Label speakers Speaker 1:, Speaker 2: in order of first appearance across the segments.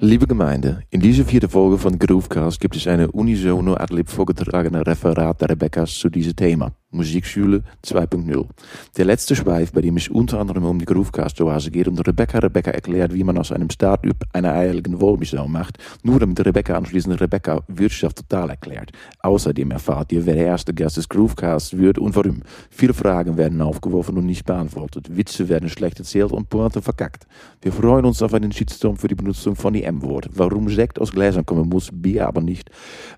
Speaker 1: Liebe Gemeinde, in dieser vierten Folge von Groovecast gibt es eine unisono ad lib vorgetragene Referat der Rebeccas zu diesem Thema, Muziekschule 2.0. Der letzte Schweif, bei dem es unter anderem um die Groovecast-Oase geht und Rebecca Rebecca erklärt, wie man aus einem Startup eine eierlegende Wollmilchsau macht, nur damit Rebecca anschließend Rebecca Wirtschaft total erklärt. Außerdem erfahrt ihr, wer der erste Gast des Groovecasts wird und warum. Viele Fragen werden aufgeworfen und nicht beantwortet, Witze werden schlecht erzählt und Pointen verkackt. Wir freuen uns auf einen Shitstorm für die Benutzung von die M-Wort. Warum Sekt aus Gläsern kommen muss, Bier aber nicht.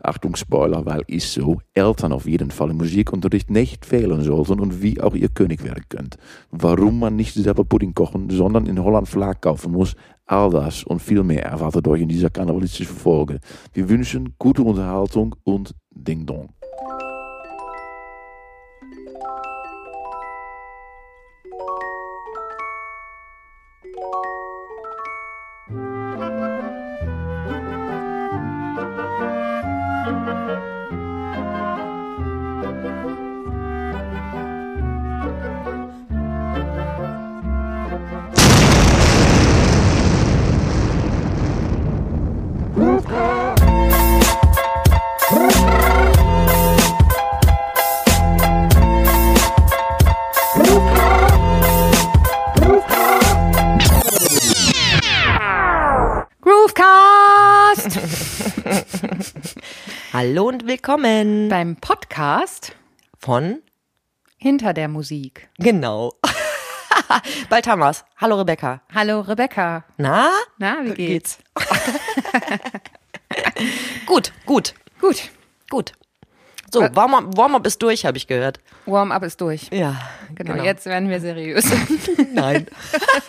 Speaker 1: Achtung, Spoiler, weil ist so. Eltern auf jeden Fall im Musikunterricht nicht fehlen sollten und wie auch ihr König werden könnt. Warum man nicht selber Pudding kochen, sondern in Holland Vlak kaufen muss, all das und viel mehr erwartet euch in dieser kannibalistischen Folge. Wir wünschen gute Unterhaltung und Ding Dong.
Speaker 2: Groovecast!
Speaker 3: Hallo und willkommen
Speaker 2: Beim Podcast
Speaker 3: von
Speaker 2: hinter der Musik.
Speaker 3: genau. Bald haben wir's. Hallo Rebecca.
Speaker 2: Hallo Rebecca.
Speaker 3: Na?
Speaker 2: Na, wie geht's?
Speaker 3: Gut, gut,
Speaker 2: Gut.
Speaker 3: gut. So, Warm-up Warm ist durch, habe ich gehört.
Speaker 2: Warm-up ist durch.
Speaker 3: Ja,
Speaker 2: Genau, jetzt werden wir seriös.
Speaker 3: Nein.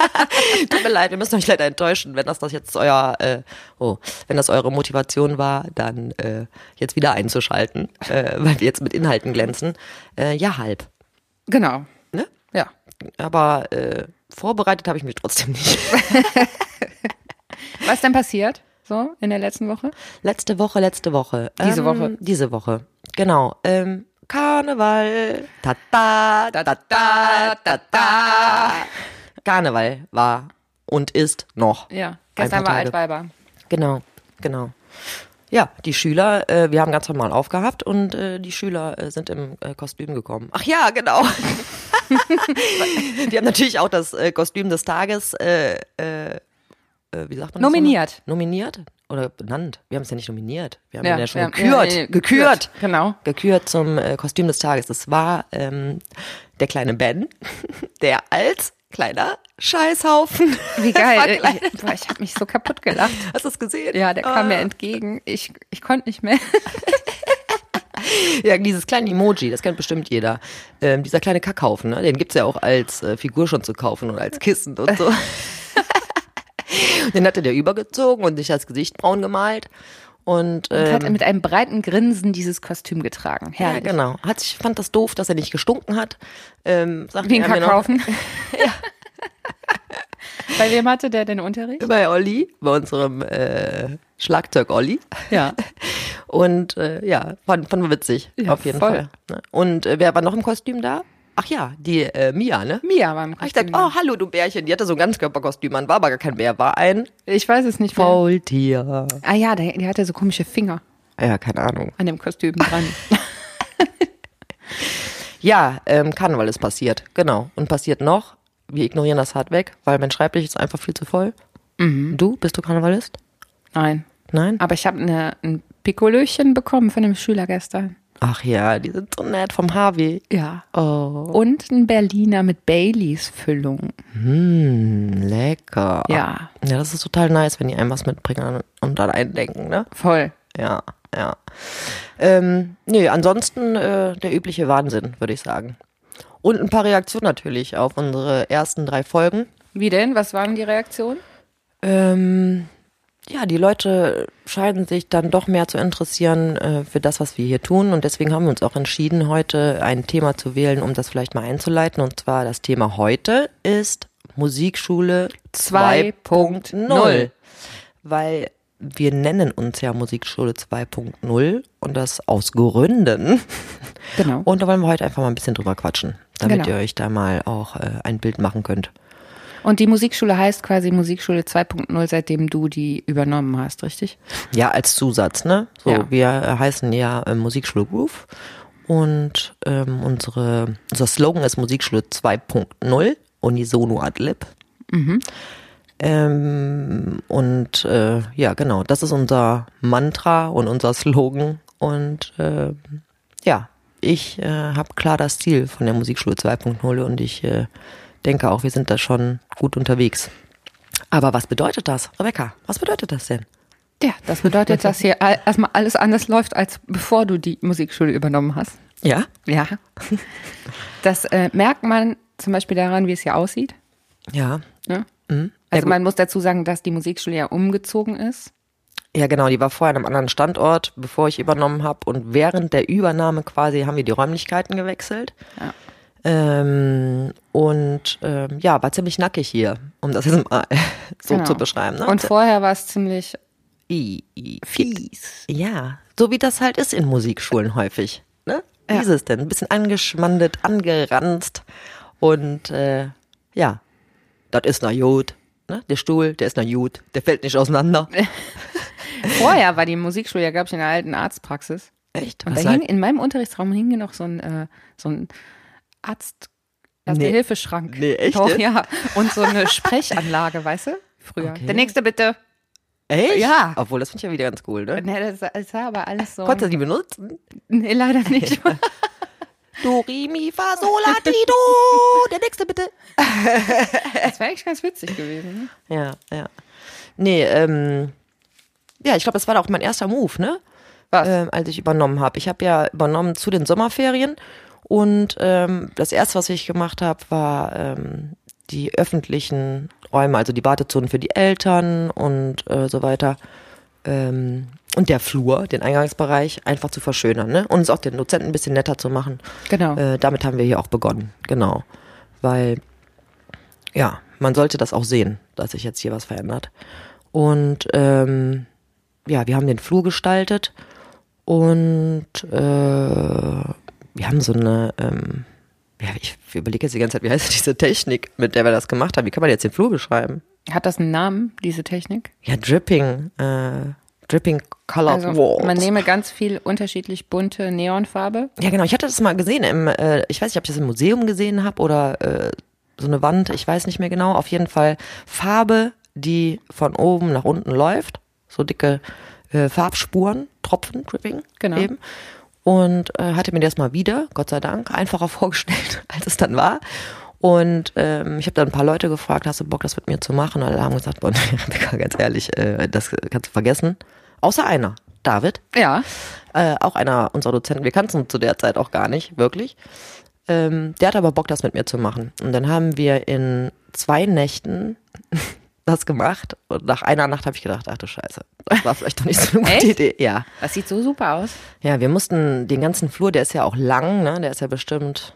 Speaker 3: Tut mir leid, wir müssen euch leider enttäuschen. Wenn das, das jetzt euer, äh, oh, wenn das eure Motivation war, dann äh, jetzt wieder einzuschalten, äh, weil wir jetzt mit Inhalten glänzen. Äh, ja, halb.
Speaker 2: genau.
Speaker 3: Ne?
Speaker 2: Ja.
Speaker 3: Aber äh, vorbereitet habe ich mich trotzdem nicht.
Speaker 2: Was denn passiert? So, in der letzten Woche?
Speaker 3: Letzte Woche, letzte Woche.
Speaker 2: Diese
Speaker 3: ähm,
Speaker 2: Woche.
Speaker 3: Diese Woche. Genau. Ähm, Karneval. Ta -ta, ta -ta, ta -ta. Karneval war und ist noch.
Speaker 2: Ja.
Speaker 3: Ein
Speaker 2: Gestern
Speaker 3: paar
Speaker 2: war
Speaker 3: Tage.
Speaker 2: Altweiber.
Speaker 3: Genau, genau. Ja, die Schüler, äh, wir haben ganz normal aufgehabt und äh, die Schüler äh, sind im äh, Kostüm gekommen. Ach ja, genau. die haben natürlich auch das äh, Kostüm des Tages, äh, äh, äh, wie sagt man das?
Speaker 2: Nominiert.
Speaker 3: nochmal? Nominiert oder benannt. Wir haben es ja nicht nominiert. Wir haben
Speaker 2: Ja,
Speaker 3: ja, schon
Speaker 2: ja,
Speaker 3: gekürt.
Speaker 2: ja, ja, gekürt,
Speaker 3: gekürt.
Speaker 2: genau.
Speaker 3: Gekürt zum äh, Kostüm des Tages. Das war ähm, der kleine Ben, der als kleiner Scheißhaufen.
Speaker 2: Wie geil. Äh,
Speaker 3: verkleidet
Speaker 2: Ich, boah, ich habe mich so kaputt gelacht.
Speaker 3: Hast du es gesehen?
Speaker 2: Ja, der kam
Speaker 3: Ah.
Speaker 2: mir entgegen. Ich, ich konnte nicht mehr.
Speaker 3: Ja, dieses kleine Emoji, das kennt bestimmt jeder. Ähm, dieser kleine Kackhaufen, ne? den gibt's ja auch als äh, Figur schon zu kaufen und als Kissen und so. den hatte der übergezogen und sich das Gesicht braun gemalt.
Speaker 2: Und
Speaker 3: Und ähm,
Speaker 2: hat mit einem breiten Grinsen dieses Kostüm getragen.
Speaker 3: ja,
Speaker 2: Herrlich.
Speaker 3: genau. Hat sich, fand das doof, dass er nicht gestunken hat. Ähm, sagte
Speaker 2: Wie ein
Speaker 3: er mir noch-
Speaker 2: Kackhaufen. Bei wem hatte der denn Unterricht?
Speaker 3: Bei Olli, bei unserem äh, Schlagzeug Olli.
Speaker 2: Ja.
Speaker 3: Und äh, ja, fand, fand man witzig,
Speaker 2: Ja,
Speaker 3: auf jeden
Speaker 2: voll.
Speaker 3: Fall. ne? Und äh, wer war noch im Kostüm da? Ach ja, die äh, Mia, ne?
Speaker 2: Mia war im
Speaker 3: Ah, Ich
Speaker 2: Kostüm.
Speaker 3: dachte, oh, hallo, du Bärchen. Die hatte so ein Ganzkörperkostüm an, war aber gar kein Bär, war ein
Speaker 2: Ich weiß es nicht mehr.
Speaker 3: Faultier. Ah
Speaker 2: Ah ja, der, der hatte so komische Finger
Speaker 3: Ja, keine Ahnung.
Speaker 2: an dem Kostüm dran.
Speaker 3: Ja, ähm, Karneval ist passiert, genau. Und passiert noch. Wir ignorieren das hart weg, weil mein Schreibtisch ist einfach viel zu voll. Du, bist du Karnevalist?
Speaker 2: Nein.
Speaker 3: Nein?
Speaker 2: Aber ich habe ne, ein Pikolöchen bekommen von einem Schüler gestern.
Speaker 3: Ach ja, die sind so nett vom Harvey.
Speaker 2: Ja.
Speaker 3: Oh,
Speaker 2: Und ein Berliner mit Baileys Füllung.
Speaker 3: lecker.
Speaker 2: Ja.
Speaker 3: Ja, das ist total nice, wenn die einem was mitbringen und dann eindenken, ne?
Speaker 2: Voll.
Speaker 3: Ja, ja. Ähm, nee, ansonsten äh, der übliche Wahnsinn, würde ich sagen. Und ein paar Reaktionen natürlich auf unsere ersten drei Folgen.
Speaker 2: Wie denn? Was waren die Reaktionen?
Speaker 3: Ähm, ja, die Leute scheinen sich dann doch mehr zu interessieren äh, für das, was wir hier tun. Und deswegen haben wir uns auch entschieden, heute ein Thema zu wählen, um das vielleicht mal einzuleiten. Und zwar das Thema heute ist Musikschule 2.0. Weil wir nennen uns ja Musikschule 2.0 und das aus Gründen.
Speaker 2: Genau.
Speaker 3: Und da wollen wir heute einfach mal ein bisschen drüber quatschen, damit
Speaker 2: Genau.
Speaker 3: ihr euch da mal auch äh, ein Bild machen könnt.
Speaker 2: Und die Musikschule heißt quasi Musikschule 2.0, seitdem du die übernommen hast, richtig?
Speaker 3: Ja, als Zusatz, ne? So,
Speaker 2: Ja.
Speaker 3: wir äh, heißen ja äh, Musikschule Groove und ähm, unsere, unser Slogan ist Musikschule 2.0, Unisono ad lib. Ähm, und äh, ja, genau, das ist unser Mantra und unser Slogan. Und äh, ja, ich äh, habe klar das Ziel von der Musikschule 2.0 und ich äh, denke auch, wir sind da schon gut unterwegs. Aber was bedeutet das, Rebecca? Was bedeutet das denn?
Speaker 2: Ja, das bedeutet, dass hier all- erstmal alles anders läuft, als bevor du die Musikschule übernommen hast.
Speaker 3: Ja,
Speaker 2: Ja. Das äh, merkt man zum Beispiel daran, wie es hier aussieht.
Speaker 3: ja, Mhm.
Speaker 2: Ne? Also man muss dazu sagen, dass die Musikschule ja umgezogen ist.
Speaker 3: Ja, genau, die war vorher an einem anderen Standort, bevor ich übernommen habe. Und während der Übernahme quasi haben wir die Räumlichkeiten gewechselt.
Speaker 2: Ja.
Speaker 3: Ähm, und ähm, ja, war ziemlich nackig hier, um das jetzt mal so
Speaker 2: Genau.
Speaker 3: zu beschreiben. Ne?
Speaker 2: Und vorher war es ziemlich
Speaker 3: I- i-
Speaker 2: fies.
Speaker 3: ja, so wie das halt ist in Musikschulen häufig. Ne? Wie
Speaker 2: Ja.
Speaker 3: ist es denn? Ein bisschen angeschmandet, angeranzt. Und äh, ja, das ist na gut. Ne? Der Stuhl, der ist na gut, der fällt nicht auseinander.
Speaker 2: Vorher war die Musikschule ja, glaube ich, in einer alten Arztpraxis.
Speaker 3: Echt?
Speaker 2: Und
Speaker 3: Was
Speaker 2: da hing,
Speaker 3: halt-
Speaker 2: in meinem Unterrichtsraum hing noch so ein, äh, so ein Arzt,
Speaker 3: Nee.
Speaker 2: Erste-Hilfeschrank.
Speaker 3: Nee, echt
Speaker 2: Doch,
Speaker 3: jetzt?
Speaker 2: ja. Und so eine Sprechanlage, weißt du? Früher.
Speaker 3: Okay.
Speaker 2: Der nächste bitte.
Speaker 3: Echt?
Speaker 2: Ja.
Speaker 3: Obwohl, das finde ich ja wieder ganz cool, ne?
Speaker 2: Nee, das, das war aber alles so.
Speaker 3: Konntest du die benutzen?
Speaker 2: nee, leider nicht.
Speaker 3: Do, re, mi, fa, sol, la, ti, do. Der nächste bitte.
Speaker 2: Das wäre eigentlich ganz witzig gewesen. Ne?
Speaker 3: Ja, ja. Nee, ähm, ja, ich glaube, das war da auch mein erster Move, ne? Was?
Speaker 2: Äh,
Speaker 3: Ähm, als ich übernommen habe. Ich habe ja übernommen zu den Sommerferien und ähm, das erste, was ich gemacht habe, war ähm, die öffentlichen Räume, also die Wartezonen für die Eltern und äh, so weiter. Ähm, und der Flur, den Eingangsbereich, einfach zu verschönern, ne? Und es auch den Dozenten ein bisschen netter zu machen.
Speaker 2: Genau.
Speaker 3: Äh, damit haben wir hier auch begonnen, genau. Weil, ja, man sollte das auch sehen, dass sich jetzt hier was verändert. Und ähm, ja, wir haben den Flur gestaltet und äh, wir haben so eine, ähm, ja, ich überlege jetzt die ganze Zeit, wie heißt diese Technik, mit der wir das gemacht haben? Wie kann man jetzt den Flur beschreiben?
Speaker 2: Hat das einen Namen, diese Technik?
Speaker 3: Ja, Dripping, äh, Dripping Color
Speaker 2: Also
Speaker 3: Walls.
Speaker 2: man nehme ganz viel unterschiedlich bunte Neonfarbe.
Speaker 3: Ja, genau. Ich hatte das mal gesehen im, äh, ich weiß nicht, ob ich das im Museum gesehen habe oder äh, so eine Wand, ich weiß nicht mehr genau. Auf jeden Fall Farbe, die von oben nach unten läuft. So dicke äh, Farbspuren, Tropfen, Dripping
Speaker 2: Genau.
Speaker 3: eben. Und äh, hatte mir das mal wieder, Gott sei Dank, einfacher vorgestellt, als es dann war. Und ähm, ich habe dann ein paar Leute gefragt, hast du Bock, das mit mir zu machen? Und alle haben gesagt, boah, nee, Rebecca, ganz ehrlich, äh, das kannst du vergessen. Außer einer, David
Speaker 2: Ja.
Speaker 3: äh, auch einer unserer Dozenten, wir kannten uns zu der Zeit auch gar nicht, wirklich. Ähm, der hat aber Bock, das mit mir zu machen. Und dann haben wir in zwei Nächten das gemacht. Und nach einer Nacht habe ich gedacht, ach du Scheiße, das war vielleicht doch nicht so eine gute
Speaker 2: Echt?
Speaker 3: Idee. Ja.
Speaker 2: Das sieht so super aus.
Speaker 3: ja, wir mussten den ganzen Flur, der ist ja auch lang, ne? der ist ja bestimmt...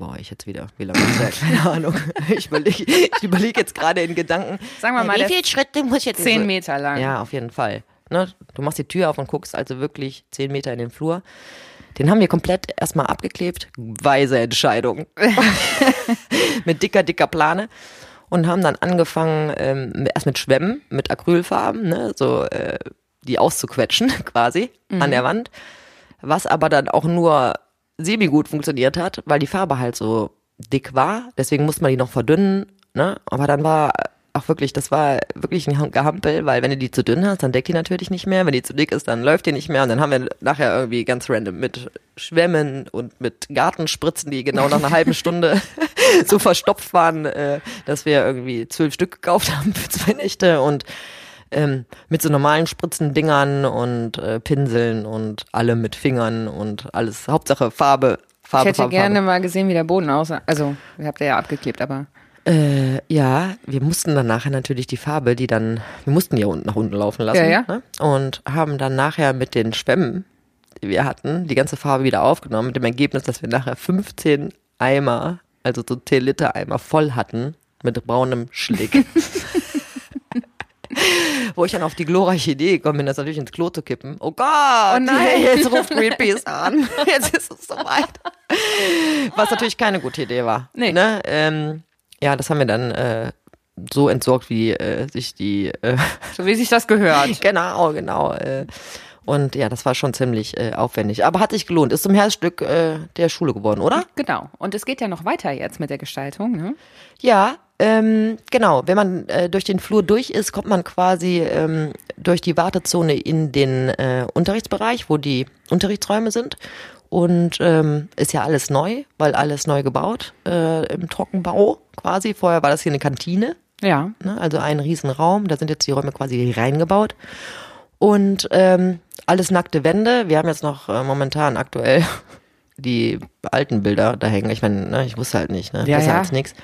Speaker 3: Boah, ich jetzt wieder. Wie lange ist der? Keine Ahnung. Ich überlege ich überleg jetzt gerade in Gedanken.
Speaker 2: Sagen wir mal,
Speaker 3: wie
Speaker 2: der-
Speaker 3: viele Schritte muss ich jetzt
Speaker 2: Zehn Meter lang.
Speaker 3: ja, auf jeden Fall. Ne? Du machst die Tür auf und guckst also wirklich zehn Meter in den Flur. Den haben wir komplett erstmal abgeklebt. Weise Entscheidung. mit dicker, dicker Plane. Und haben dann angefangen, ähm, erst mit Schwämmen, mit Acrylfarben, ne? so äh, die auszuquetschen quasi an der Wand. Was aber dann auch nur semi-gut funktioniert hat, weil die Farbe halt so dick war. Deswegen musste man die noch verdünnen. Ne? Aber dann war auch wirklich, das war wirklich ein Gehampel, weil wenn du die zu dünn hast, dann deckt die natürlich nicht mehr. Wenn die zu dick ist, dann läuft die nicht mehr. Und dann haben wir nachher irgendwie ganz random mit Schwämmen und mit Gartenspritzen, die genau nach einer halben Stunde so verstopft waren, äh, dass wir irgendwie zwölf Stück gekauft haben für zwei
Speaker 2: Mhm.
Speaker 3: Nächte und ähm, mit so normalen Spritzendingern und äh, Pinseln und alle mit Fingern und alles. Hauptsache Farbe,
Speaker 2: Ich
Speaker 3: Farbe,
Speaker 2: hätte
Speaker 3: Farbe,
Speaker 2: gerne mal gesehen, wie der Boden aussah. Also, ihr habt ihr ja abgeklebt, aber
Speaker 3: Farbe. Äh, ja, wir mussten dann nachher natürlich die Farbe, die dann, wir mussten die ja unten nach unten laufen
Speaker 2: Ja,
Speaker 3: lassen.
Speaker 2: ja.
Speaker 3: Ne? Und haben dann nachher mit den Schwämmen, die wir hatten, die ganze Farbe wieder aufgenommen, mit dem Ergebnis, dass wir nachher 15 Eimer, also so 10 Liter Eimer voll hatten, mit braunem Schlick. Wo ich dann auf die glorreiche Idee gekommen bin, das natürlich ins Klo zu kippen. Oh Gott,
Speaker 2: Oh nein.
Speaker 3: jetzt ruft Greenpeace an. Jetzt ist es soweit. Was natürlich keine gute Idee war.
Speaker 2: Nee.
Speaker 3: Ne? Ähm, ja, das haben wir dann äh, so entsorgt, wie äh, sich die. Äh,
Speaker 2: So wie sich das gehört.
Speaker 3: genau, genau. Äh, und ja, das war schon ziemlich äh, aufwendig. Aber hat sich gelohnt. Ist zum Herzstück äh, der Schule geworden, oder?
Speaker 2: Genau. Und es geht ja noch weiter jetzt mit der Gestaltung. Ne?
Speaker 3: Ja, ähm, genau. Wenn man äh, durch den Flur durch ist, kommt man quasi ähm, durch die Wartezone in den äh, Unterrichtsbereich, wo die Unterrichtsräume sind. Und ähm, ist ja alles neu, weil alles neu gebaut, äh, im Trockenbau quasi. Vorher war das hier eine Kantine,
Speaker 2: Ja.
Speaker 3: ne? also ein Riesenraum. Da sind jetzt die Räume quasi reingebaut. Und ähm, alles nackte Wände. Wir haben jetzt noch äh, momentan aktuell die alten Bilder da hängen. Ich meine, ne, ich wusste halt nicht, ne?
Speaker 2: Ja,
Speaker 3: besser
Speaker 2: ja.
Speaker 3: als nichts.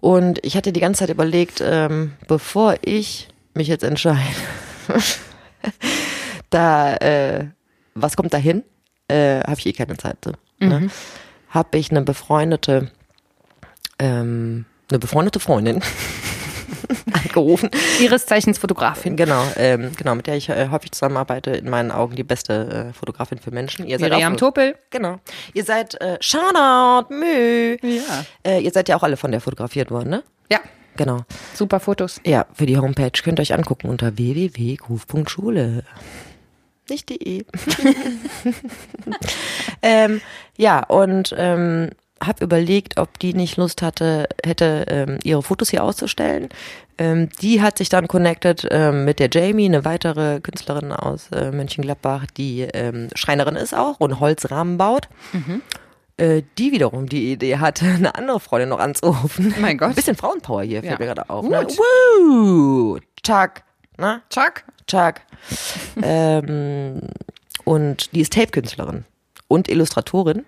Speaker 3: Und ich hatte die ganze Zeit überlegt, ähm, bevor ich mich jetzt entscheide, da, äh, was kommt da hin? Äh, Habe ich eh keine Zeit. zu, Ne?
Speaker 2: Mhm.
Speaker 3: Habe ich eine befreundete, ähm, eine befreundete Freundin angerufen,
Speaker 2: Ihres Zeichens Fotografin.
Speaker 3: Genau, ähm, genau, mit der ich äh, häufig zusammenarbeite, in meinen Augen die beste äh, Fotografin für Menschen. Ihr seid
Speaker 2: Miriam
Speaker 3: auch,
Speaker 2: Topel.
Speaker 3: Genau. Ihr seid äh, Shoutout, Mü.
Speaker 2: Ja.
Speaker 3: Äh, ihr seid ja auch alle von der fotografiert worden, ne?
Speaker 2: Ja.
Speaker 3: Genau.
Speaker 2: Super Fotos.
Speaker 3: Ja, für die Homepage könnt ihr euch angucken unter www.groove.schule. Nicht de. ähm, ja, und ähm, habe überlegt, ob die nicht Lust hatte, hätte ähm, ihre Fotos hier auszustellen. Ähm, die hat sich dann connected ähm, mit der Jamie, eine weitere Künstlerin aus äh, Mönchengladbach, die ähm, Schreinerin ist auch und Holzrahmen baut.
Speaker 2: Mhm.
Speaker 3: Äh, Die wiederum die Idee hatte, eine andere Freundin noch anzurufen.
Speaker 2: Mein Gott.
Speaker 3: Ein bisschen Frauenpower hier,
Speaker 2: Ja.
Speaker 3: fällt mir gerade auf. Ne? Woo! Chuck. ne? Na?
Speaker 2: Chuck.
Speaker 3: Chuck. ähm, und die ist Tape-Künstlerin und Illustratorin.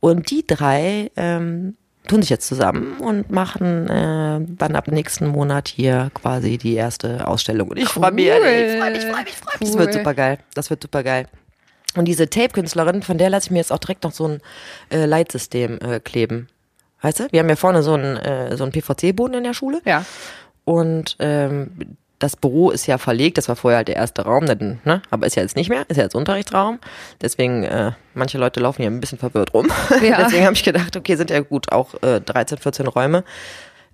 Speaker 3: Und die drei ähm, tun sich jetzt zusammen und machen äh, dann ab nächsten Monat hier quasi die erste Ausstellung. Und ich freue mich, ich
Speaker 2: Cool.
Speaker 3: freue mich, ich freue mich, ich freue mich. Das
Speaker 2: Cool.
Speaker 3: wird super geil. Das wird super geil. Und diese Tape-Künstlerin, von der lasse ich mir jetzt auch direkt noch so ein äh, Leitsystem äh, kleben. Weißt du, wir haben ja vorne so einen, äh, so einen PVC-Boden in der Schule.
Speaker 2: Ja.
Speaker 3: Und ähm, das Büro ist ja verlegt, das war vorher halt der erste Raum, dann, ne? aber ist ja jetzt nicht mehr, ist ja jetzt Unterrichtsraum. Deswegen, äh, manche Leute laufen hier ein bisschen verwirrt rum.
Speaker 2: Ja.
Speaker 3: Deswegen habe ich gedacht, okay, sind ja gut auch äh, 13, 14 Räume.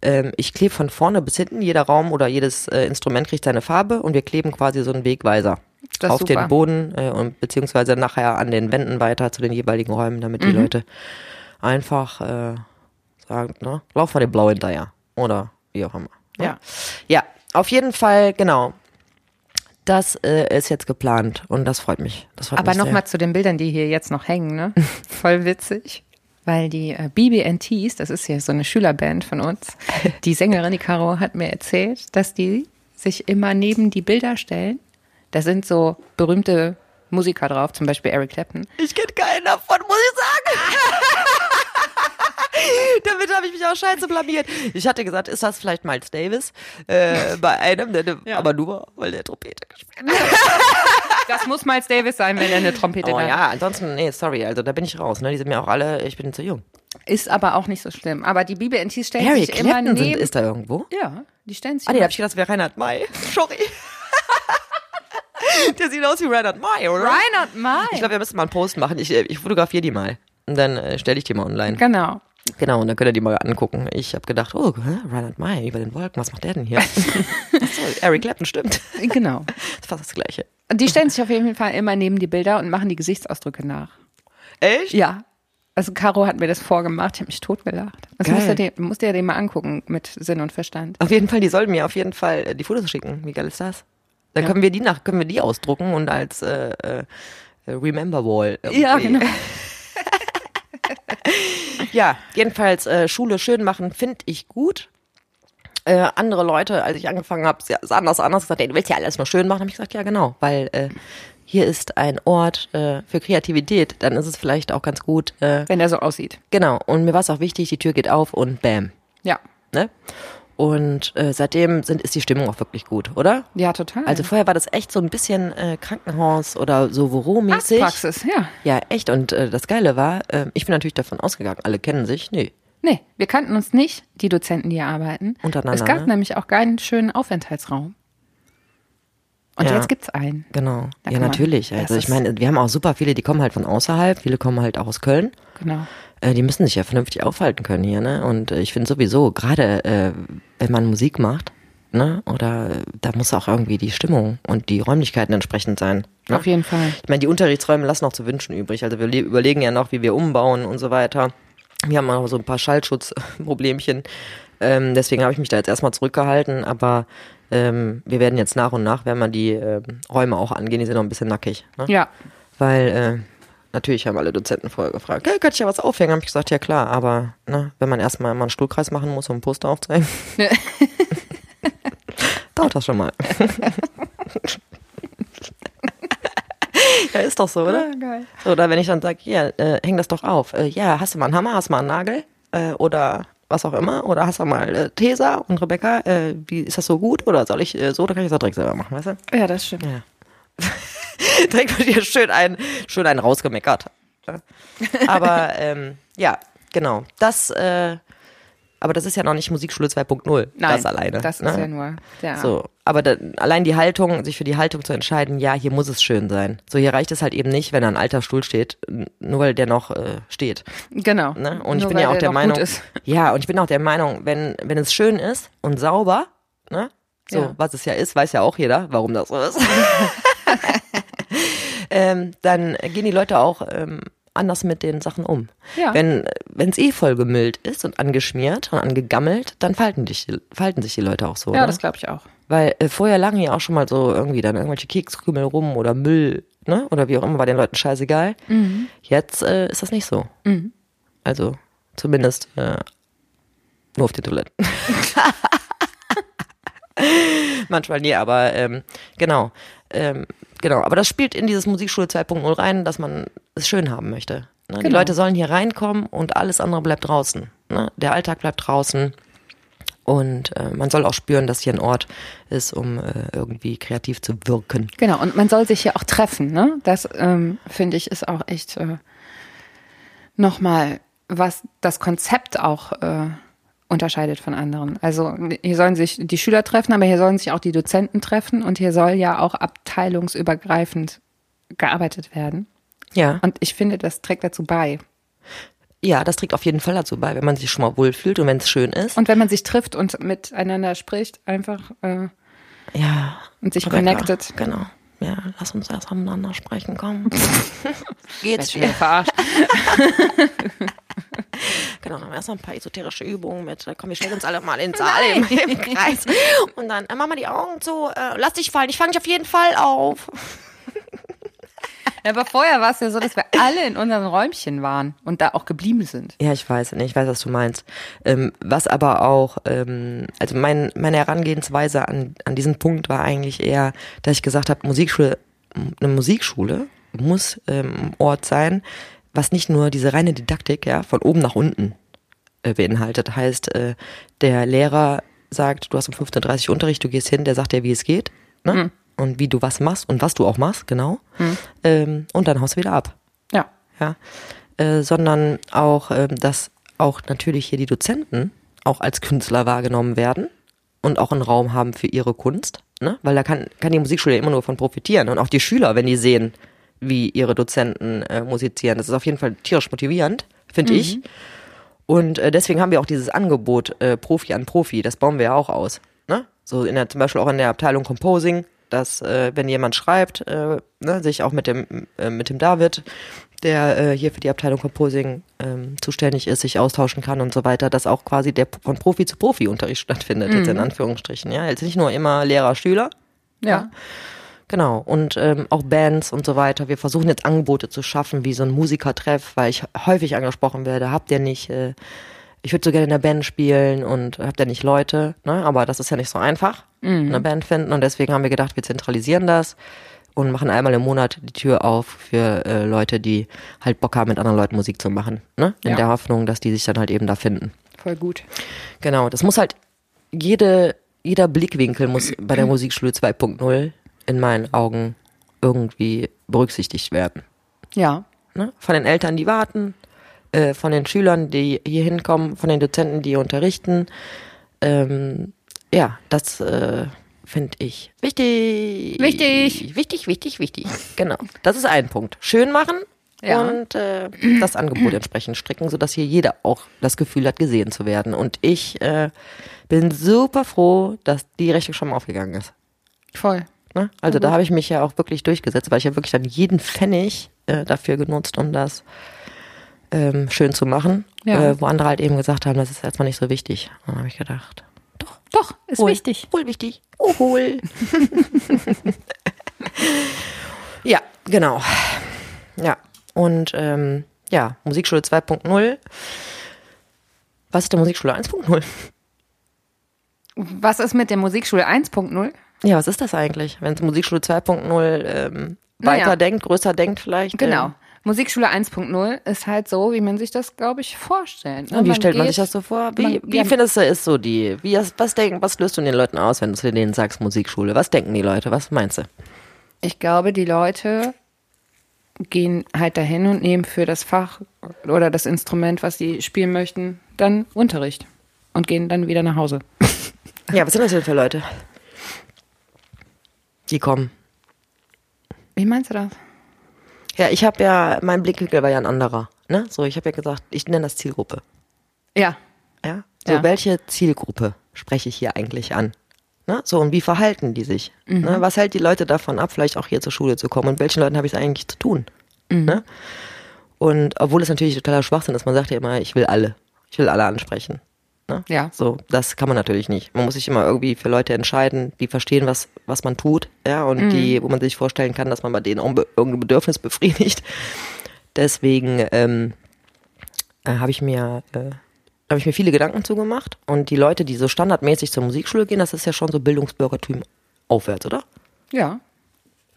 Speaker 3: Ähm, ich klebe von vorne bis hinten, jeder Raum oder jedes äh, Instrument kriegt seine Farbe und wir kleben quasi so einen Wegweiser
Speaker 2: Das ist
Speaker 3: auf
Speaker 2: super.
Speaker 3: den Boden äh, und beziehungsweise nachher an den Wänden weiter zu den jeweiligen Räumen, damit
Speaker 2: Mhm.
Speaker 3: die Leute einfach äh, sagen, ne? lauf mal den Blau hinterher oder wie auch immer. ne?
Speaker 2: Ja.
Speaker 3: Ja, auf jeden Fall, genau. Das äh, ist jetzt geplant und das freut mich. Das freut
Speaker 2: Aber
Speaker 3: mich sehr.
Speaker 2: nochmal zu den Bildern, die hier jetzt noch hängen, ne? Voll witzig. Weil die äh, BBNTs, das ist ja so eine Schülerband von uns, die Sängerin, die Caro, hat mir erzählt, dass die sich immer neben die Bilder stellen. Da sind so berühmte Musiker drauf, zum Beispiel Eric Clapton.
Speaker 3: Ich kenne keinen davon, muss ich sagen. Damit habe ich mich auch scheiße blamiert. Ich hatte gesagt, ist das vielleicht Miles Davis? Äh, bei einem, der, der- aber nur, weil der Trompete gespielt hat.
Speaker 2: Das muss Miles Davis sein, wenn er eine Trompete
Speaker 3: Oh
Speaker 2: da
Speaker 3: ja, ansonsten, nee, sorry, also da bin ich raus. Ne? Die sind mir auch alle, ich bin zu jung.
Speaker 2: Ist aber auch nicht so schlimm. Aber die BBNTs stellen
Speaker 3: Harry
Speaker 2: sich immer
Speaker 3: Clapton
Speaker 2: neben.
Speaker 3: sind, ist da irgendwo?
Speaker 2: ja, die stellen sich.
Speaker 3: Ah, nee, da
Speaker 2: immer-
Speaker 3: hab ich gedacht, das wäre Reinhard May. Sorry. der sieht aus wie Reinhard May, oder?
Speaker 2: Reinhard May.
Speaker 3: Ich glaube, wir müssen mal einen Post machen. Ich, äh, ich fotografiere die mal. Und dann äh, stelle ich die mal online.
Speaker 2: genau.
Speaker 3: Genau, und dann könnt ihr die mal angucken. Ich habe gedacht, oh, hä, Reinhard May über den Wolken, was macht der denn hier? Achso, Eric Clapton, stimmt.
Speaker 2: Genau.
Speaker 3: Ist fast das Gleiche.
Speaker 2: Die stellen sich auf jeden Fall immer neben die Bilder und machen die Gesichtsausdrücke nach.
Speaker 3: Echt?
Speaker 2: Ja. Also Caro hat mir das vorgemacht, ich habe mich totgelacht. Das
Speaker 3: Geil.
Speaker 2: musst du, dir, musst du dir den mal angucken mit Sinn und Verstand.
Speaker 3: Auf jeden Fall, die sollen mir auf jeden Fall äh, die Fotos schicken. Wie geil ist das? Dann können wir die nach, können wir die ausdrucken und als äh, äh, Remember Wall. irgendwie.
Speaker 2: genau.
Speaker 3: Ja, jedenfalls äh, Schule schön machen finde ich gut. Äh, andere Leute, als ich angefangen habe, sahen das anders gesagt, ey, du willst ja alles nur schön machen, habe ich gesagt, ja genau, weil äh, hier ist ein Ort äh, für Kreativität, dann ist es vielleicht auch ganz gut. Äh,
Speaker 2: Wenn der so aussieht.
Speaker 3: genau, und mir war es auch wichtig, die Tür geht auf und bam.
Speaker 2: Ja.
Speaker 3: Ne? Und äh, seitdem sind, ist die Stimmung auch wirklich gut, oder?
Speaker 2: Ja, total.
Speaker 3: Also vorher war das echt so ein bisschen äh, Krankenhaus oder so Voro-mäßig.
Speaker 2: Praxis, ja.
Speaker 3: Ja, echt. Und äh, das Geile war, äh, ich bin natürlich davon ausgegangen, alle kennen sich. Nee,
Speaker 2: Nee, wir kannten uns nicht, die Dozenten, die hier arbeiten.
Speaker 3: Untereinander,
Speaker 2: Es gab
Speaker 3: ne?
Speaker 2: nämlich auch gar einen schönen Aufenthaltsraum. Und
Speaker 3: Ja.
Speaker 2: jetzt gibt's einen.
Speaker 3: Genau.
Speaker 2: Da kann
Speaker 3: ja,
Speaker 2: man-
Speaker 3: natürlich.
Speaker 2: das
Speaker 3: Also ich
Speaker 2: ist-
Speaker 3: meine, wir haben auch super viele, die kommen halt von außerhalb, viele kommen halt auch aus Köln.
Speaker 2: Genau.
Speaker 3: äh, die müssen sich ja vernünftig aufhalten können hier, ne? Und äh, ich finde sowieso, gerade äh, wenn man Musik macht, ne? Oder äh, da muss auch irgendwie die Stimmung und die Räumlichkeiten entsprechend sein. Ne?
Speaker 2: Auf jeden Fall.
Speaker 3: Ich meine, die Unterrichtsräume lassen noch zu wünschen übrig. Also wir le- überlegen ja noch, wie wir umbauen und so weiter. Wir haben auch so ein paar Schallschutzproblemchen. Ähm, deswegen habe ich mich da jetzt erstmal zurückgehalten, aber ähm, wir werden jetzt nach und nach, werden wir die ähm, Räume auch angehen, die sind noch ein bisschen nackig. Ne?
Speaker 2: Ja.
Speaker 3: Weil äh, natürlich haben alle Dozenten vorher gefragt, hey, könnte ich ja was aufhängen? Habe ich gesagt, ja klar, aber ne, wenn man erstmal mal einen Stuhlkreis machen muss, um ein Poster aufzuhängen, dauert das schon mal. ja, ist doch so, oder?
Speaker 2: geil.
Speaker 3: Oder wenn ich dann sage, hier, äh, häng das doch auf. Äh, ja, hast du mal einen Hammer, hast du mal einen Nagel? Äh, oder was auch immer. Oder hast du mal äh, Tesa und Rebecca? Äh, wie, ist das so gut? Oder soll ich äh, so, dann kann ich das auch direkt selber machen, weißt du?
Speaker 2: Ja, das stimmt.
Speaker 3: Ja. direkt wird hier schön einen, schön einen rausgemeckert. Aber ähm, ja, genau. Das, äh, aber das ist ja noch nicht Musikschule 2.0.
Speaker 2: Nein,
Speaker 3: das alleine.
Speaker 2: Das ist
Speaker 3: ne?
Speaker 2: ja nur der
Speaker 3: So, aber da, allein die Haltung, sich für die Haltung zu entscheiden, ja, hier muss es schön sein. So, hier reicht es halt eben nicht, wenn da ein alter Stuhl steht, n- nur weil der noch äh, steht.
Speaker 2: Genau.
Speaker 3: Ne? Und ich
Speaker 2: Nur
Speaker 3: bin
Speaker 2: weil
Speaker 3: ja auch der,
Speaker 2: noch
Speaker 3: Meinung,
Speaker 2: Gut ist.
Speaker 3: ja, und ich bin auch der Meinung, wenn wenn es schön ist und sauber, ne, so
Speaker 2: Ja.
Speaker 3: was es ja ist, weiß ja auch jeder, warum das so ist. ähm, dann gehen die Leute auch ähm, anders mit den Sachen um.
Speaker 2: Ja.
Speaker 3: Wenn es eh voll gemüllt ist und angeschmiert und angegammelt, dann verhalten, dich, verhalten sich die Leute auch so.
Speaker 2: Ja,
Speaker 3: ne?
Speaker 2: das glaube ich auch.
Speaker 3: Weil äh, vorher lagen ja auch schon mal so irgendwie dann irgendwelche Kekskrümel rum oder Müll, ne? Oder wie auch immer, war den Leuten scheißegal.
Speaker 2: Mhm.
Speaker 3: Jetzt äh, ist das nicht so. Also zumindest äh, nur auf den Toiletten. Manchmal nie, aber ähm, genau. Ähm, genau. Aber das spielt in dieses Musikschule 2.0 rein, dass man es schön haben möchte. Ne? Die
Speaker 2: Genau.
Speaker 3: Leute sollen hier reinkommen und alles andere bleibt draußen. Ne? Der Alltag bleibt draußen. Und äh, man soll auch spüren, dass hier ein Ort ist, um äh, irgendwie kreativ zu wirken.
Speaker 2: Genau, und man soll sich hier auch treffen, ne? Das ähm, finde ich ist auch echt äh, nochmal, was das Konzept auch äh, unterscheidet von anderen. Also n- hier sollen sich die Schüler treffen, aber hier sollen sich auch die Dozenten treffen und hier soll ja auch abteilungsübergreifend gearbeitet werden.
Speaker 3: Ja.
Speaker 2: Und ich finde, das trägt dazu bei.
Speaker 3: Ja, das trägt auf jeden Fall dazu bei, wenn man sich schon mal wohlfühlt und wenn es schön ist.
Speaker 2: Und wenn man sich trifft und miteinander spricht, einfach äh,
Speaker 3: ja.
Speaker 2: und sich
Speaker 3: Rebecca,
Speaker 2: connectet.
Speaker 3: Genau. Ja, lass uns erst miteinander sprechen, komm. Geht's dir?
Speaker 2: Verarscht.
Speaker 3: Genau, dann haben wir erst noch ein paar esoterische Übungen mit. äh, Komm, wir stellen uns alle mal in den Saal im, im Kreis. Und dann äh, mach mal die Augen zu. Äh, lass dich fallen, ich fange dich auf jeden Fall auf.
Speaker 2: Ja, Aber vorher war es ja so, dass wir alle in unseren Räumchen waren und da auch geblieben sind.
Speaker 3: Ja, ich weiß, ich weiß, was du meinst. Ähm, was aber auch, ähm, also mein, meine Herangehensweise an, an diesen Punkt war eigentlich eher, dass ich gesagt habe, Musikschule, m- eine Musikschule muss ähm, ein Ort sein, was nicht nur diese reine Didaktik, ja, von oben nach unten äh, beinhaltet. Heißt, äh, der Lehrer sagt, du hast um 15.30 Uhr Unterricht, du gehst hin, der sagt dir, wie es geht ne? und wie du was machst und was du auch machst, genau. Ähm, und dann haust du wieder ab
Speaker 2: Ja.
Speaker 3: ja, äh, sondern auch, ähm, dass auch natürlich hier die Dozenten auch als Künstler wahrgenommen werden und auch einen Raum haben für ihre Kunst, ne? weil da kann, kann die Musikschule immer nur von profitieren und auch die Schüler, wenn die sehen, wie ihre Dozenten äh, musizieren. Das ist auf jeden Fall tierisch motivierend, finde ich. Und äh, deswegen haben wir auch dieses Angebot äh, Profi an Profi, das bauen wir ja auch aus. Ne? So in der, zum Beispiel auch in der Abteilung Composing, dass äh, wenn jemand schreibt, äh, ne, sich auch mit dem, äh, mit dem David, der äh, hier für die Abteilung Composing ähm, zuständig ist, sich austauschen kann und so weiter, dass auch quasi der von Profi zu Profi Unterricht stattfindet, jetzt in Anführungsstrichen. Ja? Jetzt nicht nur immer Lehrer-Schüler,
Speaker 2: Ja.
Speaker 3: Genau, und ähm, auch Bands und so weiter. Wir versuchen jetzt Angebote zu schaffen, wie so ein Musikertreff, weil ich häufig angesprochen werde, habt ihr nicht, äh, ich würde so gerne in der Band spielen und habt ihr nicht Leute, ne? aber das ist ja nicht so einfach, eine Band finden und deswegen haben wir gedacht, wir zentralisieren das und machen einmal im Monat die Tür auf für äh, Leute, die halt Bock haben, mit anderen Leuten Musik zu machen, ne? in
Speaker 2: Ja.
Speaker 3: der Hoffnung, dass die sich dann halt eben da finden.
Speaker 2: Voll gut.
Speaker 3: Genau, das muss halt jede, jeder Blickwinkel muss bei der Musikschule 2.0 in meinen Augen irgendwie berücksichtigt werden.
Speaker 2: Ja.
Speaker 3: Ne? Von den Eltern, die warten, äh, von den Schülern, die hier hinkommen, von den Dozenten, die hier unterrichten. Ähm, ja, das äh, finde ich wichtig.
Speaker 2: Wichtig. Hm.
Speaker 3: Wichtig, wichtig, wichtig. Genau. Das ist ein Punkt. Schön machen
Speaker 2: Ja.
Speaker 3: und äh, das Angebot entsprechend stricken, sodass hier jeder auch das Gefühl hat, gesehen zu werden. Und ich äh, bin super froh, dass die Rechnung schon mal aufgegangen ist.
Speaker 2: Voll.
Speaker 3: Ne? Also
Speaker 2: Mhm.
Speaker 3: da habe ich mich ja auch wirklich durchgesetzt, weil ich ja wirklich dann jeden Pfennig äh, dafür genutzt, um das ähm, schön zu machen.
Speaker 2: Ja.
Speaker 3: Äh, wo andere halt eben gesagt haben, das ist erstmal nicht so wichtig. Und Dann habe ich gedacht, doch,
Speaker 2: Doch, ist
Speaker 3: hol,
Speaker 2: wichtig.
Speaker 3: Hol wichtig. Oh, hol. ja, genau. Ja, und ähm, ja, Musikschule 2.0. Was ist der Musikschule 1.0?
Speaker 2: Was ist mit der Musikschule 1.0?
Speaker 3: Ja, was ist das eigentlich? Wenn es Musikschule 2.0 ähm,
Speaker 2: Naja.
Speaker 3: weiter denkt, größer denkt vielleicht.
Speaker 2: Genau.
Speaker 3: Ähm,
Speaker 2: Musikschule 1.0 ist halt so, wie man sich das, glaube ich, vorstellt. ne?
Speaker 3: und wie
Speaker 2: Man
Speaker 3: stellt man
Speaker 2: geht-
Speaker 3: sich das so vor? Wie,
Speaker 2: man-
Speaker 3: wie
Speaker 2: ja.
Speaker 3: findest du ist so die, wie, hast- was denken, was löst du den Leuten aus, wenn du denen sagst Musikschule? Was denken die Leute? Was meinst du?
Speaker 2: Ich glaube, die Leute gehen halt dahin und nehmen für das Fach oder das Instrument, was sie spielen möchten, dann Unterricht und gehen dann wieder nach Hause.
Speaker 3: Ja, was sind das denn für Leute? Die kommen.
Speaker 2: Wie meinst du das?
Speaker 3: Ja, ich habe ja, mein Blickwinkel war ja ein anderer. Ne? So, ich habe ja gesagt, ich nenne das Zielgruppe.
Speaker 2: Ja.
Speaker 3: Ja? So,
Speaker 2: Ja.
Speaker 3: welche Zielgruppe spreche ich hier eigentlich an? Ne? So, und wie verhalten die sich? Ne? Was hält die Leute davon ab, vielleicht auch hier zur Schule zu kommen? Und welchen Leuten habe ich es eigentlich zu tun? Ne? Und obwohl es natürlich totaler Schwachsinn ist, man sagt ja immer, ich will alle. Ich will alle ansprechen. Ne?
Speaker 2: Ja.
Speaker 3: So, das kann man natürlich nicht. Man muss sich immer irgendwie für Leute entscheiden, die verstehen, was, was man tut, ja, und die, wo man sich vorstellen kann, dass man bei denen auch be- irgendein Bedürfnis befriedigt. Deswegen ähm, äh, habe ich mir äh, habe ich mir viele Gedanken zugemacht. Und die Leute, die so standardmäßig zur Musikschule gehen, das ist ja schon so Bildungsbürgertum aufwärts, oder?
Speaker 2: Ja.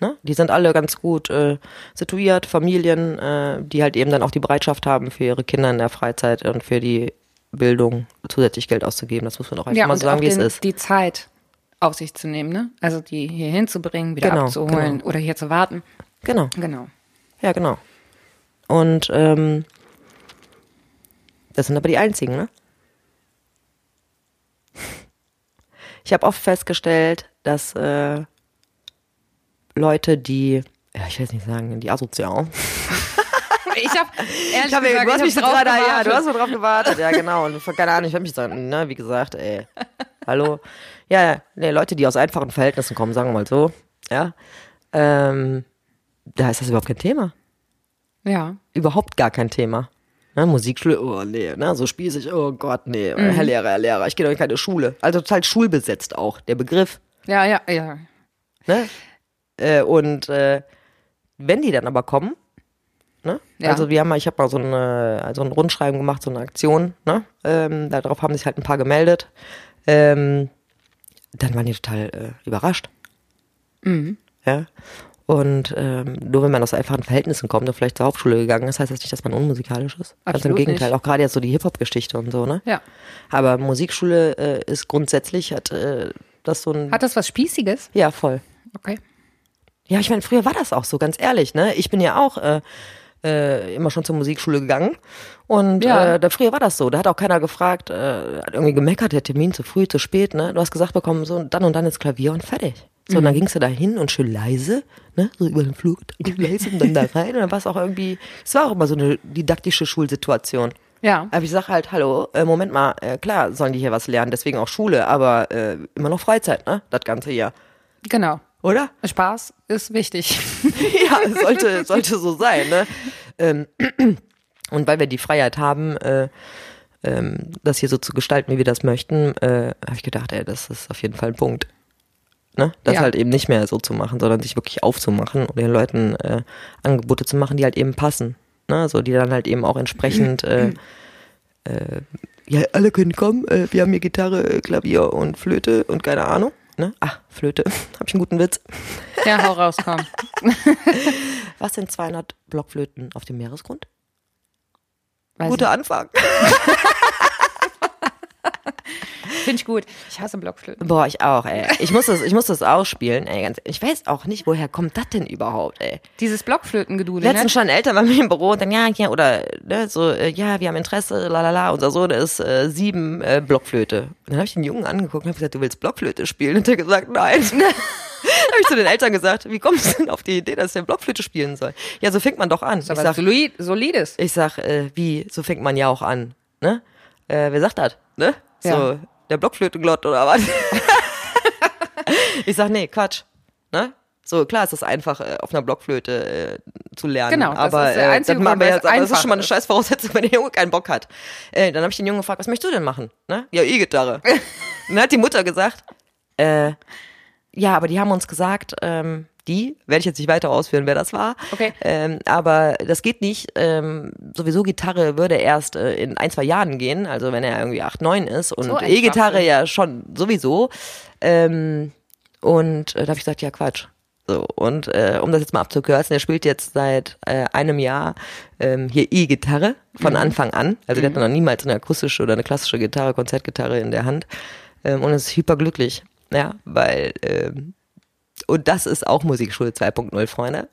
Speaker 3: Ne? Die sind alle ganz gut äh, situiert, Familien, äh, die halt eben dann auch die Bereitschaft haben, für ihre Kinder in der Freizeit und für die Bildung zusätzlich Geld auszugeben. Das muss man auch einfach
Speaker 2: Ja,
Speaker 3: mal
Speaker 2: und
Speaker 3: so sagen,
Speaker 2: auch
Speaker 3: wie es
Speaker 2: den,
Speaker 3: ist.
Speaker 2: die Zeit auf sich zu nehmen, ne? Also die hier hinzubringen, wieder
Speaker 3: Genau,
Speaker 2: abzuholen oder hier zu warten.
Speaker 3: Genau,
Speaker 2: Genau.
Speaker 3: ja, genau. Und ähm, das sind aber die einzigen, ne? Ich habe oft festgestellt, dass äh, Leute, die, ja, ich will es nicht sagen, die asozial,
Speaker 2: Ich habe ehrlich
Speaker 3: Ich hab,
Speaker 2: gesagt,
Speaker 3: du hast mich
Speaker 2: ich
Speaker 3: so
Speaker 2: hab drauf
Speaker 3: gerade, ja,
Speaker 2: gewartet.
Speaker 3: du hast so drauf gewartet, ja genau. Und vor- keine Ahnung, ich hab mich so, ne, wie gesagt, ey, hallo. Ja, ja, nee, Leute, die aus einfachen Verhältnissen kommen, sagen wir mal so, ja, ähm, da ist das überhaupt kein Thema.
Speaker 2: ja.
Speaker 3: Überhaupt gar kein Thema. Ne, Musikschule, oh nee, ne, so spießig, oh Gott,
Speaker 2: Mhm.
Speaker 3: nee, Herr Lehrer, Herr Lehrer, ich gehe doch in keine Schule. Also total schulbesetzt auch, der Begriff,
Speaker 2: Ja, ja, ja.
Speaker 3: ne? Äh, und äh, wenn die dann aber kommen, ne?
Speaker 2: Ja.
Speaker 3: Also wir haben mal, ich habe mal so, eine, so ein Rundschreiben gemacht, so eine Aktion, ne? Ähm, darauf haben sich halt ein paar gemeldet. Ähm, dann waren die total äh, überrascht.
Speaker 2: Mhm,
Speaker 3: Ja. Und ähm, nur wenn man aus einfachen Verhältnissen kommt und vielleicht zur Hauptschule gegangen ist, heißt das nicht, dass man unmusikalisch ist. Ganz im
Speaker 2: Absolut
Speaker 3: Gegenteil,
Speaker 2: nicht.
Speaker 3: auch gerade jetzt so die Hip-Hop-Geschichte und so, ne?
Speaker 2: Ja.
Speaker 3: Aber Musikschule äh, ist grundsätzlich, hat äh, das so ein.
Speaker 2: Hat das was Spießiges?
Speaker 3: ja, voll.
Speaker 2: Okay.
Speaker 3: Ja, ich meine, früher war das auch so, ganz ehrlich, ne? Ich bin ja auch äh, äh, immer schon zur Musikschule gegangen. Und
Speaker 2: Ja.
Speaker 3: äh, da früher war das so. Da hat auch keiner gefragt, äh, hat irgendwie gemeckert, der Termin zu früh, zu spät, ne? Du hast gesagt bekommen, so dann und dann ist Klavier und fertig. So, und dann gingst du da hin und schön leise, ne, so über den Flug, leise und dann da rein. Und dann war es auch irgendwie, es war auch immer so eine didaktische Schulsituation.
Speaker 2: Ja.
Speaker 3: Aber ich sage halt, hallo, äh, Moment mal, äh, klar sollen die hier was lernen, deswegen auch Schule, aber äh, immer noch Freizeit, ne? Das ganze Jahr.
Speaker 2: Genau.
Speaker 3: Oder?
Speaker 2: Spaß ist wichtig.
Speaker 3: ja, es sollte, es sollte so sein. Ne? Ähm, und weil wir die Freiheit haben, äh, ähm, das hier so zu gestalten, wie wir das möchten, äh, habe ich gedacht, ey, das ist auf jeden Fall ein Punkt. Ne? Das
Speaker 2: Ja.
Speaker 3: halt eben nicht mehr so zu machen, sondern sich wirklich aufzumachen und den Leuten äh, Angebote zu machen, die halt eben passen. Ne? So, die dann halt eben auch entsprechend äh, ja, alle können kommen. Äh, wir haben hier Gitarre, äh, Klavier und Flöte und keine Ahnung. Ne? Ach, Flöte. Habe ich einen guten Witz.
Speaker 2: Ja, hau raus, komm.
Speaker 3: Was sind 200 Blockflöten auf dem Meeresgrund?
Speaker 2: Weiß
Speaker 3: Guter Anfang.
Speaker 2: ich. Finde ich gut. Ich hasse Blockflöten.
Speaker 3: Boah, ich auch, ey. Ich muss das, ich muss das ausspielen, ey. Ganz, ich weiß auch nicht, woher kommt das denn überhaupt, ey.
Speaker 2: Dieses Blockflötengedudel, ne?
Speaker 3: Letztens schon Eltern bei mir im Büro und dann, ja, ja, oder, ne, so, äh, ja, wir haben Interesse, lalala. Unser Sohn ist äh, sieben äh, Blockflöte. Und dann habe ich den Jungen angeguckt und habe gesagt, du willst Blockflöte spielen? Und der hat gesagt, nein. Hab habe ich zu den Eltern gesagt, wie kommst du denn auf die Idee, dass der Blockflöte spielen soll? Ja, so fängt man doch an. Ich
Speaker 2: Das ist aber
Speaker 3: sag,
Speaker 2: solid, solides.
Speaker 3: ich sag äh, wie, so fängt man ja auch an. Ne? Äh, wer sagt das? Ne? So,
Speaker 2: Ja.
Speaker 3: der Blockflötenglott oder was? ich sag, nee, Quatsch. Ne? So, klar ist das einfach, äh, auf einer Blockflöte äh, zu lernen.
Speaker 2: Genau, das
Speaker 3: aber
Speaker 2: ist der
Speaker 3: äh,
Speaker 2: einzige
Speaker 3: dann machen
Speaker 2: Grund,
Speaker 3: wir
Speaker 2: weil
Speaker 3: jetzt,
Speaker 2: es
Speaker 3: aber das ist
Speaker 2: einfach
Speaker 3: schon mal eine
Speaker 2: ist.
Speaker 3: scheiß Voraussetzung, wenn der Junge keinen Bock hat. Äh, dann habe ich den Jungen gefragt, was möchtest du denn machen? Ne? Ja, E-Gitarre. dann Ne, hat die Mutter gesagt, äh, ja, aber die haben uns gesagt, ähm, die, werde ich jetzt nicht weiter ausführen, wer das war.
Speaker 2: Okay.
Speaker 3: Ähm, aber das geht nicht. Ähm, sowieso Gitarre würde erst äh, in ein, zwei Jahren gehen, also wenn er irgendwie acht, neun ist und
Speaker 2: So ein
Speaker 3: E-Gitarre
Speaker 2: Schwachsinn.
Speaker 3: ja schon sowieso. Ähm, und äh, da habe ich gesagt, ja Quatsch. So, und äh, um das jetzt mal abzukürzen, der spielt jetzt seit äh, einem Jahr ähm, hier E-Gitarre von Anfang an. Also der hat noch niemals eine akustische oder eine klassische Gitarre, Konzertgitarre in der Hand. Ähm, und ist hyperglücklich. Ja, weil ähm, und das ist auch Musikschule 2.0, Freunde.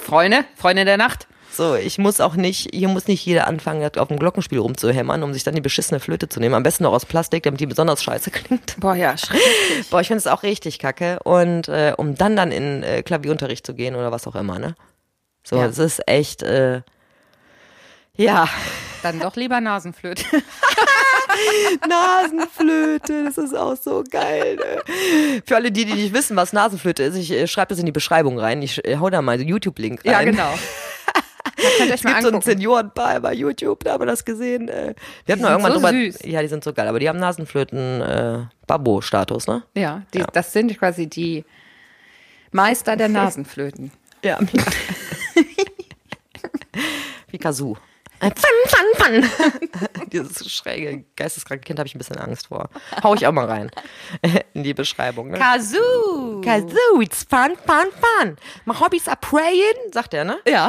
Speaker 2: Freunde, Freunde der Nacht.
Speaker 3: So, ich muss auch nicht, hier muss nicht jeder anfangen, auf dem Glockenspiel rumzuhämmern, um sich dann die beschissene Flöte zu nehmen. Am besten noch aus Plastik, damit die besonders scheiße klingt.
Speaker 2: Boah, ja, schrecklich.
Speaker 3: Boah, ich finde es auch richtig kacke. Und äh, um dann dann in äh, Klavierunterricht zu gehen oder was auch immer, ne? So,
Speaker 2: Ja.
Speaker 3: das ist echt, äh, ja,
Speaker 2: Dann doch lieber Nasenflöte.
Speaker 3: Nasenflöte, das ist auch so geil. Ne? Für alle die, die nicht wissen, was Nasenflöte ist, ich äh, schreibe das in die Beschreibung rein. Ich äh, hau da mal den YouTube-Link rein.
Speaker 2: Ja, genau. Man könnte euch
Speaker 3: Es
Speaker 2: mal
Speaker 3: gibt so einen
Speaker 2: angucken.
Speaker 3: Seniorenball bei YouTube, da haben wir das gesehen. äh. Wir
Speaker 2: Die
Speaker 3: hatten
Speaker 2: sind
Speaker 3: noch irgendwann
Speaker 2: so
Speaker 3: drüber.
Speaker 2: süß.
Speaker 3: Ja, die sind so geil, aber die haben Nasenflöten äh, Babbo-Status, ne?
Speaker 2: ja, die, das sind quasi die Meister der Nasenflöten.
Speaker 3: Ja. Wie Kazoo. Äh, Pfann, pfann, pfann. Dieses schräge, geisteskranke Kind habe ich ein bisschen Angst vor. Hau ich auch mal rein. In die Beschreibung. Ne?
Speaker 2: Kazoo!
Speaker 3: Kazoo, it's fun, fun, fun. My hobbies are praying, sagt er, ne?
Speaker 2: Ja.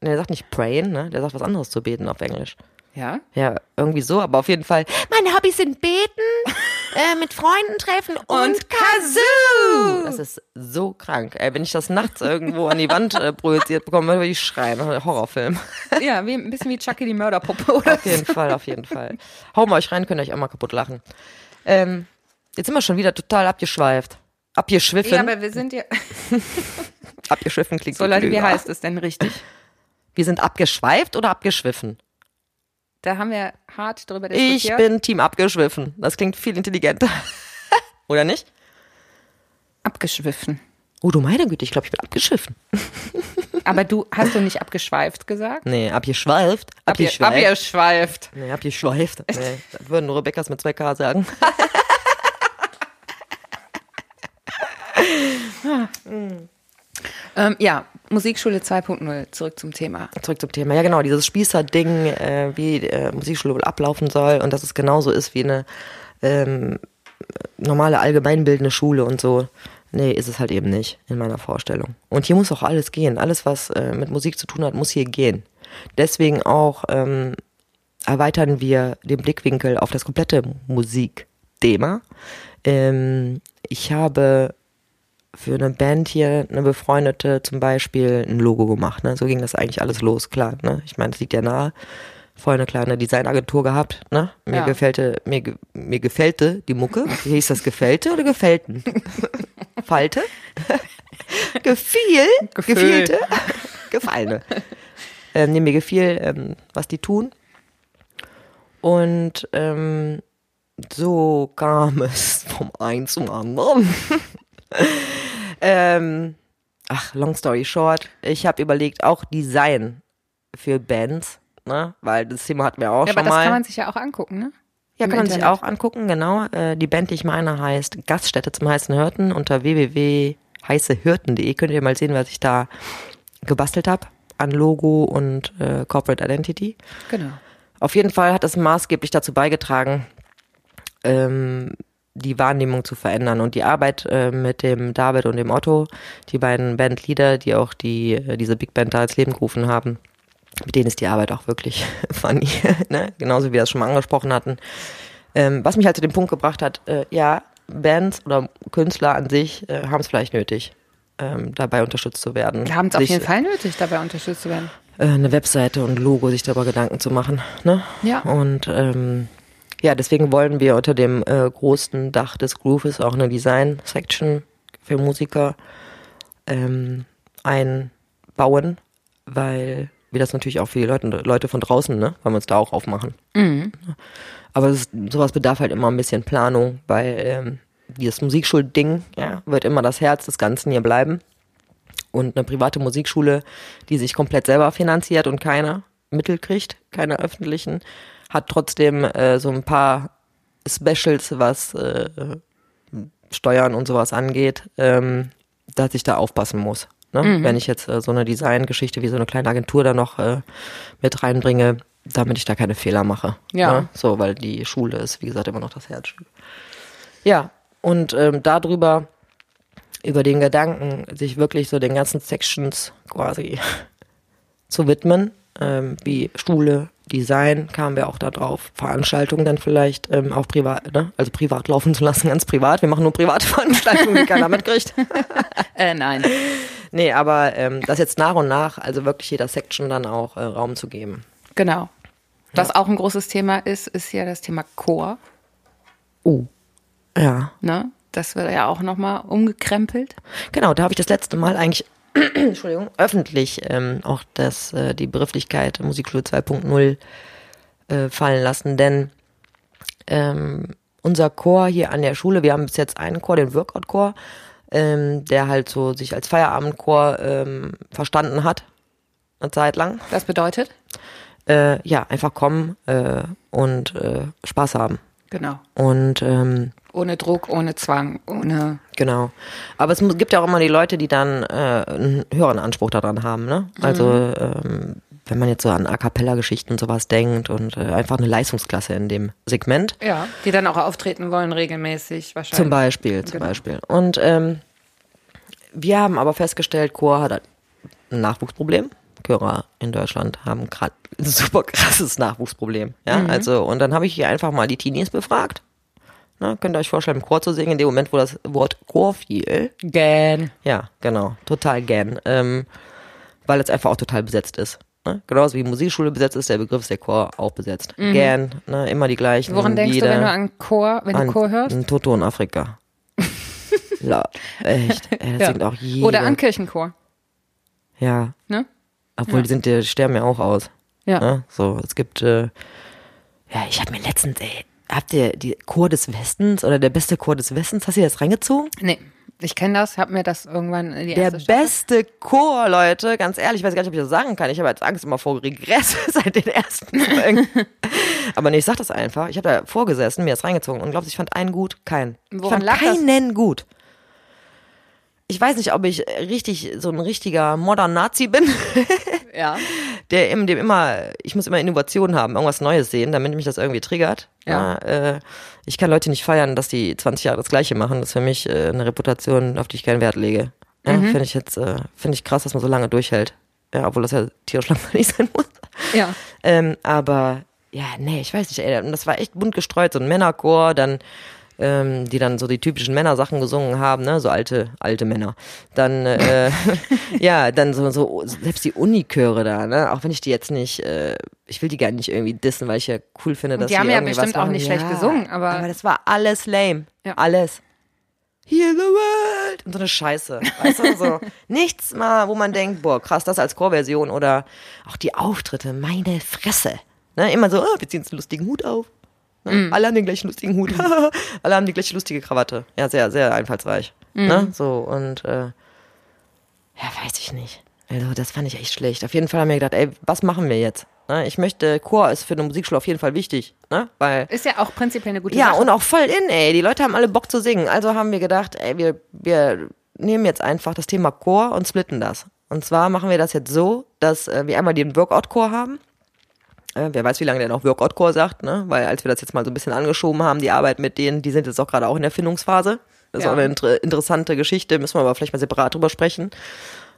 Speaker 3: Ne, der sagt nicht praying, ne? Der sagt was anderes zu beten auf Englisch.
Speaker 2: Ja.
Speaker 3: Ja, irgendwie so, aber auf jeden Fall. Meine Hobbys sind beten, äh, mit Freunden treffen und Kazoo. Das ist so krank. Ey, wenn ich das nachts irgendwo an die Wand äh, projiziert bekomme, würde ich schreien. Horrorfilm.
Speaker 2: Ja, wie, ein bisschen wie Chucky die Mörderpuppe, oder?
Speaker 3: Auf jeden Fall, auf jeden Fall. Hau mal euch rein, könnt ihr euch auch mal kaputt lachen. Ähm, jetzt sind wir schon wieder total abgeschweift. Abgeschwiffen.
Speaker 2: Ja, aber wir sind ja.
Speaker 3: Abgeschwiffen klingt
Speaker 2: So, Leute, wie
Speaker 3: klüger.
Speaker 2: heißt es denn richtig?
Speaker 3: Wir sind abgeschweift oder abgeschwiffen?
Speaker 2: Da haben wir hart drüber diskutiert.
Speaker 3: Ich bin Team abgeschwiffen. Das klingt viel intelligenter. oder nicht?
Speaker 2: abgeschwiffen.
Speaker 3: Oh du meine Güte, ich glaube, ich bin abgeschiffen.
Speaker 2: Aber du hast du nicht abgeschweift gesagt?
Speaker 3: Nee, abgeschweift. Abgeschweift.
Speaker 2: Abgeschweift.
Speaker 3: Nee, abgeschweift. Nee, das würden Rebekkas mit 2K sagen.
Speaker 2: Ähm, ja, Musikschule 2.0, zurück zum Thema.
Speaker 3: Zurück zum Thema. Ja genau, dieses Spießerding, äh, wie äh, Musikschule wohl ablaufen soll und dass es genauso ist wie eine ähm, normale allgemeinbildende Schule und so. Nee, ist es halt eben nicht in meiner Vorstellung. Und hier muss auch alles gehen. Alles, was äh, mit Musik zu tun hat, muss hier gehen. Deswegen auch ähm, erweitern wir den Blickwinkel auf das komplette Musikthema. Ähm, ich habe für eine Band hier, eine befreundete zum Beispiel, ein Logo gemacht. Ne? So ging das eigentlich alles los, klar. Ne? Ich meine, das liegt ja nahe. Vorher eine kleine Designagentur gehabt. Ne? Mir,
Speaker 2: Ja.
Speaker 3: gefällte, mir, ge- mir gefällte die Mucke. Wie hieß das? Gefällte oder gefällten? Falte? Gefiel?
Speaker 2: Gefühl.
Speaker 3: Gefielte? Gefallene. Ähm, nee, mir gefiel, ähm, was die tun. Und ähm, so kam es vom einen zum anderen. ähm, ach, long story short, ich habe überlegt, auch Design für Bands, ne? weil das Thema hatten wir auch
Speaker 2: Ja,
Speaker 3: schon
Speaker 2: aber das
Speaker 3: mal.
Speaker 2: kann man sich ja auch angucken, ne?
Speaker 3: ja,
Speaker 2: im
Speaker 3: kann man sich
Speaker 2: Internet.
Speaker 3: auch angucken, genau. Äh, die Band, die ich meine, heißt Gaststätte zum heißen Hirten unter www.heißehirten.de. Könnt ihr mal sehen, was ich da gebastelt habe an Logo und äh, Corporate Identity.
Speaker 2: Genau.
Speaker 3: Auf jeden Fall hat es maßgeblich dazu beigetragen, ähm, die Wahrnehmung zu verändern. Und die Arbeit äh, mit dem David und dem Otto, die beiden Bandleader, die auch die, äh, diese Big Band da ins Leben gerufen haben, mit denen ist die Arbeit auch wirklich funny. ne? Genauso wie wir das schon mal angesprochen hatten. Ähm, was mich halt zu dem Punkt gebracht hat, äh, ja, Bands oder Künstler an sich äh, haben es vielleicht nötig, ähm, dabei unterstützt zu werden.
Speaker 2: Wir haben es auf
Speaker 3: sich,
Speaker 2: jeden Fall nötig, dabei unterstützt zu werden.
Speaker 3: äh, eine Webseite und Logo sich darüber Gedanken zu machen. Ne?
Speaker 2: Ja.
Speaker 3: Und ähm, ja, deswegen wollen wir unter dem äh, großen Dach des Grooves auch eine Design-Section für Musiker ähm, einbauen, weil wir das natürlich auch für die Leute, Leute von draußen, ne, weil wir uns da auch aufmachen.
Speaker 2: Oh. Mhm.
Speaker 3: Aber es, ist- sowas bedarf halt immer ein bisschen Planung, weil ähm, dieses Musikschul-Ding ja, wird immer das Herz des Ganzen hier bleiben. Und eine private Musikschule, die sich komplett selber finanziert und keine Mittel kriegt, keine öffentlichen, hat trotzdem äh, so ein paar Specials, was äh, Steuern und sowas angeht, ähm, dass ich da aufpassen muss. Ne? Wenn ich jetzt äh, so eine Designgeschichte wie so eine kleine Agentur da noch äh, mit reinbringe, damit ich da keine Fehler mache.
Speaker 2: Ja.
Speaker 3: Ne? So, weil die Schule ist, wie gesagt, immer noch das Herzstück. Ja, und ähm, darüber, über den Gedanken, sich wirklich so den ganzen Sections quasi zu widmen, ähm, wie Schule, Design, kamen wir auch da drauf, Veranstaltungen dann vielleicht ähm, auch privat, ne? also privat laufen zu lassen, ganz privat. Wir machen nur private Veranstaltungen, die keiner mitkriegt.
Speaker 2: Äh, nein.
Speaker 3: Nee, aber ähm, das jetzt nach und nach, also wirklich jeder Section dann auch äh, Raum zu geben.
Speaker 2: Genau. Was auch ein großes Thema ist, ist ja das Thema Chor.
Speaker 3: Oh. Ja.
Speaker 2: Ne? Das wird ja auch nochmal umgekrempelt.
Speaker 3: Genau, da habe ich das letzte Mal eigentlich, Entschuldigung, öffentlich ähm, auch das, äh, die Begrifflichkeit Musikschule 2.0 äh, fallen lassen, denn ähm, unser Chor hier an der Schule, wir haben bis jetzt einen Chor, den Workout-Chor, ähm, der halt so sich als Feierabendchor ähm, verstanden hat, eine Zeit lang.
Speaker 2: Das bedeutet?
Speaker 3: Äh, ja, einfach kommen äh, und äh, Spaß haben.
Speaker 2: Genau.
Speaker 3: Und ähm,
Speaker 2: Ohne Druck, ohne Zwang, ohne.
Speaker 3: Genau. Aber es mu- gibt ja auch immer die Leute, die dann äh, einen höheren Anspruch daran haben. Ne? Also
Speaker 2: Mhm.
Speaker 3: ähm, wenn man jetzt so an A cappella-Geschichten und sowas denkt und äh, einfach eine Leistungsklasse in dem Segment.
Speaker 2: Ja. Die dann auch auftreten wollen, regelmäßig wahrscheinlich.
Speaker 3: Zum Beispiel, zum
Speaker 2: Genau.
Speaker 3: Beispiel. Und ähm, wir haben aber festgestellt, Chor hat halt ein Nachwuchsproblem. Chörer in Deutschland haben grad ein super krasses Nachwuchsproblem. Ja,
Speaker 2: Mhm.
Speaker 3: also, und dann habe ich hier einfach mal die Teenies befragt. Na, könnt ihr euch vorstellen, im Chor zu singen, in dem Moment, wo das Wort Chor fiel,
Speaker 2: Gähn.
Speaker 3: Ja, genau. Total gern. Ähm, weil es einfach auch total besetzt ist. Ne? Genauso wie Musikschule besetzt ist, der Begriff ist der Chor auch besetzt. Gern, ne? immer die gleichen.
Speaker 2: Mhm. Woran denkst
Speaker 3: Lieder.
Speaker 2: du, wenn du an Chor, wenn du Chor hörst?
Speaker 3: Ein Toto in Afrika. La, echt. Ey, das
Speaker 2: Ja.
Speaker 3: singt auch jeder.
Speaker 2: Oder an Kirchenchor,
Speaker 3: Ja,
Speaker 2: ne?
Speaker 3: obwohl die sind, die sterben ja auch aus.
Speaker 2: Ja.
Speaker 3: Ne? So, es gibt, äh, ja, ich habe mir letztens, ey, habt ihr die Chor des Westens oder der beste Chor des Westens, hast du dir das reingezogen?
Speaker 2: Nee. Ich kenne das, hab mir das irgendwann in die
Speaker 3: Der
Speaker 2: erste Staffel-
Speaker 3: beste Chor, Leute, ganz ehrlich, ich weiß gar nicht, ob ich das sagen kann. Ich habe jetzt Angst immer vor Regress seit den ersten Folgen. Aber nee, ich sag das einfach. Ich habe da vorgesessen, mir das reingezogen und glaubst, ich fand einen gut, keinen. ich
Speaker 2: Woran
Speaker 3: fand
Speaker 2: lag das?
Speaker 3: keinen gut. Ich weiß nicht, ob ich richtig so ein richtiger modern Nazi bin,
Speaker 2: Ja.
Speaker 3: der im, dem immer, ich muss immer Innovationen haben, irgendwas Neues sehen, damit mich das irgendwie triggert.
Speaker 2: Ja.
Speaker 3: Na, äh, ich kann Leute nicht feiern, dass die 20 Jahre das Gleiche machen. Das ist für mich äh, eine Reputation, auf die ich keinen Wert lege. Ja, Finde ich jetzt, äh, finde ich krass, dass man so lange durchhält. Ja, obwohl das ja tierisch langweilig sein muss.
Speaker 2: Ja.
Speaker 3: Ähm, aber ja, nee, ich weiß nicht, ey, und das war echt bunt gestreut, so ein Männerchor, dann ähm, die dann so die typischen Männersachen gesungen haben, ne, so alte alte Männer. Dann äh, ja, dann so so selbst die Unichöre da, ne, auch wenn ich die jetzt nicht äh, ich will die gar nicht irgendwie dissen, weil ich ja cool finde, dass
Speaker 2: die haben ja
Speaker 3: irgendwie was
Speaker 2: bestimmt auch
Speaker 3: machen.
Speaker 2: nicht schlecht
Speaker 3: ja,
Speaker 2: gesungen, aber-
Speaker 3: aber das war alles lame.
Speaker 2: Ja.
Speaker 3: Alles. Heal the world. Und so eine Scheiße. Weißt du, so nichts mal, wo man denkt, boah, krass, das als Chorversion oder auch die Auftritte, meine Fresse. Ne, immer so, oh, wir ziehen uns einen lustigen Hut auf. Ne? Alle haben den gleichen lustigen Hut. Alle haben die gleiche lustige Krawatte. Ja, sehr, sehr einfallsreich. Ne? So, und äh, ja, weiß ich nicht. Also, das fand ich echt schlecht. Auf jeden Fall haben wir gedacht, ey, was machen wir jetzt? Ne? Ich möchte, Chor ist für eine Musikschule auf jeden Fall wichtig, ne? Weil.
Speaker 2: Ist ja auch prinzipiell eine gute
Speaker 3: Ja,
Speaker 2: Sache.
Speaker 3: und auch voll in, ey. Die Leute haben alle Bock zu singen. Also haben wir gedacht, ey, wir, wir nehmen jetzt einfach das Thema Chor und splitten das. Und zwar machen wir das jetzt so, dass äh, wir einmal den Workout-Chor haben. Äh, wer weiß, wie lange der noch Workout-Chor sagt, ne? Weil als wir das jetzt mal so ein bisschen angeschoben haben, die Arbeit mit denen, die sind jetzt auch gerade auch in der Findungsphase. Das ist
Speaker 2: Ja.
Speaker 3: auch eine inter interessante Geschichte, müssen wir aber vielleicht mal separat drüber sprechen.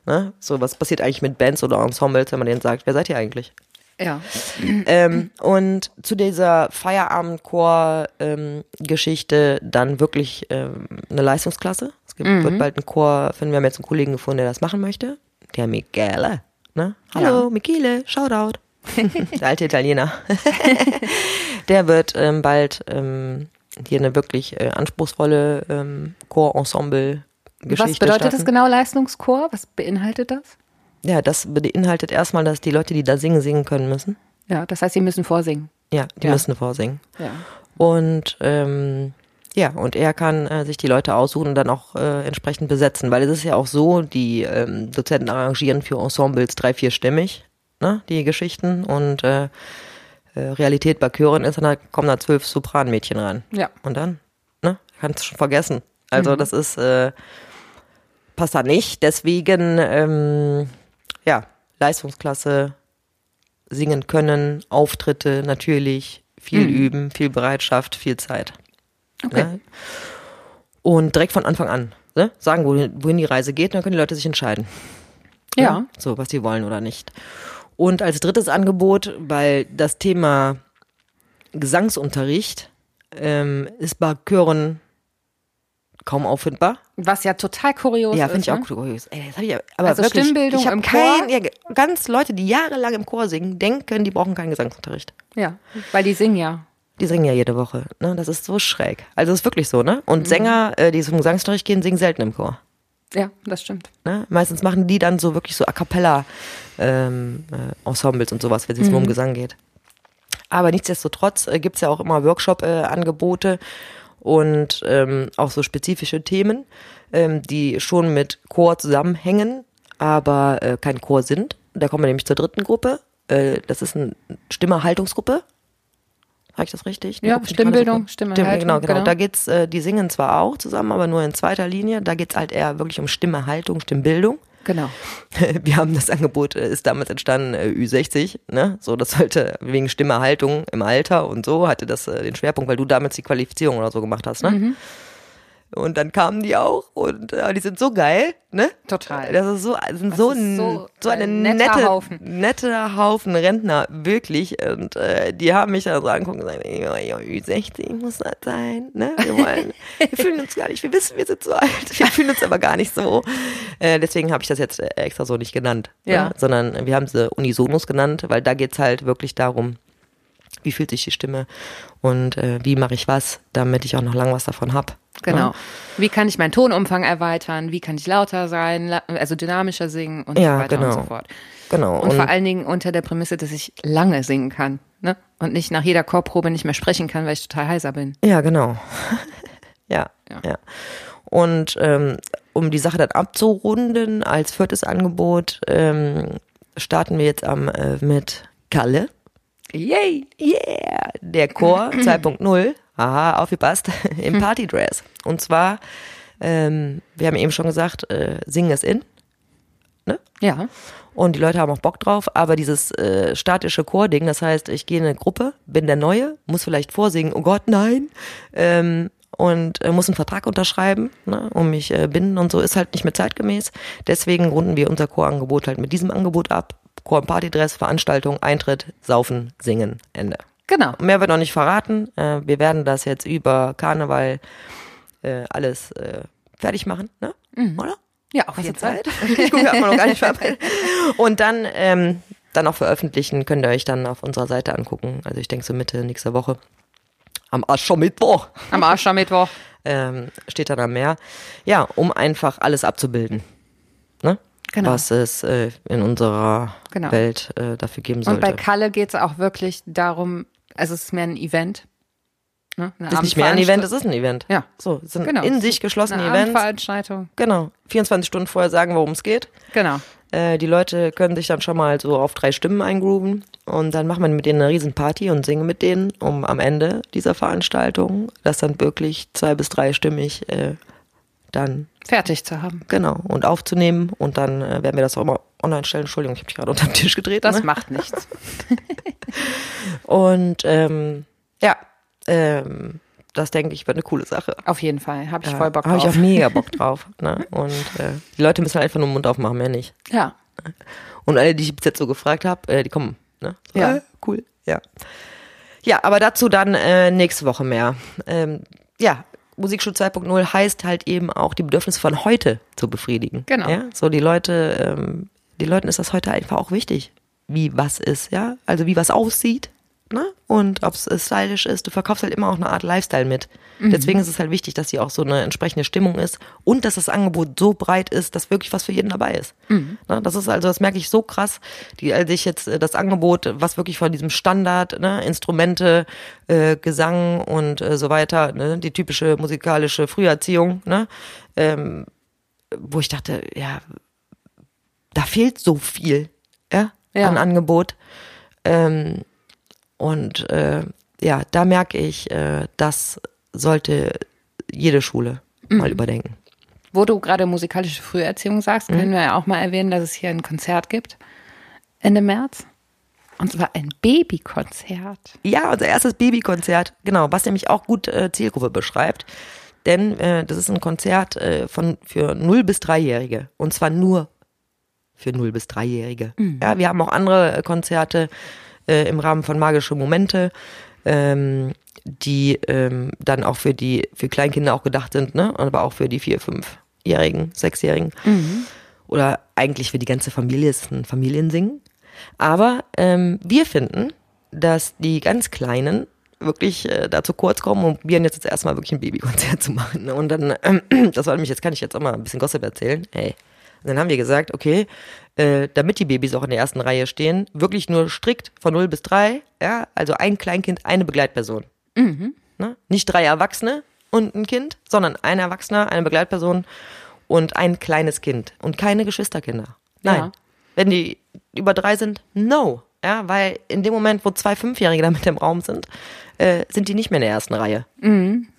Speaker 3: Ne? So, was passiert eigentlich mit Bands oder Ensembles, wenn man denen sagt, wer seid ihr eigentlich?
Speaker 2: Ja.
Speaker 3: Ähm, und zu dieser Feierabendchor-Geschichte dann wirklich ähm, eine Leistungsklasse. Es gibt,
Speaker 2: Mhm.
Speaker 3: wird bald einen Chor, finden wir haben jetzt einen Kollegen gefunden, der das machen möchte. Der Michele. Ne? Hallo, Michele, Shoutout. der alte Italiener. der wird ähm, bald ähm, hier eine wirklich äh, anspruchsvolle ähm, Chorensemble Geschichte
Speaker 2: Was bedeutet
Speaker 3: starten.
Speaker 2: das genau, Leistungschor? Was beinhaltet das?
Speaker 3: Ja, das beinhaltet erstmal, dass die Leute, die da singen, singen können müssen.
Speaker 2: Ja, das heißt, sie müssen vorsingen.
Speaker 3: Ja, die
Speaker 2: Ja.
Speaker 3: müssen vorsingen.
Speaker 2: Ja.
Speaker 3: Und ähm, ja, und er kann äh, sich die Leute aussuchen und dann auch äh, entsprechend besetzen, weil es ist ja auch so, die ähm, Dozenten arrangieren für Ensembles drei, vierstimmig, ne, die Geschichten und äh, äh, Realität bei Chören ist, dann kommen da zwölf Sopranmädchen ran.
Speaker 2: Ja.
Speaker 3: Und dann, ne, kannst du schon vergessen. Also das ist, äh, passt da nicht, deswegen, ähm, ja, Leistungsklasse, singen können, Auftritte natürlich, viel üben, viel Bereitschaft, viel Zeit.
Speaker 2: Okay.
Speaker 3: Ne? Und direkt von Anfang an ne? sagen, wohin, wohin die Reise geht, und dann können die Leute sich entscheiden.
Speaker 2: Ja.
Speaker 3: Ne? So, was sie wollen oder nicht. Und als drittes Angebot, weil das Thema Gesangsunterricht ähm, ist bei Chören kaum auffindbar.
Speaker 2: Was ja total kurios
Speaker 3: Ja,
Speaker 2: ist.
Speaker 3: finde ich auch
Speaker 2: ne?
Speaker 3: kurios. Ey, das hab ich, ja- aber
Speaker 2: Also
Speaker 3: wirklich,
Speaker 2: Stimmbildung
Speaker 3: ich hab
Speaker 2: im Chor?
Speaker 3: kein, Ja, ganz Leute, die jahrelang im Chor singen, denken, die brauchen keinen Gesangsunterricht.
Speaker 2: Ja, weil die singen ja.
Speaker 3: Die singen ja jede Woche. Ne? Das ist so schräg. Also ist wirklich so, ne?
Speaker 2: Mhm.
Speaker 3: Und Sänger, äh, die zum Gesangsunterricht gehen, singen selten im Chor.
Speaker 2: Ja, das stimmt.
Speaker 3: Ne? Meistens machen die dann so wirklich so A cappella ähm, äh, Ensembles und sowas, wenn es
Speaker 2: Mhm.
Speaker 3: nur um Gesang geht. Aber nichtsdestotrotz äh, gibt's ja auch immer Workshop-Angebote und ähm, auch so spezifische Themen, ähm, die schon mit Chor zusammenhängen, aber äh, kein Chor sind. Da kommen wir nämlich zur dritten Gruppe. Äh, das ist eine Stimme-Haltungsgruppe. Habe ich das richtig?
Speaker 2: Ja,
Speaker 3: Guck mich gerade so
Speaker 2: Stimmbildung,
Speaker 3: an.
Speaker 2: Stimme,
Speaker 3: Stimme
Speaker 2: Haltung,
Speaker 3: genau, genau.
Speaker 2: genau.
Speaker 3: Da geht's, äh, die singen zwar auch zusammen, aber nur in zweiter Linie. Da geht's halt eher wirklich um Stimme, Haltung, Stimmbildung.
Speaker 2: Genau.
Speaker 3: Wir haben das Angebot, äh, ist damals entstanden, äh, Ü60, ne? So, das sollte wegen Stimme, Haltung im Alter und so hatte das äh, den Schwerpunkt, weil du damals die Qualifizierung oder so gemacht hast, ne?
Speaker 2: Mhm.
Speaker 3: Und dann kamen die auch und äh, die sind so geil, ne?
Speaker 2: Total.
Speaker 3: Das ist so, sind so,
Speaker 2: ist
Speaker 3: ein-
Speaker 2: so
Speaker 3: so eine
Speaker 2: ein netter
Speaker 3: nette,
Speaker 2: Haufen.
Speaker 3: netter Haufen Rentner, wirklich. Und äh, die haben mich da so angeguckt und gesagt, ja, ja, Ü60 muss das sein, ne? Wir wollen, wir fühlen uns gar nicht, wir wissen, wir sind zu alt, wir fühlen uns aber gar nicht so. Äh, deswegen habe ich das jetzt äh, extra so nicht genannt,
Speaker 2: Ja.
Speaker 3: ne? sondern wir haben sie Unisonus genannt, weil da geht's halt wirklich darum, wie fühlt sich die Stimme und äh, wie mache ich was, damit ich auch noch lang was davon hab.
Speaker 2: Genau.
Speaker 3: Ne?
Speaker 2: Wie kann ich meinen Tonumfang erweitern? Wie kann ich lauter sein, la- also dynamischer singen und
Speaker 3: Ja,
Speaker 2: so weiter und
Speaker 3: genau.
Speaker 2: so fort.
Speaker 3: Genau.
Speaker 2: Und, vor allen Dingen unter der Prämisse, dass ich lange singen kann. Ne? Und nicht nach jeder Chorprobe nicht mehr sprechen kann, weil ich total heiser bin.
Speaker 3: Ja, genau. ja,
Speaker 2: Ja.
Speaker 3: ja, Und ähm, um die Sache dann abzurunden, als viertes Angebot ähm, starten wir jetzt am, äh, mit Kalle.
Speaker 2: Yay!
Speaker 3: Yeah! Der Chor 2.0. Aha, aufgepasst. Im Partydress. Und zwar, ähm, wir haben eben schon gesagt, äh, singen es in.
Speaker 2: Ja,
Speaker 3: Und die Leute haben auch Bock drauf, aber dieses äh, statische Chording, das heißt, ich gehe in eine Gruppe, bin der Neue, muss vielleicht vorsingen, oh Gott, nein, ähm, und äh, muss einen Vertrag unterschreiben, ne, um mich äh, binden und so, ist halt nicht mehr zeitgemäß. Deswegen runden wir unser Chorangebot halt mit diesem Angebot ab. Chor- und Partydress, Veranstaltung, Eintritt, Saufen, Singen, Ende.
Speaker 2: genau.
Speaker 3: Mehr wird noch nicht verraten. Äh, wir werden das jetzt über Karneval äh, alles äh, fertig machen, ne? Oder?
Speaker 2: Ja, auf
Speaker 3: Hast du
Speaker 2: jeden Fall.
Speaker 3: Zeit? Ich gucke, hat man noch gar nicht verabredet. Und dann, ähm, dann auch veröffentlichen, könnt ihr euch dann auf unserer Seite angucken. Also ich denke so Mitte nächster Woche. Am Aschermittwoch
Speaker 2: Am Aschermittwoch.
Speaker 3: ähm, steht da dann mehr. Ja, um einfach alles abzubilden. Ne?
Speaker 2: Genau.
Speaker 3: Was es äh, in unserer
Speaker 2: Genau.
Speaker 3: Welt äh, dafür geben
Speaker 2: Und
Speaker 3: sollte.
Speaker 2: bei Kalle geht es auch wirklich darum, also es ist mehr ein Event. Ne? Eine
Speaker 3: das ist nicht mehr ein Event,
Speaker 2: Abendveranstalt-
Speaker 3: es ist ein Event.
Speaker 2: Ja.
Speaker 3: So, es sind
Speaker 2: Genau.
Speaker 3: in sich geschlossene
Speaker 2: eine
Speaker 3: Events.
Speaker 2: Abendveranstaltung.
Speaker 3: Genau. 24 Stunden vorher sagen, worum es geht.
Speaker 2: Genau.
Speaker 3: Äh, die Leute können sich dann schon mal so auf drei Stimmen eingrooven und dann macht man mit denen eine Riesenparty und singe mit denen, um am Ende dieser Veranstaltung das dann wirklich zwei bis drei stimmig äh, dann
Speaker 2: Fertig zu haben.
Speaker 3: genau und aufzunehmen und dann äh, werden wir das auch immer online stellen. Entschuldigung, ich habe dich gerade unter den Tisch gedreht.
Speaker 2: Das
Speaker 3: ne?
Speaker 2: macht nichts.
Speaker 3: Und ähm, ja, ähm, das denke ich wird eine coole Sache.
Speaker 2: Auf jeden Fall. Habe ich
Speaker 3: Ja,
Speaker 2: voll Bock
Speaker 3: Habe ich auch
Speaker 2: drauf.
Speaker 3: mega Bock drauf. Ne? Und äh, die Leute müssen einfach nur den Mund aufmachen, mehr nicht.
Speaker 2: Ja.
Speaker 3: Und alle, die ich bis jetzt so gefragt habe, äh, die kommen. Ne? So,
Speaker 2: Ja.
Speaker 3: äh, cool. Ja. Ja, aber dazu dann äh, nächste Woche mehr. Ähm, ja, Musikschule 2.0 heißt halt eben auch, die Bedürfnisse von heute zu befriedigen.
Speaker 2: Genau.
Speaker 3: Ja? So die Leute, ähm, die Leuten ist das heute einfach auch wichtig, wie was ist, ja. Also wie was aussieht, ne? Und ob es stylisch ist, du verkaufst halt immer auch eine Art Lifestyle mit. Deswegen ist es halt wichtig, dass hier auch so eine entsprechende Stimmung ist und dass das Angebot so breit ist, dass wirklich was für jeden dabei ist. Ne? Das ist also, das merke ich so krass, die, als ich jetzt äh, das Angebot, was wirklich von diesem Standard, ne? Instrumente, äh, Gesang und äh, so weiter, ne? die typische musikalische Früherziehung, ne? ähm, wo ich dachte, ja, da fehlt so viel ja,
Speaker 2: Ja.
Speaker 3: an Angebot. Ähm, und äh, ja, da merke ich, äh, das sollte jede Schule mal überdenken.
Speaker 2: Wo du gerade musikalische Früherziehung sagst,
Speaker 3: Mhm.
Speaker 2: können wir ja auch mal erwähnen, dass es hier ein Konzert gibt. Ende März. Und zwar ein Babykonzert.
Speaker 3: Ja, unser erstes Babykonzert, genau, was nämlich auch gut äh, Zielgruppe beschreibt. Denn äh, das ist ein Konzert äh, von, für 0- bis 3-Jährige. Und zwar nur für 0- bis 3-Jährige. Ja, wir haben auch andere äh, Konzerte äh, im Rahmen von Magische Momente, ähm, die ähm, dann auch für die für Kleinkinder auch gedacht sind, ne? aber auch für die 4-, 5-Jährigen, 6-Jährigen. Oder eigentlich für die ganze Familie ist es ein Familiensingen. Aber ähm, wir finden, dass die ganz Kleinen wirklich äh, da zu kurz kommen und probieren jetzt, jetzt erstmal wirklich ein Babykonzert zu machen. ne? Und dann, ähm, das war nämlich, jetzt kann ich jetzt auch mal ein bisschen Gossip erzählen. Hey. Und dann haben wir gesagt, okay, äh, damit die Babys auch in der ersten Reihe stehen, wirklich nur strikt von 0 bis 3, ja, also ein Kleinkind, eine Begleitperson. Ne? Nicht drei Erwachsene und ein Kind, sondern ein Erwachsener, eine Begleitperson und ein kleines Kind und keine Geschwisterkinder. Nein.
Speaker 2: Ja.
Speaker 3: Wenn die über drei sind, no. Ja, weil in dem Moment, wo zwei Fünfjährige da mit im Raum sind, äh, sind die nicht mehr in der ersten Reihe.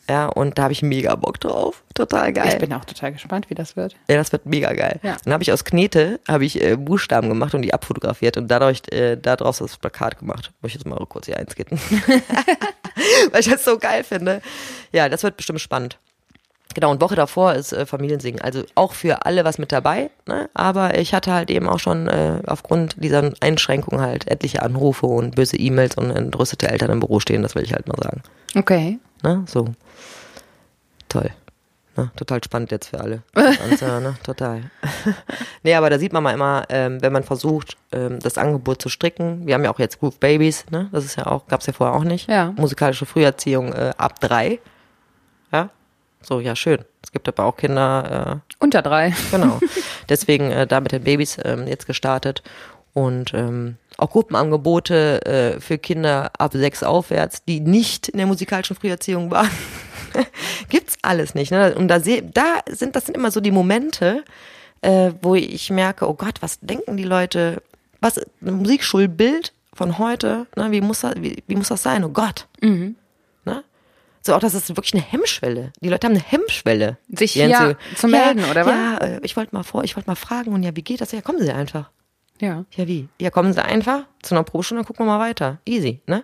Speaker 3: Ja, und da habe ich mega Bock drauf. Total geil.
Speaker 2: Ich bin auch total gespannt, wie das wird.
Speaker 3: Ja, das wird mega geil.
Speaker 2: Ja.
Speaker 3: Dann habe ich aus Knete habe ich äh, Buchstaben gemacht und die abfotografiert und dadurch äh, daraus das Plakat gemacht. Muss ich jetzt mal kurz hier einskitten. Weil ich das so geil finde. Ja, das wird bestimmt spannend. Genau, und Woche davor ist äh, Familiensingen. Also auch für alle was mit dabei. Ne? Aber ich hatte halt eben auch schon äh, aufgrund dieser Einschränkung halt etliche Anrufe und böse E-Mails und entrüstete Eltern im Büro stehen. Das will ich halt mal sagen.
Speaker 2: Okay.
Speaker 3: Ne? So. Toll. Ne? Total spannend jetzt für alle. Und, äh, ne? Total. nee, aber da sieht man mal immer, ähm, wenn man versucht, ähm, das Angebot zu stricken. Wir haben ja auch jetzt Groove Babies, ne? Das ist ja auch, gab's ja vorher auch nicht.
Speaker 2: Ja.
Speaker 3: Musikalische Früherziehung äh, ab drei. Ja. So, ja, schön. Es gibt aber auch Kinder, äh,
Speaker 2: Unter drei.
Speaker 3: Genau. Deswegen äh, da mit den Babys ähm, jetzt gestartet. Und ähm, auch Gruppenangebote äh, für Kinder ab sechs aufwärts, die nicht in der musikalischen Früherziehung waren. Gibt's alles nicht. Ne? Und da seh, da sind, das sind immer so die Momente, äh, wo ich merke, oh Gott, was denken die Leute? Was ein Musikschulbild von heute, ne? wie, muss das, wie, wie muss das sein? Oh Gott.
Speaker 2: Mhm.
Speaker 3: Ne? So auch, das ist wirklich eine Hemmschwelle. Die Leute haben eine Hemmschwelle.
Speaker 2: Sich
Speaker 3: Jens,
Speaker 2: ja
Speaker 3: so,
Speaker 2: zu melden, oder was?
Speaker 3: Ja, äh, ich wollte mal vor, ich wollte mal fragen und ja, wie geht das? Ja, kommen Sie einfach.
Speaker 2: Ja.
Speaker 3: Ja, wie? Ja, kommen Sie einfach zu einer Probestunde, gucken wir mal weiter. Easy, ne?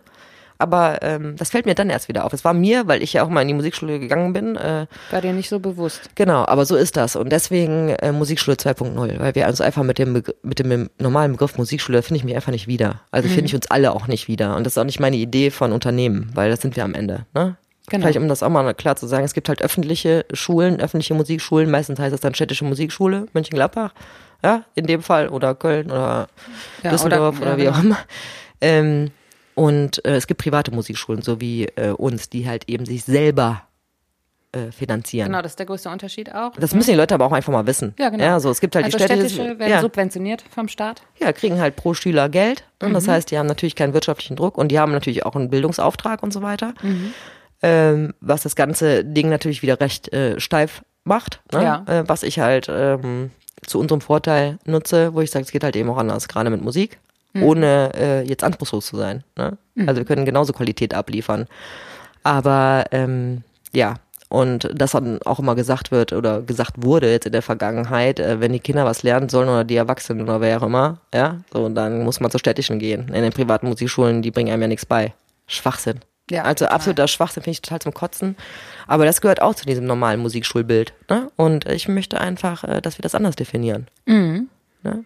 Speaker 3: Aber ähm, das fällt mir dann erst wieder auf. Es war mir, weil ich ja auch mal in die Musikschule gegangen bin, äh,
Speaker 2: War dir nicht so bewusst.
Speaker 3: Genau, aber so ist das. Und deswegen äh, Musikschule 2.0, weil wir uns einfach mit dem, Begr- mit dem normalen Begriff Musikschule, da finde ich mich einfach nicht wieder.
Speaker 2: Mhm.
Speaker 3: Also finde ich uns alle auch nicht wieder. Und das ist auch nicht meine Idee von Unternehmen, weil das sind wir am Ende. Ne?
Speaker 2: Genau.
Speaker 3: Vielleicht, um das auch mal klar zu sagen, es gibt halt öffentliche Schulen, öffentliche Musikschulen, meistens heißt das dann städtische Musikschule, Mönchengladbach, ja, in dem Fall, oder Köln oder
Speaker 2: Ja,
Speaker 3: Düsseldorf oder,
Speaker 2: oder- ja,
Speaker 3: wie auch
Speaker 2: genau.
Speaker 3: immer. Ähm, und äh, es gibt private Musikschulen, so wie äh, uns, die halt eben sich selber äh, finanzieren.
Speaker 2: Genau, das ist der größte Unterschied auch.
Speaker 3: Das müssen die Leute aber auch einfach mal wissen.
Speaker 2: ja, genau.
Speaker 3: Ja, so, es gibt halt
Speaker 2: also
Speaker 3: die städtische,
Speaker 2: werden
Speaker 3: ja,
Speaker 2: subventioniert vom Staat.
Speaker 3: ja, kriegen halt pro Schüler Geld. Und
Speaker 2: Mhm.
Speaker 3: das heißt, die haben natürlich keinen wirtschaftlichen Druck und die haben natürlich auch einen Bildungsauftrag und so weiter.
Speaker 2: Mhm.
Speaker 3: Ähm, was das ganze Ding natürlich wieder recht äh, steif macht. Ne?
Speaker 2: Ja.
Speaker 3: Äh, was ich halt ähm, zu unserem Vorteil nutze, wo ich sage, es geht halt eben auch anders, gerade mit Musik,
Speaker 2: Mhm.
Speaker 3: ohne äh, jetzt anspruchslos zu sein. Ne? Also wir können genauso Qualität abliefern. Aber ähm, ja, und das dann auch immer gesagt wird oder gesagt wurde jetzt in der Vergangenheit, äh, wenn die Kinder was lernen sollen oder die Erwachsenen oder wer auch immer, ja, so dann muss man zur städtischen gehen. In den privaten Musikschulen, die bringen einem ja nichts bei. Schwachsinn.
Speaker 2: Ja,
Speaker 3: also
Speaker 2: total.
Speaker 3: absoluter Schwachsinn finde ich total zum Kotzen. Aber das gehört auch zu diesem normalen Musikschulbild. Ne? Und ich möchte einfach, äh, dass wir das anders definieren. Ne?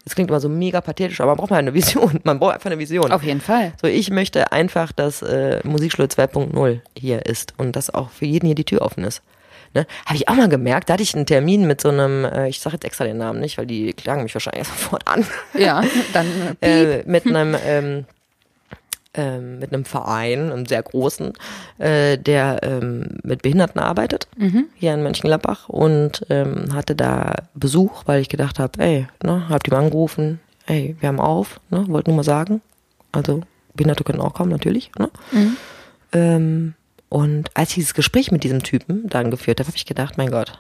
Speaker 3: Das klingt immer so mega pathetisch, aber man braucht mal eine Vision. Man braucht einfach eine Vision.
Speaker 2: Auf jeden Fall.
Speaker 3: So, ich möchte einfach, dass äh, Musikschule 2.0 hier ist und dass auch für jeden hier die Tür offen ist. Ne? Habe ich auch mal gemerkt, da hatte ich einen Termin mit so einem, äh, ich sage jetzt extra den Namen nicht, weil die klagen mich wahrscheinlich sofort an,
Speaker 2: Ja, dann äh,
Speaker 3: äh, mit einem ähm, ähm, mit einem Verein, einem sehr großen, äh, der ähm, mit Behinderten arbeitet, hier in Mönchengladbach und ähm, hatte da Besuch, weil ich gedacht habe, ey, ne, hab die mal angerufen, ey, wir haben auf, ne, wollte nur mal sagen, also Behinderte können auch kommen, natürlich, ne? Ähm, und als ich dieses Gespräch mit diesem Typen dann geführt habe, habe ich gedacht, mein Gott,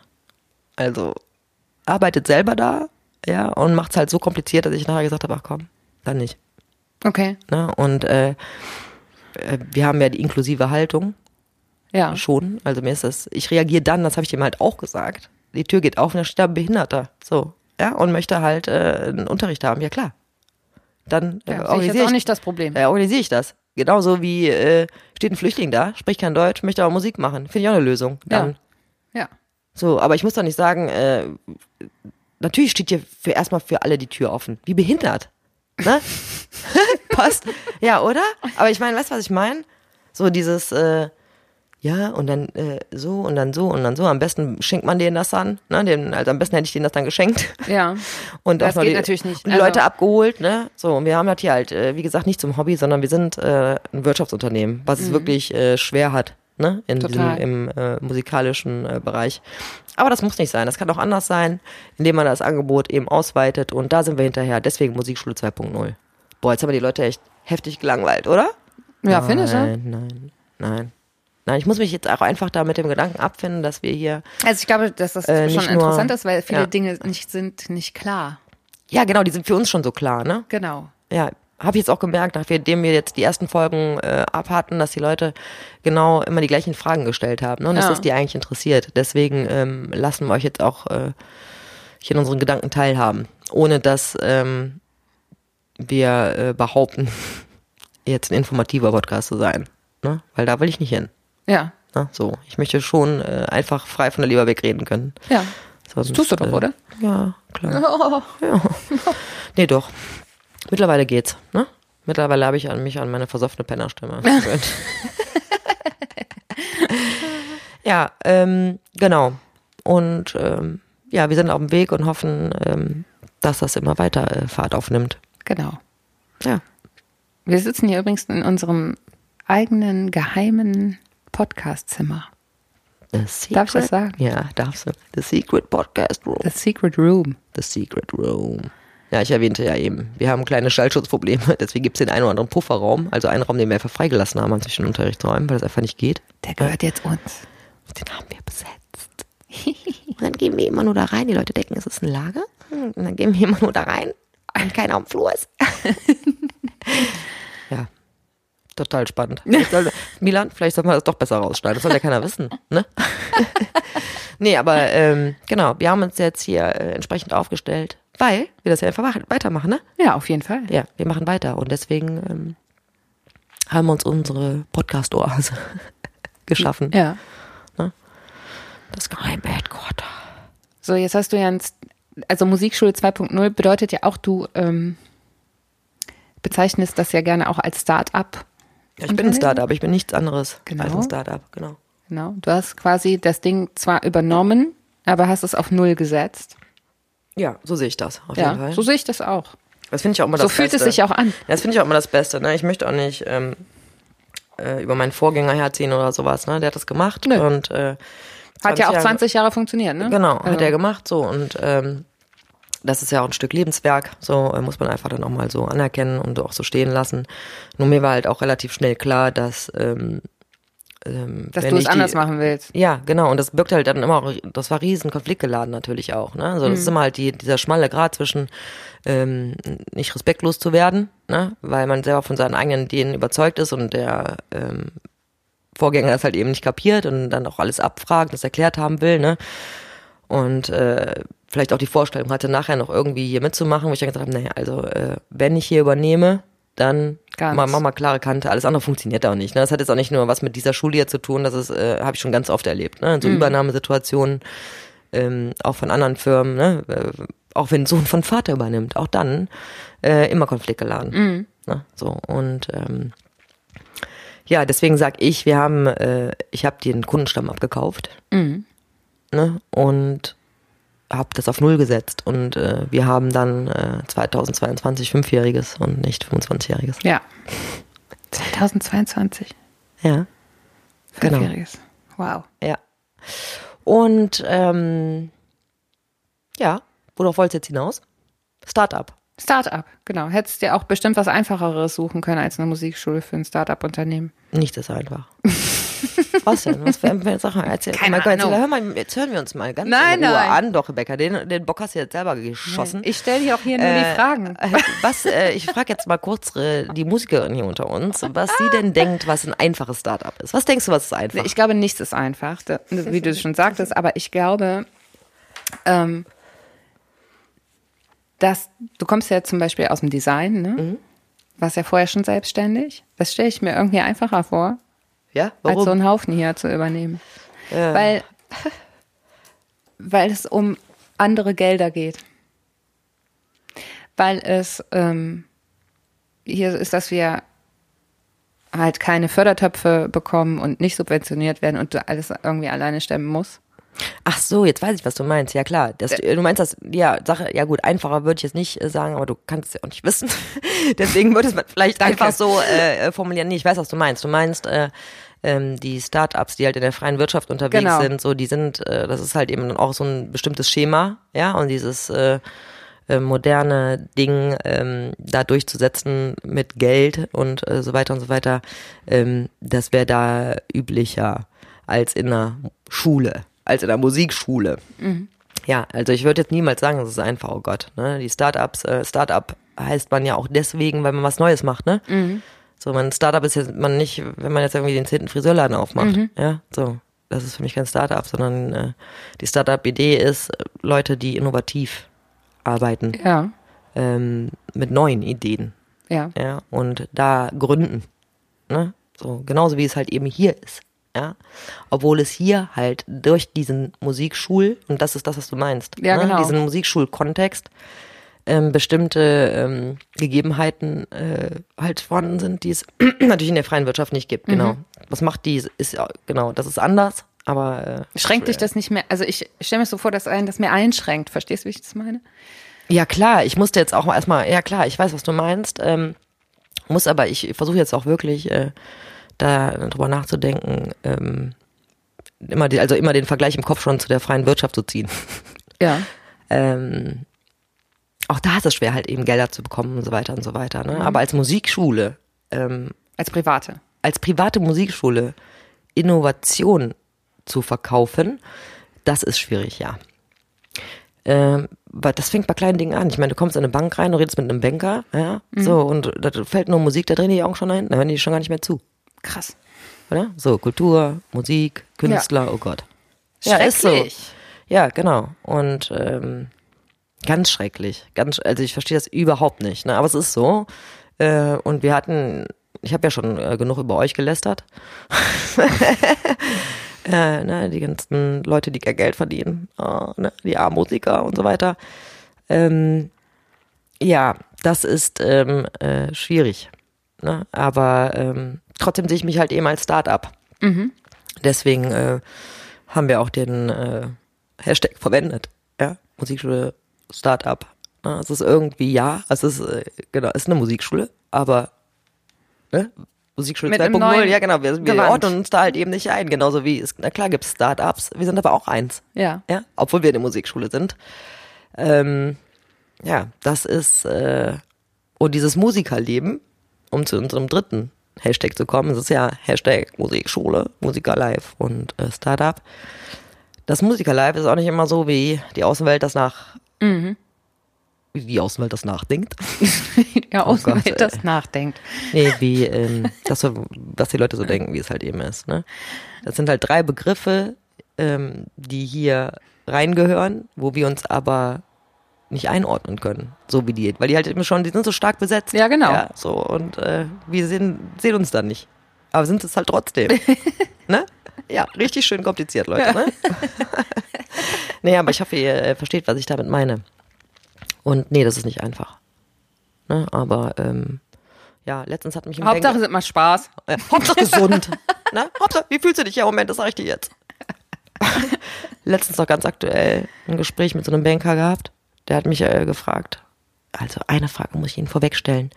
Speaker 3: also arbeitet selber da, ja, und macht es halt so kompliziert, dass ich nachher gesagt habe, ach komm, dann nicht.
Speaker 2: Okay.
Speaker 3: Ne? Und äh, äh, wir haben ja die inklusive Haltung
Speaker 2: Ja.
Speaker 3: schon. Also mir ist das, ich reagiere dann, das habe ich dem halt auch gesagt. Die Tür geht auf und da steht da ein Behinderter. So. Ja, und möchte halt äh, einen Unterricht haben. Ja klar. Dann äh,
Speaker 2: Ja, sehe ich jetzt
Speaker 3: organisiere
Speaker 2: auch
Speaker 3: ich,
Speaker 2: nicht das Problem.
Speaker 3: äh, organisiere ich das. Genauso wie äh, steht ein Flüchtling da, spricht kein Deutsch, möchte aber Musik machen. Finde ich auch eine Lösung. Dann.
Speaker 2: Ja. Ja.
Speaker 3: So, aber ich muss doch nicht sagen, äh, natürlich steht hier für erstmal für alle die Tür offen. Wie behindert. Ne? Passt. Ja, oder? Aber ich meine, weißt du, was ich meine? So dieses, äh, ja, und dann äh, so und dann so und dann so. Am besten schenkt man denen das an. Ne? Den, also am besten hätte ich denen das dann geschenkt.
Speaker 2: Ja.
Speaker 3: Und
Speaker 2: Das
Speaker 3: auch noch
Speaker 2: geht
Speaker 3: die,
Speaker 2: natürlich nicht.
Speaker 3: und Die
Speaker 2: Also-
Speaker 3: Leute abgeholt, ne? So, und wir haben das hier halt, äh, wie gesagt, nicht zum Hobby, sondern wir sind äh, ein Wirtschaftsunternehmen, was es wirklich äh, schwer hat, ne? In diesem,
Speaker 2: Mhm. Total.
Speaker 3: Im äh, musikalischen äh, Bereich. Aber das muss nicht sein. Das kann auch anders sein, indem man das Angebot eben ausweitet. Und da sind wir hinterher. Deswegen Musikschule 2.0. Boah, jetzt haben wir die Leute echt heftig gelangweilt, oder?
Speaker 2: Ja, findest du?
Speaker 3: Nein, nein, nein. Nein, ich muss mich jetzt auch einfach da mit dem Gedanken abfinden, dass wir hier
Speaker 2: Also ich glaube, dass das
Speaker 3: Äh,
Speaker 2: schon
Speaker 3: nicht nur-
Speaker 2: interessant ist, weil viele
Speaker 3: ja.
Speaker 2: Dinge nicht, sind nicht klar.
Speaker 3: ja genau, die sind für uns schon so klar, ne?
Speaker 2: Genau.
Speaker 3: ja, habe ich jetzt auch gemerkt, nachdem wir jetzt die ersten Folgen äh, abhatten, dass die Leute genau immer die gleichen Fragen gestellt haben ne? und dass
Speaker 2: Ja.
Speaker 3: das die eigentlich interessiert. Deswegen ähm, lassen wir euch jetzt auch äh, hier in unseren Gedanken teilhaben, ohne dass ähm, wir äh, behaupten, jetzt ein informativer Podcast zu sein. Ne? Weil da will ich nicht hin.
Speaker 2: Ja.
Speaker 3: Ne? So, ich möchte schon äh, einfach frei von der Leber wegreden können.
Speaker 2: Ja.
Speaker 3: Sonst,
Speaker 2: tust du doch,
Speaker 3: Äh.
Speaker 2: oder?
Speaker 3: Ja, klar. Ja. Nee, doch. Mittlerweile geht's, ne? Mittlerweile habe ich an mich an meine versoffene Pennerstimme gewöhnt. ja, ähm, genau. Und ähm, ja, wir sind auf dem Weg und hoffen, ähm, dass das immer weiter äh, Fahrt aufnimmt.
Speaker 2: Genau.
Speaker 3: Ja.
Speaker 2: Wir sitzen hier übrigens in unserem eigenen geheimen Podcast-Zimmer.
Speaker 3: The Secret,
Speaker 2: Darf ich das sagen?
Speaker 3: Ja, darfst du. The Secret Podcast Room.
Speaker 2: The Secret Room.
Speaker 3: The Secret Room. Ja, ich erwähnte ja eben, wir haben kleine Schallschutzprobleme, deswegen gibt's den einen oder anderen Pufferraum, also einen Raum, den wir einfach freigelassen haben an zwischen Unterrichtsräumen, weil das einfach nicht geht.
Speaker 2: Der gehört jetzt uns.
Speaker 3: Den haben wir besetzt. Und dann gehen wir immer nur da rein. Die Leute denken, es ist ein Lager. Und dann gehen wir immer nur da rein. Und keiner am Flur ist. ja. Total spannend. Vielleicht sollte- Milan, vielleicht soll man das doch besser rausschneiden. Das soll ja keiner wissen. Ne? nee, aber ähm, genau, wir haben uns jetzt hier äh, entsprechend aufgestellt, weil wir das ja einfach machen- weitermachen, ne?
Speaker 2: Ja, auf jeden Fall.
Speaker 3: Ja, wir machen weiter. Und deswegen ähm, haben wir uns unsere Podcast-Oase geschaffen.
Speaker 2: Ja.
Speaker 3: Das geheime Headquarter.
Speaker 2: So, jetzt hast du ja ein, St- also Musikschule 2.0 bedeutet ja auch, du ähm, bezeichnest das ja gerne auch als Start-up.
Speaker 3: Ja, ich bin ein Startup, ich bin nichts anderes
Speaker 2: Genau.
Speaker 3: als ein Startup, genau.
Speaker 2: Genau. Du hast quasi das Ding zwar übernommen, aber hast es auf Null gesetzt.
Speaker 3: Ja, so sehe ich das auf jeden
Speaker 2: Ja,
Speaker 3: Fall.
Speaker 2: so sehe ich das auch.
Speaker 3: das finde ich auch immer
Speaker 2: So
Speaker 3: das
Speaker 2: fühlt
Speaker 3: Beste.
Speaker 2: es sich auch an.
Speaker 3: Ja, das finde ich auch immer das Beste. Ne? Ich möchte auch nicht ähm, äh, über meinen Vorgänger herziehen oder sowas. Ne? Der hat das gemacht
Speaker 2: Nö.
Speaker 3: und äh,
Speaker 2: Hat ja auch
Speaker 3: Jahre-
Speaker 2: 20 Jahre funktioniert, ne?
Speaker 3: Genau, hat
Speaker 2: Also,
Speaker 3: er gemacht so und ähm, das ist ja auch ein Stück Lebenswerk, so äh, muss man einfach dann auch mal so anerkennen und auch so stehen lassen. Nur mir war halt auch relativ schnell klar, dass ähm, ähm,
Speaker 2: dass
Speaker 3: wenn
Speaker 2: du
Speaker 3: ich
Speaker 2: es anders
Speaker 3: die,
Speaker 2: machen willst.
Speaker 3: Ja, genau. Und das birgt halt dann immer auch, das war riesen konfliktgeladen natürlich auch. Ne? Also das ist immer halt die, dieser schmale Grat zwischen ähm, nicht respektlos zu werden, ne? weil man selber von seinen eigenen Ideen überzeugt ist und der ähm, Vorgänger das halt eben nicht kapiert und dann auch alles abfragt, das erklärt haben will. Ne? Und äh, vielleicht auch die Vorstellung hatte, nachher noch irgendwie hier mitzumachen, wo ich dann gesagt habe, naja, also äh, wenn ich hier übernehme, dann
Speaker 2: Ganz.
Speaker 3: mach, mach mal klare Kante. Alles andere funktioniert auch nicht. Ne? Das hat jetzt auch nicht nur was mit dieser Schule hier zu tun, das ist, äh, habe ich schon ganz oft erlebt. Ne? In so Übernahmesituationen, ähm, auch von anderen Firmen, ne? äh, auch wenn Sohn von Vater übernimmt, auch dann äh, immer konfliktgeladen. Ne? So, und ähm, ja, deswegen sag ich, wir haben, äh, ich habe den Kundenstamm abgekauft ne? und habe das auf Null gesetzt. Und äh, wir haben dann äh, 2022 Fünfjähriges und nicht 25-Jähriges.
Speaker 2: Ja. 2022.
Speaker 3: Ja. Genau.
Speaker 2: Fünfjähriges. Wow.
Speaker 3: Ja. Und ähm, ja, worauf wollt ihr jetzt hinaus? Startup.
Speaker 2: Startup, genau. Hättest dir auch bestimmt was Einfacheres suchen können als eine Musikschule für ein Startup-Unternehmen.
Speaker 3: Nicht das einfach. Was denn? Was für eine Sache? Erzähl,
Speaker 2: Keine
Speaker 3: Michael, erzähl,
Speaker 2: Ahnung.
Speaker 3: hör mal, jetzt hören wir uns mal ganz
Speaker 2: Nein,
Speaker 3: in Ruhe
Speaker 2: nein.
Speaker 3: an. Doch, Rebecca, den, den Bock hast du jetzt selber geschossen.
Speaker 2: Ich stelle dir auch hier nur die Fragen.
Speaker 3: Was, äh, ich frage jetzt mal kurz äh, die Musikerin hier unter uns, was sie denn denkt, was ein einfaches Startup ist. Was denkst du, was ist einfach?
Speaker 2: Ich glaube, nichts ist einfach, da- wie du schon sagtest, aber ich glaube, ähm, dass du kommst ja zum Beispiel aus dem Design, ne? Warst ja vorher schon selbstständig. Das stelle ich mir irgendwie einfacher vor,
Speaker 3: ja,
Speaker 2: als so
Speaker 3: warum?
Speaker 2: einen Haufen hier zu übernehmen. Weil, weil es um andere Gelder geht. Weil es ähm, hier ist, dass wir halt keine Fördertöpfe bekommen und nicht subventioniert werden und du alles irgendwie alleine stemmen musst.
Speaker 3: Ach so, jetzt weiß ich, was du meinst. Ja klar, das, du meinst das, ja, Sache, ja gut, einfacher würde ich jetzt nicht äh, sagen, aber du kannst es ja auch nicht wissen. Deswegen würde es man vielleicht einfach so äh, äh, formulieren. Nee, ich weiß, was du meinst. Du meinst äh, ähm, die Startups, die halt in der freien Wirtschaft unterwegs
Speaker 2: Genau.
Speaker 3: sind, so die sind, äh, das ist halt eben dann auch so ein bestimmtes Schema, ja, und dieses äh, äh, moderne Ding ähm, da durchzusetzen mit Geld und äh, so weiter und so weiter, ähm, das wäre da üblicher als in einer Schule, als in einer Musikschule. Ja, also ich würde jetzt niemals sagen, es ist einfach, oh Gott. Ne? Die Startups, äh, Startup heißt man ja auch deswegen, weil man was Neues macht, ne? So, man Startup ist jetzt man nicht, wenn man jetzt irgendwie den zehnten Friseurladen aufmacht. Ja, so. Das ist für mich kein Startup, sondern äh, die Startup-Idee ist, äh, Leute, die innovativ arbeiten,
Speaker 2: Ja,
Speaker 3: ähm, mit neuen Ideen,
Speaker 2: ja.
Speaker 3: ja, und da gründen. Ne? So, genauso wie es halt eben hier ist. Ja, obwohl es hier halt durch diesen Musikschul, und das ist das, was du meinst,
Speaker 2: Ja,
Speaker 3: ne?
Speaker 2: genau.
Speaker 3: diesen Musikschulkontext, ähm, bestimmte ähm, Gegebenheiten äh, halt vorhanden sind, die es natürlich in der freien Wirtschaft nicht gibt, genau.
Speaker 2: Mhm.
Speaker 3: Was macht die, ist, ja- genau, das ist anders, aber äh,
Speaker 2: Schränkt dich das nicht mehr? Also ich stelle mir so vor, dass einen das mehr einschränkt. Verstehst du, wie ich das meine?
Speaker 3: Ja, klar, ich musste jetzt auch erstmal, ja klar, ich weiß, was du meinst, ähm, muss aber, ich versuche jetzt auch wirklich äh, da drüber nachzudenken, ähm, immer die, also immer den Vergleich im Kopf schon zu der freien Wirtschaft zu ziehen.
Speaker 2: Ja.
Speaker 3: Ähm, auch da ist es schwer, halt eben Gelder zu bekommen und so weiter und so weiter. Ne? Aber als Musikschule, ähm,
Speaker 2: Als Private.
Speaker 3: als private Musikschule Innovation zu verkaufen, das ist schwierig, ja. Ähm, weil das fängt bei kleinen Dingen an. Ich meine, du kommst in eine Bank rein, du redest mit einem Banker, ja, so, und da fällt nur Musik, da drehen die Augen schon ein, da hören die schon gar nicht mehr zu,
Speaker 2: Krass.
Speaker 3: oder? So, Kultur, Musik, Künstler, oh Gott. Ja, ist so.
Speaker 2: Schrecklich.
Speaker 3: Ja, genau. Und ähm, ganz schrecklich. Ganz, sch- also ich verstehe das überhaupt nicht. Ne? Aber es ist so. Äh, und wir hatten, ich habe ja schon äh, genug über euch gelästert. äh, ne? Die ganzen Leute, die kein Geld verdienen, äh, ne? die armen Musiker und so weiter. Ähm, ja, das ist ähm, äh, schwierig. Ne? Aber ähm, trotzdem sehe ich mich halt eben als Start-up.
Speaker 2: Mhm.
Speaker 3: Deswegen äh, haben wir auch den äh, Hashtag verwendet. Ja? Musikschule Startup. Ne? Es ist irgendwie ja, es ist äh, genau, es ist eine Musikschule, aber ne? Musikschule
Speaker 2: Mit einem
Speaker 3: 2.0,
Speaker 2: neuen
Speaker 3: ja genau, wir, wir
Speaker 2: Gewand.
Speaker 3: ordnen uns da halt eben nicht ein, genauso wie es, na klar gibt es Startups, wir sind aber auch eins,
Speaker 2: Ja.
Speaker 3: ja, obwohl wir in der Musikschule sind. Ähm, ja, das ist äh, und dieses Musikerleben, um zu unserem dritten Hashtag zu kommen, es ist ja Hashtag Musikschule, Musikerlife und äh, Startup. Das Musikerlife ist auch nicht immer so, wie die Außenwelt das nach wie die Außenwelt das nachdenkt.
Speaker 2: Ja,
Speaker 3: Oh
Speaker 2: außen
Speaker 3: Gott,
Speaker 2: wenn
Speaker 3: ey.
Speaker 2: das nachdenkt.
Speaker 3: Nee, wie ähm, das, so- was die Leute so denken, wie es halt eben ist. Ne? Das sind halt drei Begriffe, ähm, die hier reingehören, wo wir uns aber nicht einordnen können, so wie die, weil die halt eben schon, die sind so stark besetzt.
Speaker 2: Ja, genau.
Speaker 3: Ja, so und äh, wir sehen, sehen uns dann nicht, aber sind es halt trotzdem. ne? Ja, richtig schön kompliziert, Leute. Ne? nee, aber ich hoffe, ihr äh, versteht, was ich damit meine. Und nee, das ist nicht einfach. Ne? Aber ähm, ja, letztens hat mich ein
Speaker 2: Hauptsache sind mal Spaß.
Speaker 3: äh, Hauptsache gesund. ne? Hauptsache, wie fühlst du dich? Ja, Moment, das sag ich dir jetzt. Letztens noch ganz aktuell ein Gespräch mit so einem Banker gehabt. Der hat mich äh, gefragt. Also eine Frage muss ich Ihnen vorwegstellen.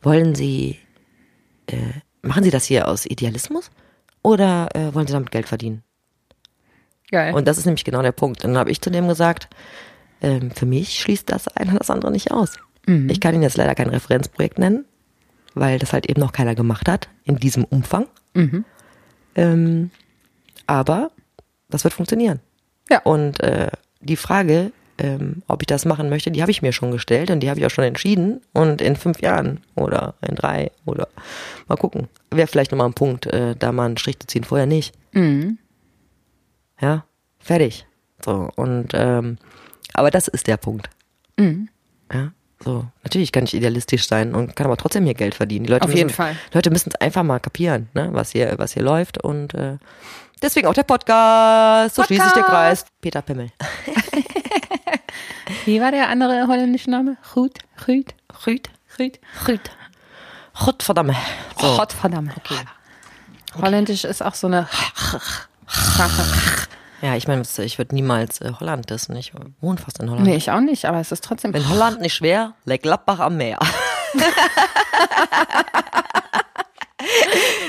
Speaker 3: Wollen Sie äh, machen Sie das hier aus Idealismus oder äh, wollen Sie damit Geld verdienen?
Speaker 2: Geil.
Speaker 3: Und das ist nämlich genau der Punkt. Und dann habe ich zu dem gesagt, ähm, für mich schließt das eine das andere nicht aus. Ich kann Ihnen jetzt leider kein Referenzprojekt nennen, weil das halt eben noch keiner gemacht hat in diesem Umfang. Ähm, aber das wird funktionieren.
Speaker 2: Ja.
Speaker 3: Und äh, die Frage, ähm, ob ich das machen möchte, die habe ich mir schon gestellt und die habe ich auch schon entschieden. Und in fünf Jahren oder in drei oder mal gucken. Wäre vielleicht nochmal ein Punkt, äh, da mal einen Strich zu ziehen, vorher nicht.
Speaker 2: Mhm.
Speaker 3: Ja, fertig. So, und ähm, aber das ist der Punkt.
Speaker 2: Mhm.
Speaker 3: Ja, so. Natürlich kann ich idealistisch sein und kann aber trotzdem hier Geld verdienen. Die Leute
Speaker 2: Auf
Speaker 3: müssen,
Speaker 2: jeden Fall.
Speaker 3: Leute müssen es einfach mal kapieren, ne, was hier, was hier läuft. Und äh, deswegen auch der Podcast. So schließt sich der Kreis. Peter Pimmel.
Speaker 2: Wie war der andere holländische Name? Goed, Goed, Goed, Goed.
Speaker 3: Gut. Gott verdammt. So.
Speaker 2: Gottverdammt. Holländisch ist auch so eine Sprache.
Speaker 3: Ja, ich meine, ich würde niemals äh, Holland dissen. Ich wohne fast in Holland.
Speaker 2: Nee, ich auch nicht, aber es ist trotzdem.
Speaker 3: Wenn Holland nicht wäre, leck Gladbach am Meer.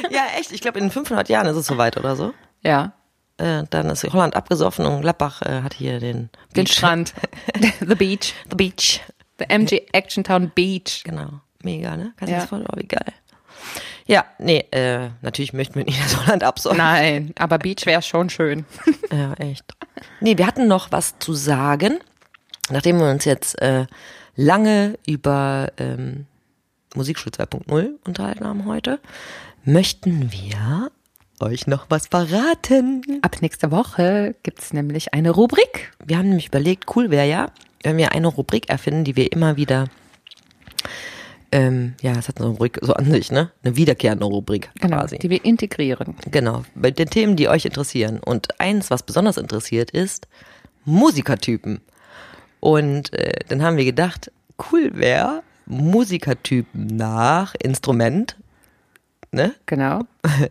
Speaker 3: ja, echt. Ich glaube, in 500 Jahren ist es soweit oder so.
Speaker 2: Ja,
Speaker 3: Äh, dann ist Holland abgesoffen und Gladbach äh, hat hier den,
Speaker 2: den Strand. The Beach.
Speaker 3: The Beach.
Speaker 2: The MG Action Town Beach.
Speaker 3: Genau. Mega, ne? Kannst du
Speaker 2: Ja.
Speaker 3: das voll, oh, wie geil. Ja, nee, äh, natürlich möchten wir nicht, dass Holland absoffen.
Speaker 2: Nein, aber Beach wäre schon schön.
Speaker 3: Ja, echt. Nee, wir hatten noch was zu sagen, nachdem wir uns jetzt äh, lange über ähm, Musikschule 2.0 unterhalten haben heute, möchten wir euch noch was verraten.
Speaker 2: Ab nächster Woche gibt's nämlich eine Rubrik.
Speaker 3: Wir haben nämlich überlegt, cool wäre ja, wenn wir eine Rubrik erfinden, die wir immer wieder, ähm, ja, es hat eine Rubrik so an sich, ne? Eine wiederkehrende Rubrik quasi.
Speaker 2: Genau, Die wir integrieren.
Speaker 3: Genau, bei den Themen, die euch interessieren. Und eins, was besonders interessiert, ist Musikertypen. Und äh, dann haben wir gedacht, cool wäre Musikertypen nach Instrument, ne?
Speaker 2: Genau.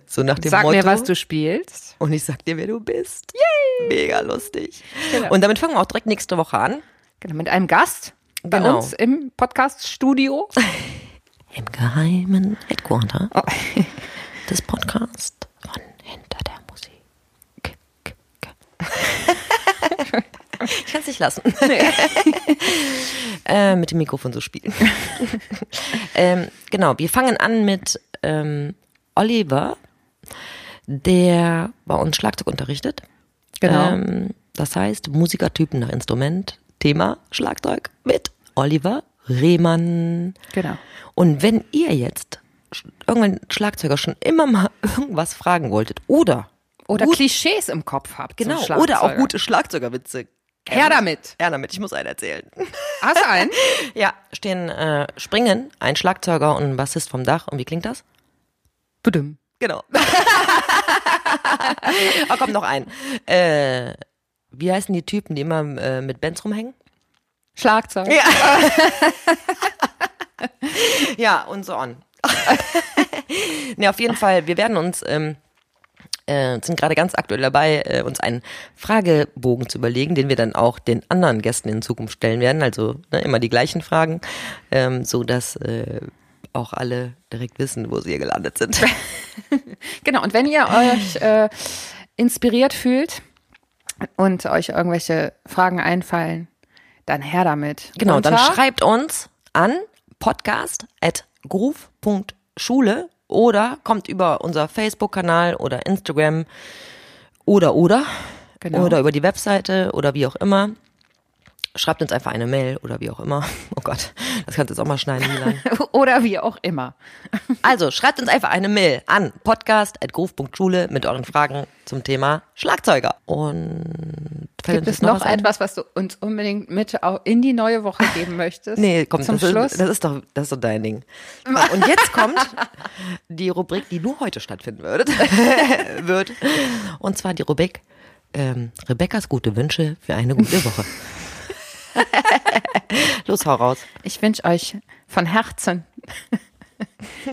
Speaker 3: So nach dem
Speaker 2: Sag
Speaker 3: Motto.
Speaker 2: mir, was du spielst.
Speaker 3: und ich sag dir, wer du bist. Yay! Mega lustig. Und damit fangen wir auch direkt nächste Woche an.
Speaker 2: Genau, mit einem Gast bei
Speaker 3: Genau.
Speaker 2: uns im Podcast-Studio. Oh.
Speaker 3: Im geheimen Headquarter des Podcasts von Hinter der Musik. Ich kann es nicht lassen. äh, mit dem Mikrofon so spielen. ähm, genau, wir fangen an mit ähm, Oliver, der bei uns Schlagzeug unterrichtet.
Speaker 2: Genau,
Speaker 3: Ähm, das heißt, Musikertypen nach Instrument, Thema Schlagzeug mit Oliver Rehmann.
Speaker 2: genau.
Speaker 3: Und wenn ihr jetzt sch- irgendwann Schlagzeuger schon immer mal irgendwas fragen wolltet oder
Speaker 2: Oder
Speaker 3: gut,
Speaker 2: Klischees im Kopf habt. zum
Speaker 3: genau oder auch
Speaker 2: Schlagzeuger.
Speaker 3: gute Schlagzeugerwitze.
Speaker 2: Her damit.
Speaker 3: Ja, damit ich muss einen erzählen.
Speaker 2: Hast du einen?
Speaker 3: Ja, stehen äh, springen ein Schlagzeuger und ein Bassist vom Dach und wie klingt das?
Speaker 2: Bedüm.
Speaker 3: Genau. oh, komm noch ein. Äh, wie heißen die Typen, die immer äh, mit Bands rumhängen?
Speaker 2: Schlagzeug.
Speaker 3: Ja, und so on. ne, auf jeden Fall, wir werden uns, ähm, äh, sind gerade ganz aktuell dabei, äh, uns einen Fragebogen zu überlegen, den wir dann auch den anderen Gästen in Zukunft stellen werden. Also ne, immer die gleichen Fragen, ähm, so dass äh, auch alle direkt wissen, wo sie hier gelandet sind.
Speaker 2: Genau, und wenn ihr euch äh, inspiriert fühlt und euch irgendwelche Fragen einfallen, dann her damit.
Speaker 3: Genau, dann
Speaker 2: Unter-
Speaker 3: schreibt uns an podcast.groove.schule oder kommt über unser Facebook-Kanal oder Instagram oder oder
Speaker 2: Genau.
Speaker 3: oder über die Webseite oder wie auch immer. Schreibt uns einfach eine Mail oder wie auch immer. Oh Gott, das kannst du jetzt auch mal schneiden, Milan.
Speaker 2: Oder wie auch immer.
Speaker 3: Also, schreibt uns einfach eine Mail an podcast.groove.schule mit euren Fragen zum Thema Schlagzeuger. Und fällt
Speaker 2: Gibt
Speaker 3: uns
Speaker 2: es noch
Speaker 3: was ein?
Speaker 2: etwas, was du uns unbedingt mit auch in die neue Woche geben möchtest?
Speaker 3: Nee, komm,
Speaker 2: Zum
Speaker 3: das,
Speaker 2: Schluss.
Speaker 3: Ist, das ist doch das ist doch dein Ding. So, Und jetzt kommt die Rubrik, die nur heute stattfinden wird. wird. Und zwar die Rubrik ähm, Rebekkas gute Wünsche für eine gute Woche. Los, hau raus.
Speaker 2: ich wünsche euch von Herzen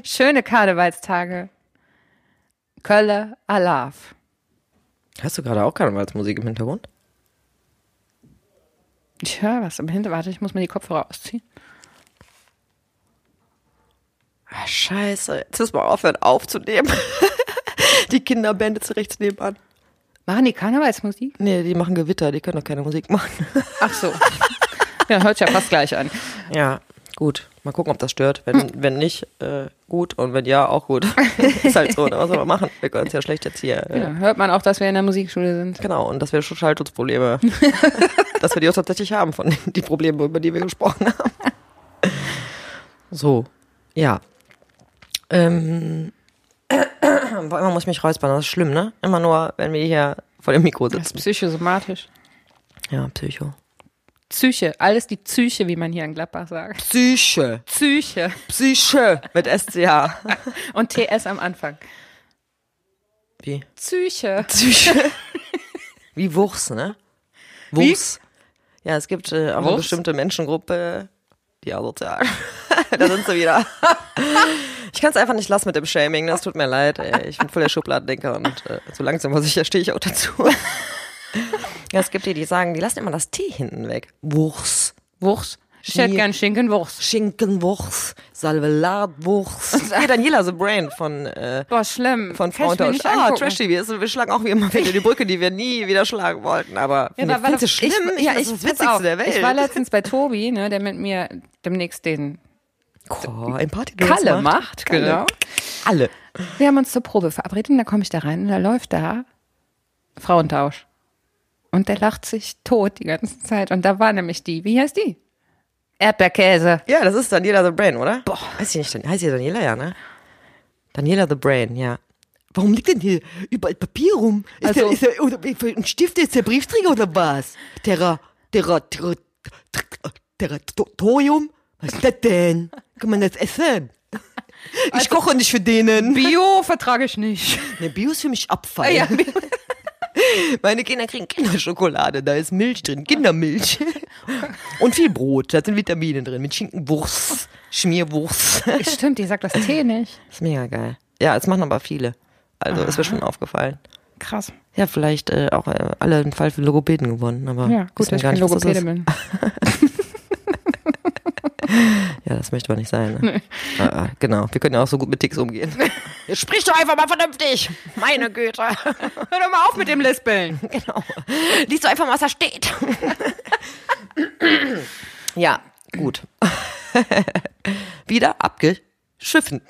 Speaker 2: schöne Karnevalstage. Kölle Alaf.
Speaker 3: Hast du gerade auch Karnevalsmusik im Hintergrund?
Speaker 2: Ich höre was im Hintergrund. Warte, ich muss mir die Kopfhörer ausziehen.
Speaker 3: Ah, scheiße, jetzt müssen wir aufhören aufzunehmen. die Kinderbände zu rechts nebenan.
Speaker 2: Machen die Karnevalsmusik?
Speaker 3: Nee, die machen Gewitter, die können doch keine Musik machen.
Speaker 2: Ach so. ja, hört sich ja fast gleich an.
Speaker 3: Ja, Hm. gut. Mal gucken, ob das stört. Wenn, wenn nicht, äh, gut. Und wenn ja, auch gut. ist halt so, ne? was soll man machen? Wir können es ja schlecht jetzt hier. Äh,
Speaker 2: Ja, hört man auch, dass wir in der Musikschule sind.
Speaker 3: Genau, und dass wir schon Schallschutzprobleme, dass wir die auch tatsächlich haben, von den die Probleme, über die wir gesprochen haben. So, ja. Ähm, boah, immer muss ich mich räuspern, das ist schlimm, ne? Immer nur, wenn wir hier vor dem Mikro
Speaker 2: Das ist
Speaker 3: sitzen.
Speaker 2: psychosomatisch.
Speaker 3: Ja, Psycho.
Speaker 2: Psyche, alles die Psyche, wie man hier in Gladbach sagt.
Speaker 3: Psyche,
Speaker 2: Psyche
Speaker 3: Psyche mit SCH.
Speaker 2: und TS am Anfang.
Speaker 3: Wie?
Speaker 2: Psyche.
Speaker 3: Psyche. Wie Wurst, ne?
Speaker 2: Wie?
Speaker 3: Wurst. Ja, es gibt äh, auch eine
Speaker 2: Wurst?
Speaker 3: bestimmte Menschengruppe, die asozial. da sind sie wieder. Ich kann es einfach nicht lassen mit dem Shaming, das tut mir leid. Ey. Ich bin voll der Schubladendenker und äh, so langsam aber sicher stehe ich auch dazu. ja, es gibt die, die sagen, die lassen immer das T hinten weg. Wurst.
Speaker 2: Wurst. Ich hätte
Speaker 3: Wie?
Speaker 2: gern Schinkenwurst.
Speaker 3: Schinkenwurst, Salvelatwurst. Hey, Daniela The Brain von äh,
Speaker 2: Boah, schlimm. Kann
Speaker 3: von
Speaker 2: ich
Speaker 3: Frauentausch.
Speaker 2: mir nicht
Speaker 3: Ah,
Speaker 2: angucken.
Speaker 3: Trash TV. ist- Wir schlagen auch wie immer wieder die Brücke, die wir nie wieder schlagen wollten. Aber ja,
Speaker 2: aber war
Speaker 3: das
Speaker 2: doch-
Speaker 3: ist schlimm.
Speaker 2: Ich, ja, ich,
Speaker 3: das ist das
Speaker 2: pass
Speaker 3: Witzigste
Speaker 2: auf,
Speaker 3: der Welt.
Speaker 2: ich war letztens bei Tobi, ne, der mit mir demnächst den
Speaker 3: Boah, im Party
Speaker 2: Kalle macht.
Speaker 3: Kalle.
Speaker 2: Genau.
Speaker 3: Alle.
Speaker 2: Wir haben uns zur Probe verabredet und da komme ich da rein und da läuft da Frauentausch. Und der lacht sich tot die ganze Zeit. Und da war nämlich die, wie heißt die? Erdbeerkäse.
Speaker 3: Ja, das ist Daniela the Brain, oder? Boah. Heißt sie nicht, Dan- heißt sie Daniela, ja, ne? Daniela the Brain, ja. Warum liegt denn hier überall Papier rum? Ist
Speaker 2: Also-
Speaker 4: Also, ist der, oder, ein Stift ist der Briefträger oder was? Terra, Terra, Terra, Terra, Torium? Was ist das denn? Kann man das essen?
Speaker 3: Ich
Speaker 4: Also-
Speaker 3: koche nicht für denen.
Speaker 2: Bio vertrage ich nicht.
Speaker 4: Ne, Bio ist für mich Abfall.
Speaker 2: Ah Ja, Bio.
Speaker 3: Meine Kinder kriegen Kinderschokolade, da ist Milch drin, Kindermilch. Und viel Brot, da sind Vitamine drin, mit Schinkenwurst, Schmierwurst.
Speaker 2: Stimmt, die sagt das T nicht.
Speaker 3: Ist mega geil. Ja, es machen aber viele. Also ist mir schon aufgefallen.
Speaker 2: Krass.
Speaker 3: Ja, vielleicht äh, auch äh, alle einen Fall für Logopäden gewonnen, aber
Speaker 2: Ja, gut,
Speaker 3: Hm, wissen
Speaker 2: dass ich
Speaker 3: gar
Speaker 2: kein
Speaker 3: nicht, was das
Speaker 2: Logopäde
Speaker 3: ist.
Speaker 2: bin.
Speaker 3: Ja, das möchte man nicht sein. Ne? Ah, ah, genau, wir können ja auch so gut mit Ticks umgehen. Jetzt sprich doch einfach mal vernünftig. Meine Güte.
Speaker 2: Hör doch mal auf mit dem Lispeln.
Speaker 3: genau. Lies doch einfach mal, was da steht. ja, gut. Wieder abgeschiffen.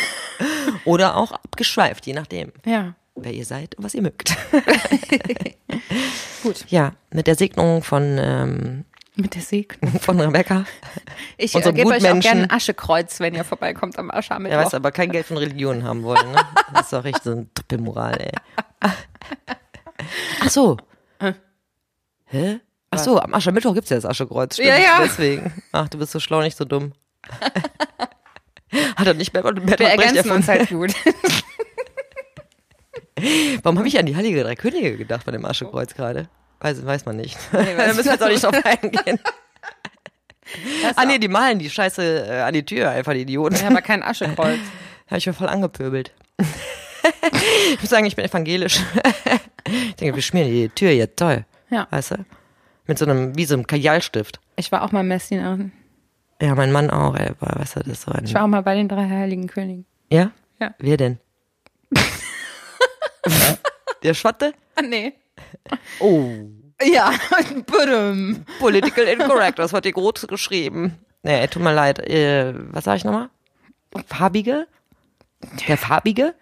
Speaker 3: Oder auch abgeschweift, je nachdem.
Speaker 2: Ja,
Speaker 3: wer ihr seid und was ihr mögt.
Speaker 2: Gut.
Speaker 3: Ja, mit der Segnung von, ähm,
Speaker 2: mit der Sieg.
Speaker 3: von Rebecca.
Speaker 2: Ich
Speaker 3: Unsere
Speaker 2: äh, gebe euch auch
Speaker 3: Gutmenschen.
Speaker 2: gerne ein Aschekreuz, wenn ihr vorbeikommt am
Speaker 3: Er
Speaker 2: Aschermittwoch.
Speaker 3: weiß aber kein Geld von Religionen haben wollen. Ne? Das ist doch echt so ein Trippelmoral, ey. Ach so.
Speaker 2: Äh.
Speaker 3: Hä? Ach so, am Aschermittwoch gibt's ja das Aschekreuz. Stimmt.
Speaker 2: Ja, ja.
Speaker 3: Deswegen. Ach, du bist so schlau, nicht so dumm. Hat er nicht Bertolt Brecht
Speaker 2: Wir ergänzen
Speaker 3: erfunden?
Speaker 2: uns halt gut.
Speaker 3: Warum habe ich an die Heilige Drei Könige gedacht bei dem Aschekreuz gerade? Weiß, weiß man nicht. da
Speaker 2: weiß
Speaker 3: müssen wir jetzt auch
Speaker 2: man
Speaker 3: nicht drauf eingehen.
Speaker 2: Das
Speaker 3: Ah nee,
Speaker 2: auch.
Speaker 3: die malen die Scheiße äh, an die Tür, einfach die Idioten.
Speaker 2: Ja, aber kein Aschekreuz.
Speaker 3: Habe ich mir voll angepöbelt. ich muss sagen, ich bin evangelisch. ich denke, wir schmieren die Tür jetzt toll.
Speaker 2: Ja.
Speaker 3: Weißt du? Mit so einem, wie so einem Kajalstift.
Speaker 2: Ich war auch mal in Messina.
Speaker 3: Ja, mein Mann auch, ey, war, weißt du, das ist so ein.
Speaker 2: Ich war auch mal bei den drei heiligen Königen.
Speaker 3: Ja?
Speaker 2: Ja.
Speaker 3: Wer denn? Der Schwatte?
Speaker 2: Ah, nee.
Speaker 3: Oh.
Speaker 2: Ja, budum.
Speaker 3: Political incorrect, das hat ihr groß geschrieben. Nee, tut mir leid. Äh, was sag ich nochmal? Farbige? Der Farbige?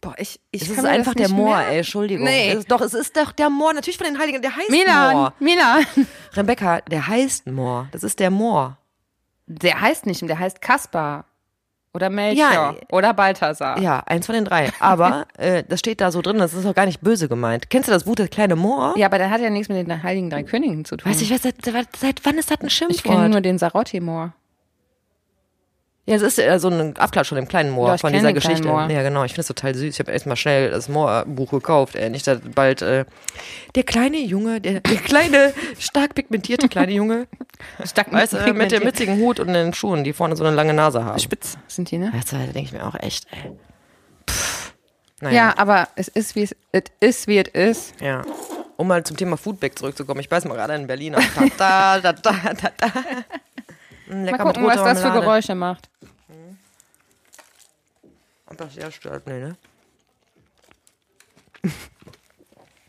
Speaker 2: Boah, ich, ich
Speaker 3: Es
Speaker 2: kann
Speaker 3: ist
Speaker 2: mir das
Speaker 3: einfach der
Speaker 2: nicht
Speaker 3: Moor,
Speaker 2: merken.
Speaker 3: ey, Entschuldigung.
Speaker 2: Nee.
Speaker 3: Es ist, doch, es ist doch der Moor, natürlich von den Heiligen, der heißt
Speaker 2: Milan,
Speaker 3: Moor.
Speaker 2: Milan.
Speaker 3: Rebecca, der heißt Moor. Das ist der Moor.
Speaker 2: Der heißt nicht, der heißt Kaspar. Oder Melchior.
Speaker 3: Ja.
Speaker 2: oder Balthasar.
Speaker 3: Ja, eins von den drei. Aber äh, das steht da so drin, das ist doch gar nicht böse gemeint. Kennst du das Buch, das kleine Moor?
Speaker 2: Ja, aber der hat ja nichts mit den heiligen drei Königen zu tun.
Speaker 3: Weiß ich, was, seit, seit, seit wann ist das ein
Speaker 2: ich kenne
Speaker 3: Schimpfwort?
Speaker 2: nur den Sarotti-Moor.
Speaker 3: Ja, das ist äh, so ein Abklatsch von dem kleinen Moor,
Speaker 2: Ja, ich
Speaker 3: von
Speaker 2: kenn
Speaker 3: dieser
Speaker 2: den kleinen
Speaker 3: Geschichte.
Speaker 2: Moor.
Speaker 3: Ja, genau. Ich finde das total süß. Ich habe erstmal schnell das Moor-Buch gekauft. Ey. Nicht, dass bald äh, der kleine Junge, der, der kleine, stark pigmentierte kleine Junge
Speaker 2: Stark
Speaker 3: Weißt du, mit dem
Speaker 2: pigmentiert.
Speaker 3: witzigen Hut und den Schuhen, die vorne so eine lange Nase haben.
Speaker 2: Spitz sind die, ne?
Speaker 3: Weißt du, da denke ich mir auch echt, ey. Pff.
Speaker 2: Ja,
Speaker 3: Naja,
Speaker 2: aber es ist, wie es es ist, wie es ist.
Speaker 3: ja. ja. Um mal zum Thema Foodback zurückzukommen. Ich beiß mal gerade in Berliner. Da, da, da, da, da, da. Mm,
Speaker 2: Mal
Speaker 3: Lecker
Speaker 2: gucken, was das für
Speaker 3: Marmelade.
Speaker 2: Geräusche macht.
Speaker 3: Das ja stört mich, ne?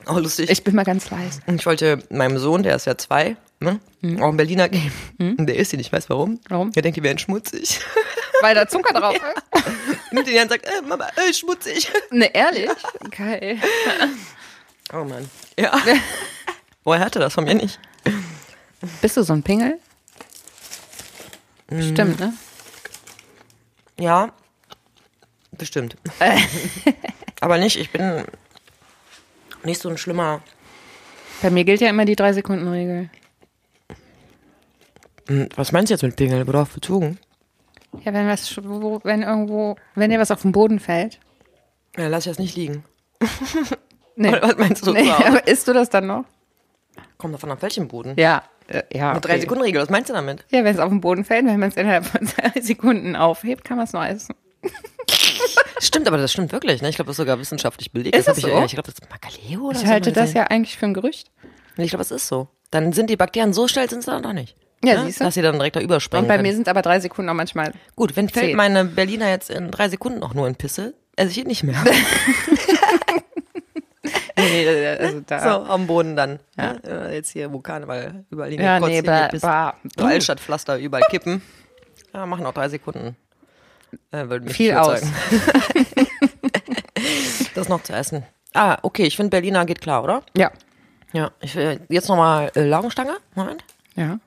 Speaker 3: Oh, lustig.
Speaker 2: Ich bin mal ganz leise.
Speaker 3: Ich wollte meinem Sohn, der ist ja zwei, ne? auch einen Berliner geben. Der isst ihn, ich weiß Hm. warum.
Speaker 2: Warum?
Speaker 3: Er denkt, die wären schmutzig.
Speaker 2: Weil da Zucker drauf ist.
Speaker 3: Nimmt ihn her und sagt, äh, Mama, äh, schmutzig.
Speaker 2: Ne, ehrlich? Geil.
Speaker 3: Oh Mann. Ja. Woher hatte das von mir nicht?
Speaker 2: Bist du so ein Pingel?
Speaker 3: Mhm.
Speaker 2: Stimmt, ne?
Speaker 3: Ja, bestimmt. Aber nicht, ich bin nicht so ein schlimmer.
Speaker 2: Bei mir gilt ja immer die drei Sekunden Regel.
Speaker 3: Hm, Was meinst du jetzt mit Pingel? Worauf bezogen?
Speaker 2: Ja, wenn was, sch- wo- wenn irgendwo, wenn dir was auf den Boden fällt.
Speaker 3: Ja, lass ich das nicht liegen.
Speaker 2: Nee.
Speaker 3: Was meinst du?
Speaker 2: Nee,
Speaker 3: Wow.
Speaker 2: aber isst du das dann noch?
Speaker 3: Kommt davon ab welchem Boden?
Speaker 2: Ja. äh, Ja.
Speaker 3: Eine drei
Speaker 2: okay.
Speaker 3: Sekunden Regel, was meinst du damit?
Speaker 2: Ja, wenn es auf den Boden fällt, wenn man es innerhalb von drei Sekunden aufhebt, kann man es noch essen.
Speaker 3: Stimmt, aber das stimmt wirklich, ne? Ich glaube, das ist sogar wissenschaftlich belegt.
Speaker 2: Ist
Speaker 3: hab
Speaker 2: das
Speaker 3: ich,
Speaker 2: so?
Speaker 3: Ich glaube, das ist Magaleo oder
Speaker 2: Ich
Speaker 3: so
Speaker 2: halte
Speaker 3: mal
Speaker 2: das
Speaker 3: gesehen.
Speaker 2: ja eigentlich für ein Gerücht.
Speaker 3: Ich glaube, es ist so. Dann sind die Bakterien so schnell, sind sie dann doch nicht.
Speaker 2: Ja,
Speaker 3: Ne?
Speaker 2: siehst du?
Speaker 3: Dass sie dann direkt da überspringen.
Speaker 2: Und bei
Speaker 3: können.
Speaker 2: mir sind aber drei Sekunden auch manchmal.
Speaker 3: Gut, wenn fällt
Speaker 2: Zehn.
Speaker 3: meine Berliner jetzt in drei Sekunden noch nur in Pisse, esse ich ihn nicht mehr.
Speaker 2: Nee, nee, also
Speaker 3: so,
Speaker 2: da.
Speaker 3: am Boden dann. Ja. Jetzt hier Vulkane, weil überall die
Speaker 2: Ja, nee, ba, ba,
Speaker 3: Überall statt Pflaster, überall kippen. Ja, machen auch drei Sekunden. Äh, würde mich
Speaker 2: viel
Speaker 3: nicht
Speaker 2: aus.
Speaker 3: überzeugen. Das noch zu essen. Ah, okay, ich finde Berliner geht klar, oder?
Speaker 2: Ja.
Speaker 3: Ja. Ich, äh, jetzt nochmal äh, Laugenstange. Moment.
Speaker 2: Ja.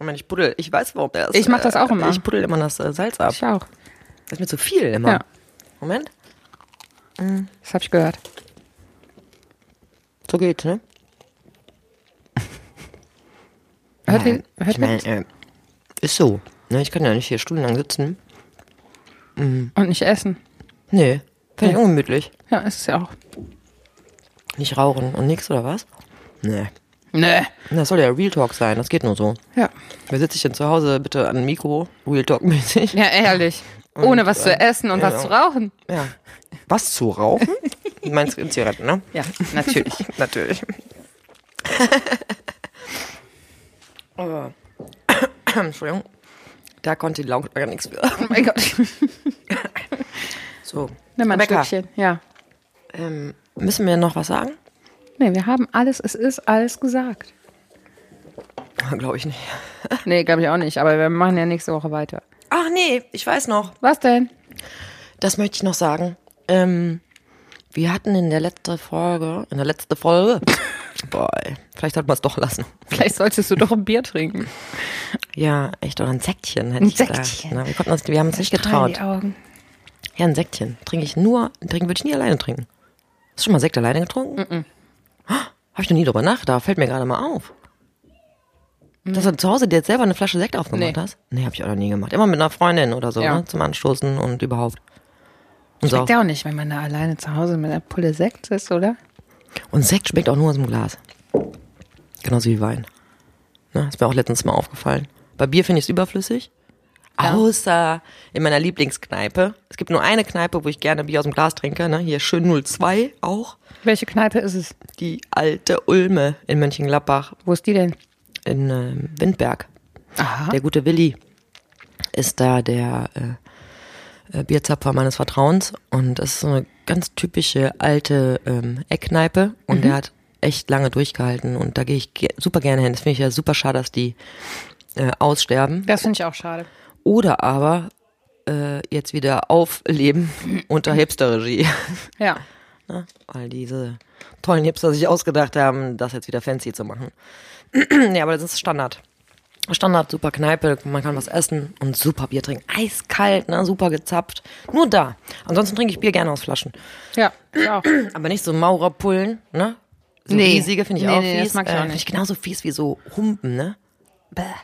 Speaker 3: Moment, ich buddel. Ich weiß, warum der ist. äh,
Speaker 2: Ich mach das auch immer.
Speaker 3: Ich buddel immer das äh, Salz ab.
Speaker 2: Ich auch.
Speaker 3: Das ist mir zu viel immer.
Speaker 2: Ja.
Speaker 3: Moment.
Speaker 2: Das habe ich gehört.
Speaker 3: So geht's, ne?
Speaker 2: Hört ihr? Hört
Speaker 3: Ich
Speaker 2: ihr?
Speaker 3: meine, äh, ist so. Ne, ich kann ja nicht hier stundenlang sitzen.
Speaker 2: Und nicht essen.
Speaker 3: Nee, finde ich ungemütlich.
Speaker 2: Ja, ist es ja auch.
Speaker 3: Nicht rauchen und nix oder was? Nee.
Speaker 2: Nee.
Speaker 3: Das soll ja Real Talk sein, das geht nur so.
Speaker 2: Ja.
Speaker 3: Wer sitze ich denn zu Hause bitte an dem Mikro, Real Talk-mäßig?
Speaker 2: Ja, ehrlich. Ohne was zu essen und was
Speaker 3: ja.
Speaker 2: zu rauchen.
Speaker 3: Ja. Was zu rauchen? Du meinst in Zigaretten, ne?
Speaker 2: Ja, natürlich.
Speaker 3: Natürlich. oh. Entschuldigung. Da konnte die Laugenberger nichts für.
Speaker 2: oh mein Gott.
Speaker 3: So.
Speaker 2: Nimm mal ein
Speaker 3: Rebecca,
Speaker 2: Stückchen. Ja.
Speaker 3: Ähm, müssen wir noch was sagen?
Speaker 2: Nee, wir haben alles, es ist alles gesagt.
Speaker 3: Glaube ich nicht.
Speaker 2: Nee, glaube ich auch nicht. Aber wir machen ja nächste Woche weiter.
Speaker 3: Ach nee, ich weiß noch.
Speaker 2: Was denn?
Speaker 3: Das möchte ich noch sagen. Ähm, wir hatten in der letzten Folge, in der letzten Folge, boah, ey, vielleicht sollten wir es doch lassen.
Speaker 2: Vielleicht solltest du doch ein Bier trinken.
Speaker 3: Ja, echt, oder ein Sektchen, hätte
Speaker 2: Ein
Speaker 3: ich gesagt.
Speaker 2: Sektchen.
Speaker 3: Na, wir, konnten uns, wir haben uns nicht
Speaker 2: Strahlen
Speaker 3: getraut.
Speaker 2: Die Augen.
Speaker 3: Ja, ein Sektchen. Trinke ich nur, trinken würde ich nie alleine trinken. Hast du schon mal Sekt alleine getrunken? Habe ich noch nie drüber nachgedacht, fällt mir gerade mal auf. Dass du zu Hause dir jetzt selber eine Flasche Sekt aufgemacht
Speaker 2: Mm. Nee.
Speaker 3: hast? Nee, habe ich auch noch nie gemacht. Immer mit einer Freundin oder so,
Speaker 2: Ja.
Speaker 3: ne? zum Anstoßen und überhaupt. Und, so.
Speaker 2: Schmeckt ja auch nicht, wenn man da alleine zu Hause mit einer Pulle Sekt ist, oder?
Speaker 3: Und Sekt schmeckt auch nur aus dem Glas. Genauso wie Wein. Ne? Ist mir auch letztens mal aufgefallen. Bei Bier finde ich es überflüssig. Außer in meiner Lieblingskneipe. Es gibt nur eine Kneipe, wo ich gerne Bier aus dem Glas trinke. Ne? Hier schön 02 auch.
Speaker 2: Welche Kneipe ist es?
Speaker 3: Die alte Ulme in Mönchengladbach
Speaker 2: Wo ist die denn?
Speaker 3: in ähm, Windberg.
Speaker 2: Aha.
Speaker 3: Der gute Willi ist da der äh, äh, Bierzapfer meines Vertrauens und das ist so eine ganz typische alte ähm, Eckkneipe und der hat echt lange durchgehalten und da gehe ich ge super gerne hin. Das finde ich ja super schade, dass die äh, aussterben
Speaker 2: Das finde ich auch schade.
Speaker 3: oder aber äh, jetzt wieder aufleben unter Hipster-Regie.
Speaker 2: Ja.
Speaker 3: Ne? Weil diese tollen Hipster sich ausgedacht haben, das jetzt wieder fancy zu machen. ja, aber das ist Standard. Standard, super Kneipe, man kann was essen und super Bier trinken. Eiskalt, ne? super gezapft. Nur da. Ansonsten trinke ich Bier gerne aus Flaschen.
Speaker 2: Ja, ich auch.
Speaker 3: Aber nicht so Maurerpullen, ne? So
Speaker 2: Nee.
Speaker 3: riesige finde ich
Speaker 2: Nee,
Speaker 3: auch
Speaker 2: nee,
Speaker 3: fies. Äh,
Speaker 2: das mag ich auch
Speaker 3: finde
Speaker 2: nicht.
Speaker 3: genauso fies wie so Humpen, ne?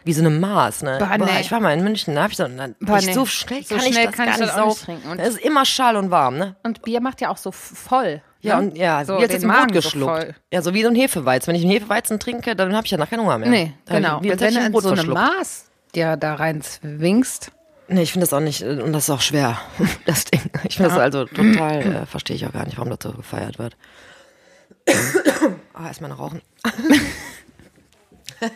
Speaker 3: Wie so eine Maß, ne?
Speaker 2: Bah,
Speaker 3: Boah,
Speaker 2: nee.
Speaker 3: Ich war mal in München, da hab ich so, dann,
Speaker 2: Bah,
Speaker 3: ich,
Speaker 2: nee.
Speaker 3: so schnell
Speaker 2: So
Speaker 3: kann
Speaker 2: schnell
Speaker 3: ich das
Speaker 2: kann
Speaker 3: gar
Speaker 2: ich
Speaker 3: nicht
Speaker 2: das auch nicht
Speaker 3: saufen.
Speaker 2: trinken. Und-
Speaker 3: Es ist immer schal und warm, ne?
Speaker 2: Und Bier macht ja auch so f- voll.
Speaker 3: Ja,
Speaker 2: ne?
Speaker 3: und ja,
Speaker 2: so
Speaker 3: wie jetzt
Speaker 2: den
Speaker 3: im Brot
Speaker 2: Magen
Speaker 3: geschluckt.
Speaker 2: So voll.
Speaker 3: ja, so wie so ein Hefeweizen. Wenn ich einen Hefeweizen trinke, dann habe ich danach keinen Hunger mehr.
Speaker 2: Nee,
Speaker 3: Äh,
Speaker 2: genau.
Speaker 3: Wie,
Speaker 2: und wenn du in
Speaker 3: Brot
Speaker 2: so
Speaker 3: so
Speaker 2: einem
Speaker 3: verschluckt.
Speaker 2: Maß dir da rein zwingst,
Speaker 3: Nee, ich finde das auch nicht, äh, und das ist auch schwer, das Ding. Ich finde das also total, äh, verstehe ich auch gar nicht, warum das so gefeiert wird. ah, erstmal noch rauchen.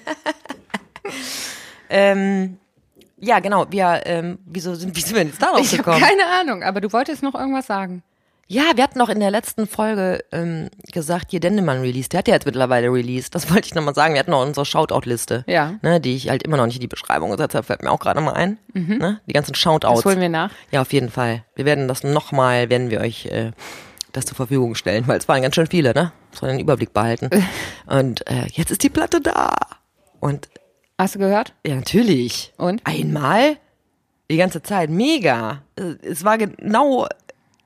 Speaker 3: ähm, Ja, genau. Wir, ähm, wieso sind, wie sind wir jetzt darauf
Speaker 2: Ich habe
Speaker 3: gekommen?
Speaker 2: keine Ahnung, aber du wolltest noch irgendwas sagen.
Speaker 3: Ja, wir hatten noch in der letzten Folge ähm, gesagt, hier Dendemann Release, der hat ja jetzt mittlerweile Release. Das wollte ich nochmal sagen. Wir hatten noch unsere Shoutout-Liste.
Speaker 2: Ja.
Speaker 3: Ne, die ich halt immer noch nicht in die Beschreibung gesetzt habe, fällt mir auch gerade mal ein. Ne, die ganzen
Speaker 2: Mhm. Das
Speaker 3: Shoutouts.
Speaker 2: holen wir nach.
Speaker 3: Ja, auf jeden Fall. Wir werden das nochmal, werden wir euch äh, das zur Verfügung stellen, weil es waren ganz schön viele, ne? Muss man den Überblick behalten. Und äh, jetzt ist die Platte da. Und
Speaker 2: Hast du gehört?
Speaker 3: ja, natürlich.
Speaker 2: Und?
Speaker 3: Einmal? Die ganze Zeit. Mega. Äh, Es war genau.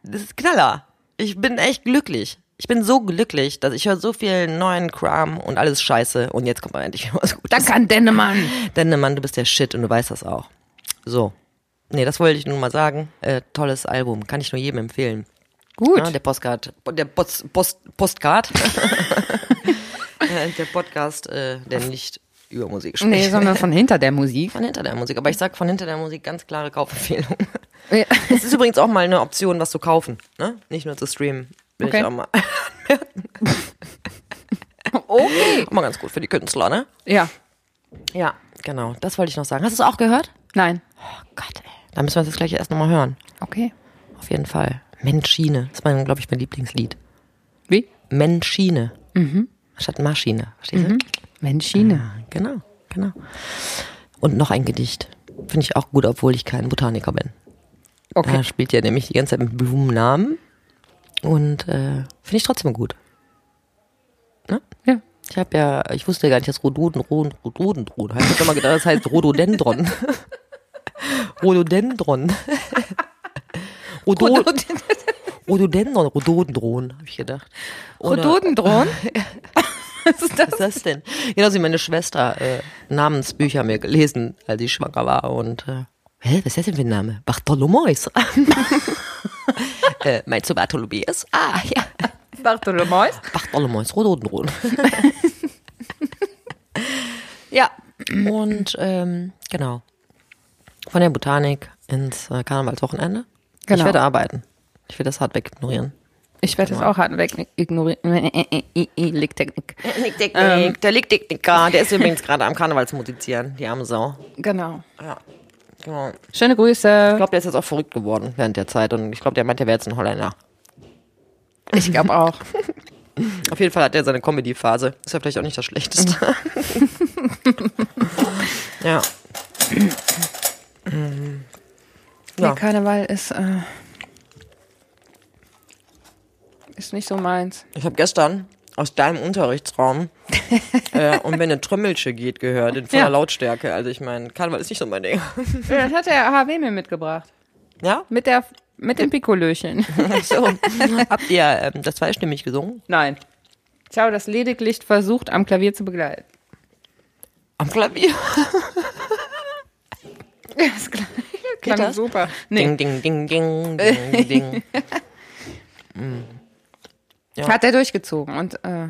Speaker 3: Das ist Knaller. Ich bin echt glücklich. Ich bin so glücklich, dass ich höre so viel neuen Kram und alles Scheiße. Und jetzt kommt mal endlich wieder was Gutes.
Speaker 2: Danke an Dennemann.
Speaker 3: Denn ne, Mann, du bist der Shit und du weißt das auch. So. Nee, das wollte ich nur mal sagen. Äh, tolles Album. Kann ich nur jedem empfehlen.
Speaker 2: Gut.
Speaker 3: Ja, der Postcard. Der Post, Post, Postcard. Äh, der Podcast, äh, der nicht über Musik spricht.
Speaker 2: Nee, sondern von hinter der Musik.
Speaker 3: Von hinter der Musik. Aber ich sag von hinter der Musik ganz klare Kaufempfehlung.
Speaker 2: Ja.
Speaker 3: Es ist übrigens auch mal eine Option, was zu kaufen. Ne? Nicht nur zu streamen. Will
Speaker 2: Okay.
Speaker 3: ich auch mal.
Speaker 2: Okay.
Speaker 3: Auch mal ganz gut für die Künstler, ne?
Speaker 2: Ja.
Speaker 3: Ja, genau. Das wollte ich noch sagen. Hast du es auch gehört?
Speaker 2: Nein.
Speaker 3: Oh Gott, ey. Da müssen wir das gleich erst nochmal hören.
Speaker 2: Okay.
Speaker 3: Auf jeden Fall. Menschine. Das ist mein, glaube ich, mein Lieblingslied.
Speaker 2: Wie?
Speaker 3: Menschine.
Speaker 2: Mhm.
Speaker 3: Statt Maschine. Verstehst
Speaker 2: Hm? Menschine.
Speaker 3: du? Genau, genau. Und noch ein Gedicht. Finde ich auch gut, obwohl ich kein Botaniker bin.
Speaker 2: Okay.
Speaker 3: Da spielt ja nämlich die ganze Zeit mit Blumennamen. Und äh, finde ich trotzdem gut.
Speaker 2: Ja.
Speaker 3: Ich habe ja, ich wusste ja gar nicht, dass Rhododendron, Rhododendron, Rhododendron heißt. Ich habe immer gedacht, das heißt Rhododendron. Rhododendron. Rhodo Rhododendron, Rhododendron, habe ich gedacht. Oder-
Speaker 2: Rhododendron? Was ist das?
Speaker 3: Was ist das denn? Genauso wie meine Schwester äh, Namensbücher mir gelesen, als ich schwanger war. Und äh, hä, was ist das denn für ein Name? Bartholomäus. äh, meinst du Bartholomäus? Ah, ja.
Speaker 2: Bartholomäus?
Speaker 3: Bartholomäus Rhododendron. ja, und ähm, genau. Von der Botanik ins äh, Karnevalswochenende.
Speaker 2: Genau.
Speaker 3: Ich werde arbeiten. Ich werde das hartweg ignorieren.
Speaker 2: Ich werde das auch hart weg ignorieren. Licktechnik.
Speaker 3: Ähm, der Lickdicknicker, der ist übrigens gerade am Karnevalsmusizieren, die arme Sau.
Speaker 2: Genau.
Speaker 3: Genau.
Speaker 2: Schöne Grüße.
Speaker 3: Ich glaube, der ist jetzt auch verrückt geworden während der Zeit und ich glaube, der meint, der wäre jetzt ein Holländer.
Speaker 2: Ich glaube auch.
Speaker 3: Auf jeden Fall hat er seine Comedy-Phase. Ist ja vielleicht auch nicht das Schlechteste. ja. Ja.
Speaker 2: Nee, Karneval ist, äh, ist nicht so meins.
Speaker 3: Ich habe gestern aus deinem Unterrichtsraum äh, und wenn eine Trümmelche geht gehört, in voller
Speaker 2: Ja.
Speaker 3: Lautstärke. Also ich meine, Karneval ist nicht so mein Ding.
Speaker 2: Das hat der HW mir mitgebracht.
Speaker 3: Ja?
Speaker 2: Mit der mit dem Pikolöchen.
Speaker 3: So. Habt ihr ähm, das zweistimmig gesungen?
Speaker 2: Nein. Ich habe das lediglich versucht, am Klavier zu begleiten.
Speaker 3: Am Klavier.
Speaker 2: Das klang, klang
Speaker 3: das?
Speaker 2: super. Nee.
Speaker 3: Ding, ding, ding, ding, ding, ding. ja.
Speaker 2: Hat er durchgezogen. Und äh,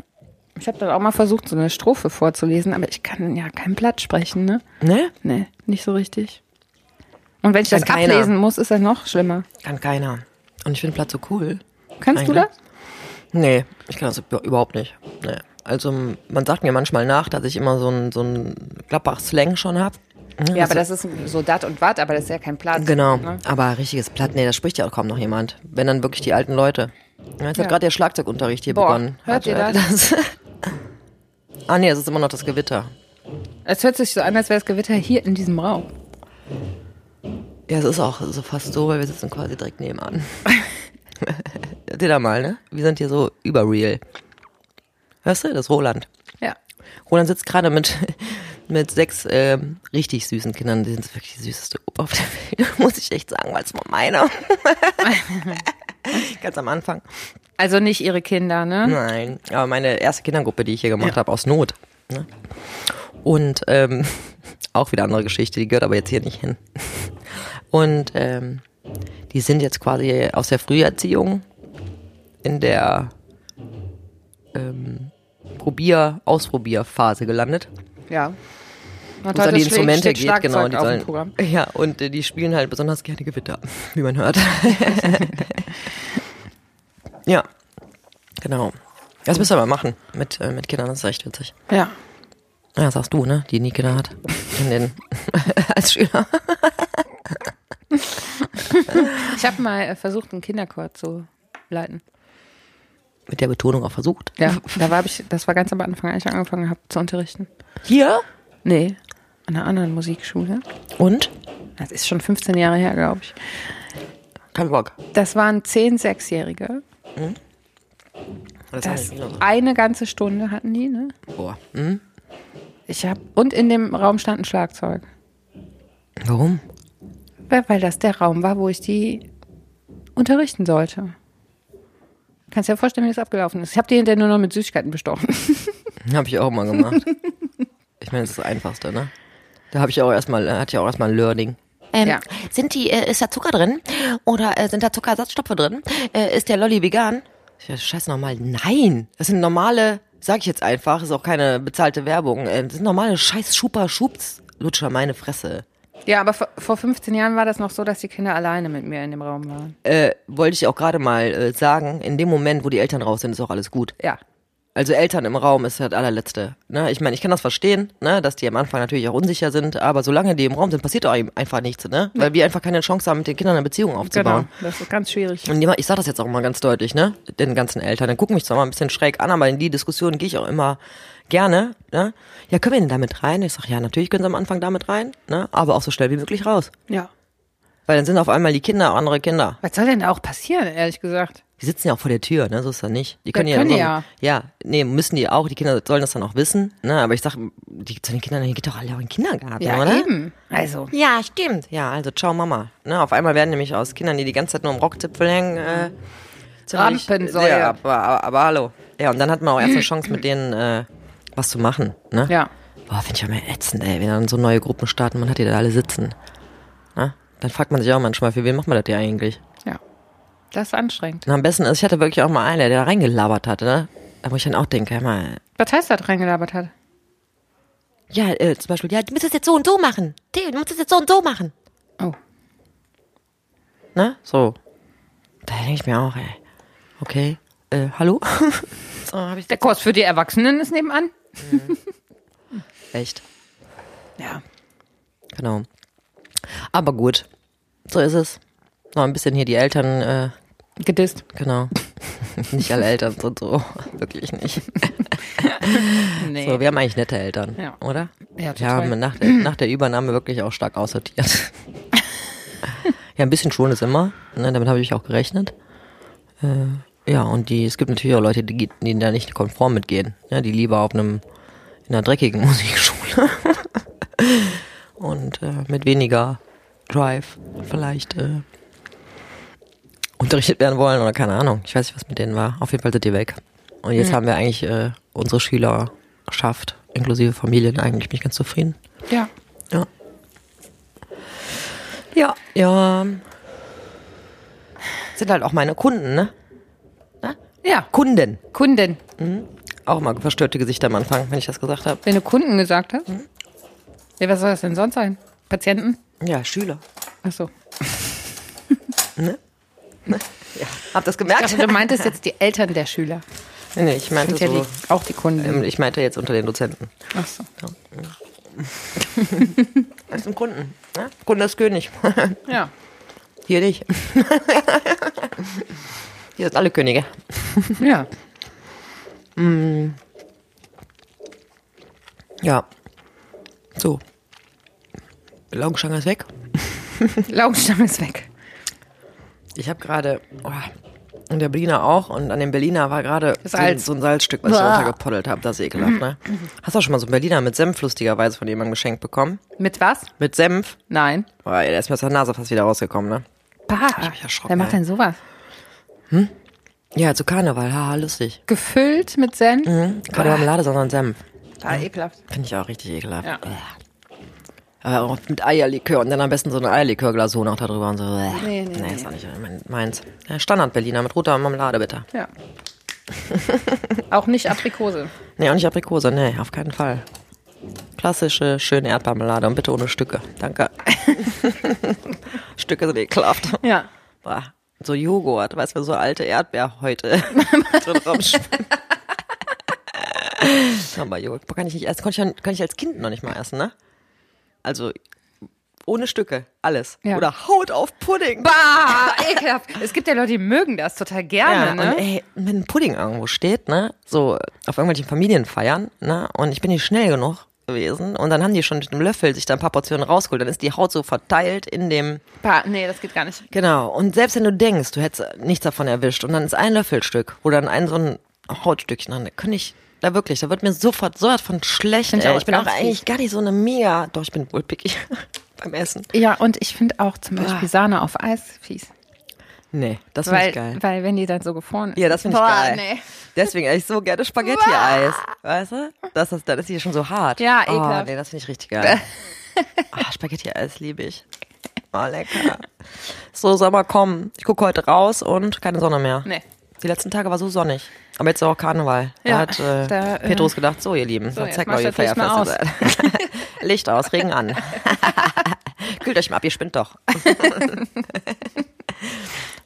Speaker 2: ich habe dann auch mal versucht, so eine Strophe vorzulesen, aber ich kann ja kein Blatt sprechen, ne?
Speaker 3: Ne?
Speaker 2: Nee, nicht so richtig. Und wenn ich das
Speaker 3: Kann keiner.
Speaker 2: ablesen muss, ist das noch schlimmer.
Speaker 3: Kann keiner. Und ich finde Platz so cool.
Speaker 2: Kannst du
Speaker 3: Eigentlich.
Speaker 2: das?
Speaker 3: Nee, ich kann das über- überhaupt nicht. Nee. Also m- man sagt mir manchmal nach, dass ich immer so einen so einen Gladbach-Slang schon hab. Ne, das-
Speaker 2: ist so dat und wat, aber das ist ja kein Platz. ne?
Speaker 3: Genau, aber richtiges Platt, nee, das spricht ja auch kaum noch jemand. Wenn dann wirklich die alten Leute. Ja, Jetzt
Speaker 2: Ja.
Speaker 3: hat gerade der Schlagzeugunterricht hier
Speaker 2: Boah,
Speaker 3: begonnen.
Speaker 2: hört
Speaker 3: Hat-
Speaker 2: ihr
Speaker 3: das? ah nee, es ist immer noch das Gewitter.
Speaker 2: Es hört sich so an, als wäre das Gewitter hier in diesem Raum.
Speaker 3: Ja, es ist auch so fast so, weil wir sitzen quasi direkt nebenan. Hört ihr da mal, ne? Wir sind hier so überreal. Hörst du, das ist Roland.
Speaker 2: Ja.
Speaker 3: Roland sitzt gerade mit, mit sechs ähm, richtig süßen Kindern. Die sind wirklich die süßeste Gruppe auf der Welt, muss ich echt sagen, weil es war meiner. Ganz am Anfang.
Speaker 2: Also nicht ihre Kinder, ne?
Speaker 3: Nein, aber meine erste Kindergruppe, die ich hier gemacht habe, aus Not. Ne? Und ähm, auch wieder andere Geschichte, die gehört aber jetzt hier nicht hin. Und ähm, die sind jetzt quasi aus der Früherziehung in der ähm, Probier-, Ausprobierphase gelandet.
Speaker 2: Ja. Und
Speaker 3: Wo es
Speaker 2: heute
Speaker 3: an die
Speaker 2: steht-
Speaker 3: Instrumente
Speaker 2: steht
Speaker 3: geht, genau.
Speaker 2: Schlagzeug
Speaker 3: Die
Speaker 2: auf dem
Speaker 3: sollen,
Speaker 2: Programm.
Speaker 3: ja, und äh, die spielen halt besonders gerne Gewitter, wie man hört. ja, genau. Das müssen wir mal machen mit, äh, mit Kindern, das ist echt witzig.
Speaker 2: Ja.
Speaker 3: Ja, sagst du, ne? Die nie Kinder hat. in den, als Schüler.
Speaker 2: Ich habe mal äh, versucht, einen Kinderchor zu leiten.
Speaker 3: Mit der Betonung auch versucht.
Speaker 2: Ja, da war ich, das war ganz am Anfang, als ich angefangen habe zu unterrichten.
Speaker 3: Hier?
Speaker 2: Nee, an einer anderen Musikschule.
Speaker 3: Und?
Speaker 2: Das ist schon 15 Jahre her, glaube ich.
Speaker 3: Kein Bock.
Speaker 2: Das waren 10, 6-Jährige.
Speaker 3: Das,
Speaker 2: Das eine ganze Stunde hatten die, ne?
Speaker 3: Boah. Hm?
Speaker 2: Ich hab, und in dem Raum stand ein Schlagzeug.
Speaker 3: Warum?
Speaker 2: Weil weil das der Raum war, wo ich die unterrichten sollte. Kannst dir ja vorstellen, wie das abgelaufen ist. Ich habe die hinterher nur noch mit Süßigkeiten bestochen.
Speaker 3: Habe ich auch mal gemacht. ich meine, das ist das Einfachste, ne? Da habe ich auch erstmal, hatte ich auch erstmal ein Learning. Ähm,
Speaker 2: Ja.
Speaker 3: Sind die, äh, ist da Zucker drin? Oder äh, sind da Zuckerersatzstoffe drin? Äh, ist der Lolli vegan? Ja, scheiß normal. Nein, das sind normale, sag ich jetzt einfach, ist auch keine bezahlte Werbung. Äh, das sind normale scheiß schuper schubs Lutscher, meine Fresse.
Speaker 2: Ja, aber vor, vor 15 Jahren war das noch so, dass die Kinder alleine mit mir in dem Raum waren.
Speaker 3: Äh, wollte ich auch gerade mal äh, sagen, in dem Moment, wo die Eltern raus sind, ist auch alles gut.
Speaker 2: Ja.
Speaker 3: Also Eltern im Raum ist das allerletzte. Ne? Ich meine, ich kann das verstehen, ne? dass die am Anfang natürlich auch unsicher sind, aber solange die im Raum sind, passiert auch eben einfach nichts, ne? Weil wir einfach keine Chance haben, mit den Kindern eine Beziehung
Speaker 2: Genau.
Speaker 3: aufzubauen.
Speaker 2: Das ist ganz schwierig.
Speaker 3: Und die ma- ich sage das jetzt auch mal ganz deutlich, ne? Den ganzen Eltern. Dann gucken mich zwar mal ein bisschen schräg an, aber in die Diskussion gehe ich auch immer gerne, ne? Ja, können wir denn damit rein? Ich sage, ja, natürlich können sie am Anfang damit rein, ne? Aber auch so schnell wie möglich raus.
Speaker 2: Ja.
Speaker 3: Weil dann sind auf einmal die Kinder auch andere Kinder.
Speaker 2: Was soll denn da auch passieren, ehrlich gesagt?
Speaker 3: Die sitzen ja auch vor der Tür, ne? So ist das nicht. Die können,
Speaker 2: Ja,
Speaker 3: ja,
Speaker 2: können
Speaker 3: so,
Speaker 2: ja.
Speaker 3: Ja, nee, müssen die auch. Die Kinder sollen das dann auch wissen, ne? Aber ich sag, die zu den Kindern, die geht doch alle auch in den Kindergarten, oder?
Speaker 2: eben. Also,
Speaker 3: Ja, stimmt. Ja, also ciao Mama. Ne? Auf einmal werden nämlich aus Kindern, die die ganze Zeit nur im Rockzipfel hängen, äh, ziemlich-
Speaker 2: Rampensäue.
Speaker 3: Ja, aber, aber, aber hallo. Ja, und dann hat man auch erst eine Chance, mit denen äh, was zu machen, ne?
Speaker 2: ja.
Speaker 3: Boah, finde ich ja mal ätzend, ey, wenn dann so neue Gruppen starten, man hat die da alle sitzen. Ne? Dann fragt man sich auch manchmal, für wen macht man das hier eigentlich?
Speaker 2: Ja. Das ist anstrengend.
Speaker 3: Und am besten ist, ich hatte wirklich auch mal einen, der da reingelabert hatte, ne? Da wo ich dann auch denke, hör mal,
Speaker 2: Was heißt das reingelabert hat?
Speaker 3: ja, äh, zum Beispiel, ja, du musst das jetzt so und so machen. Theo, Du musst das jetzt so und so machen.
Speaker 2: Oh.
Speaker 3: Ne? So. Da denke ich mir auch, ey. Okay. Äh, hallo? so habe ich
Speaker 2: Der Kurs für die Erwachsenen ist nebenan.
Speaker 3: echt.
Speaker 2: Ja.
Speaker 3: Genau. Aber gut. So ist es. Noch ein bisschen hier die Eltern, äh,
Speaker 2: Gedisst.
Speaker 3: genau. nicht alle Eltern sind so. Wirklich nicht.
Speaker 2: Nee.
Speaker 3: So, wir haben eigentlich nette Eltern,
Speaker 2: Ja.
Speaker 3: oder?
Speaker 2: Ja,
Speaker 3: Wir
Speaker 2: total.
Speaker 3: haben nach der, nach der Übernahme wirklich auch stark aussortiert. ja, ein bisschen schon ist immer. Ne? Damit habe ich auch gerechnet. Äh, ja, und die, es gibt natürlich auch Leute, die, geht- die da nicht konform mitgehen. Ne? Die lieber auf einem, in einer dreckigen Musikschule. und äh, mit weniger Drive vielleicht äh, unterrichtet werden wollen oder keine Ahnung. Ich weiß nicht, was mit denen war. Auf jeden Fall sind die weg. Und jetzt haben wir eigentlich äh, unsere Schüler geschafft, inklusive Familien, eigentlich bin ich ganz zufrieden.
Speaker 2: ja.
Speaker 3: Ja. Ja. Ja. Sind halt auch meine Kunden, ne?
Speaker 2: Ja.
Speaker 3: Kunden.
Speaker 2: Kunden.
Speaker 3: Auch mal verstörte Gesichter am Anfang, wenn ich das gesagt habe.
Speaker 2: Wenn du Kunden gesagt hast. Ja, was soll das denn sonst sein? Patienten?
Speaker 3: Ja, Schüler.
Speaker 2: Ach so.
Speaker 3: Hab
Speaker 2: Also
Speaker 3: das gemerkt?
Speaker 2: du meintest jetzt die Eltern der Schüler.
Speaker 3: Nee, nee, ich meinte
Speaker 2: Sind ja
Speaker 3: so.
Speaker 2: die, auch die Kunden.
Speaker 3: ähm, Ich meinte jetzt unter den Dozenten.
Speaker 2: Ach so.
Speaker 3: Das sind Kunden. Ne? Kunde ist König.
Speaker 2: Ja.
Speaker 3: Hier nicht. Hier sind alle Könige.
Speaker 2: Ja.
Speaker 3: Ja. So. Laugenstange ist weg.
Speaker 2: Laugenstamm ist weg.
Speaker 3: Ich habe gerade, oh, und der Berliner auch, und an dem Berliner war gerade
Speaker 2: Das
Speaker 3: so,
Speaker 2: Salz.
Speaker 3: so ein Salzstück, was ich
Speaker 2: Boah.
Speaker 3: runtergepoddelt habe. Das ist ekelhaft, ne? Hast du auch schon mal so einen Berliner mit Senf lustigerweise von jemandem geschenkt bekommen?
Speaker 2: Mit was?
Speaker 3: Mit Senf?
Speaker 2: Nein.
Speaker 3: Boah, ey, der ist mir aus der Nase fast wieder rausgekommen, ne?
Speaker 2: Bah.
Speaker 3: mich erschrocken,
Speaker 2: Wer macht
Speaker 3: ey.
Speaker 2: denn sowas?
Speaker 3: Ja, zu Karneval, haha, lustig.
Speaker 2: Gefüllt mit Senf?
Speaker 3: Keine Marmelade, sondern Senf.
Speaker 2: War ekelhaft.
Speaker 3: Finde ich auch richtig ekelhaft.
Speaker 2: Ja.
Speaker 3: Aber auch mit Eierlikör und dann am besten so eine Eierlikörglasur noch darüber und so.
Speaker 2: Nee, nee, nee.
Speaker 3: ist auch nicht mein- meins. Ja, Standard-Berliner mit roter Marmelade, bitte.
Speaker 2: Ja. auch nicht Aprikose.
Speaker 3: Nee, auch nicht Aprikose, nee, auf keinen Fall. Klassische, schöne Erdbeermarmelade und bitte ohne Stücke. Danke. Stücke sind ekelhaft.
Speaker 2: Ja.
Speaker 3: Boah. So Joghurt, weißt du, so alte Erdbeerhäute drin rumschwimmen. Aber Joghurt boah, kann ich nicht essen. Konnte ich, ja- konnte ich als Kind noch nicht mal essen, ne? Also ohne Stücke, alles.
Speaker 2: Ja.
Speaker 3: Oder Haut auf Pudding.
Speaker 2: Bah, ekelhaft. Es gibt ja Leute, die mögen das total gerne,
Speaker 3: Ja,
Speaker 2: ne?
Speaker 3: und ey, wenn ein Pudding irgendwo steht, ne, so auf irgendwelchen Familienfeiern, ne, und ich bin nicht schnell genug gewesen und dann haben die schon mit dem Löffel sich da ein paar Portionen rausgeholt, dann ist die Haut so verteilt in dem
Speaker 2: Bah, nee, das geht gar nicht.
Speaker 3: Genau. Und selbst wenn du denkst, du hättest nichts davon erwischt und dann ist ein Löffelstück oder dann ein so ein Hautstückchen dran, da kann ich da wirklich, da wird mir sofort so was von schlecht.
Speaker 2: Find ich
Speaker 3: Ey.
Speaker 2: auch
Speaker 3: Ich bin auch
Speaker 2: ganz
Speaker 3: eigentlich gar nicht so eine mega, doch ich bin wohl picky beim Essen.
Speaker 2: Ja, und ich finde auch zum Beispiel Sahne auf Eis fies.
Speaker 3: Nee, das finde
Speaker 2: Weil,
Speaker 3: ich geil.
Speaker 2: weil wenn die dann so gefroren ist.
Speaker 3: Ja, das finde ich
Speaker 2: Boah,
Speaker 3: geil.
Speaker 2: Nee.
Speaker 3: Deswegen esse ich so gerne Spaghetti-Eis. Weißt du? Das ist, das ist hier schon so hart.
Speaker 2: Ja,
Speaker 3: oh,
Speaker 2: ekelhaft.
Speaker 3: nee, das finde ich richtig geil. Ah, Spaghetti-Eis liebe ich. Oh, lecker. So, Sommer, komm. Ich gucke heute raus und keine Sonne mehr.
Speaker 2: Nee.
Speaker 3: Die letzten Tage war so sonnig. Aber jetzt ist auch Karneval.
Speaker 2: Ja,
Speaker 3: da hat äh,
Speaker 2: da, äh,
Speaker 3: Petrus gedacht, so ihr Lieben,
Speaker 2: so,
Speaker 3: dann
Speaker 2: jetzt
Speaker 3: zeigt mal,
Speaker 2: macht
Speaker 3: wie ihr
Speaker 2: das Licht mal
Speaker 3: Feierfest seid. Licht aus, Regen an. Kühlt euch mal ab, ihr spinnt doch.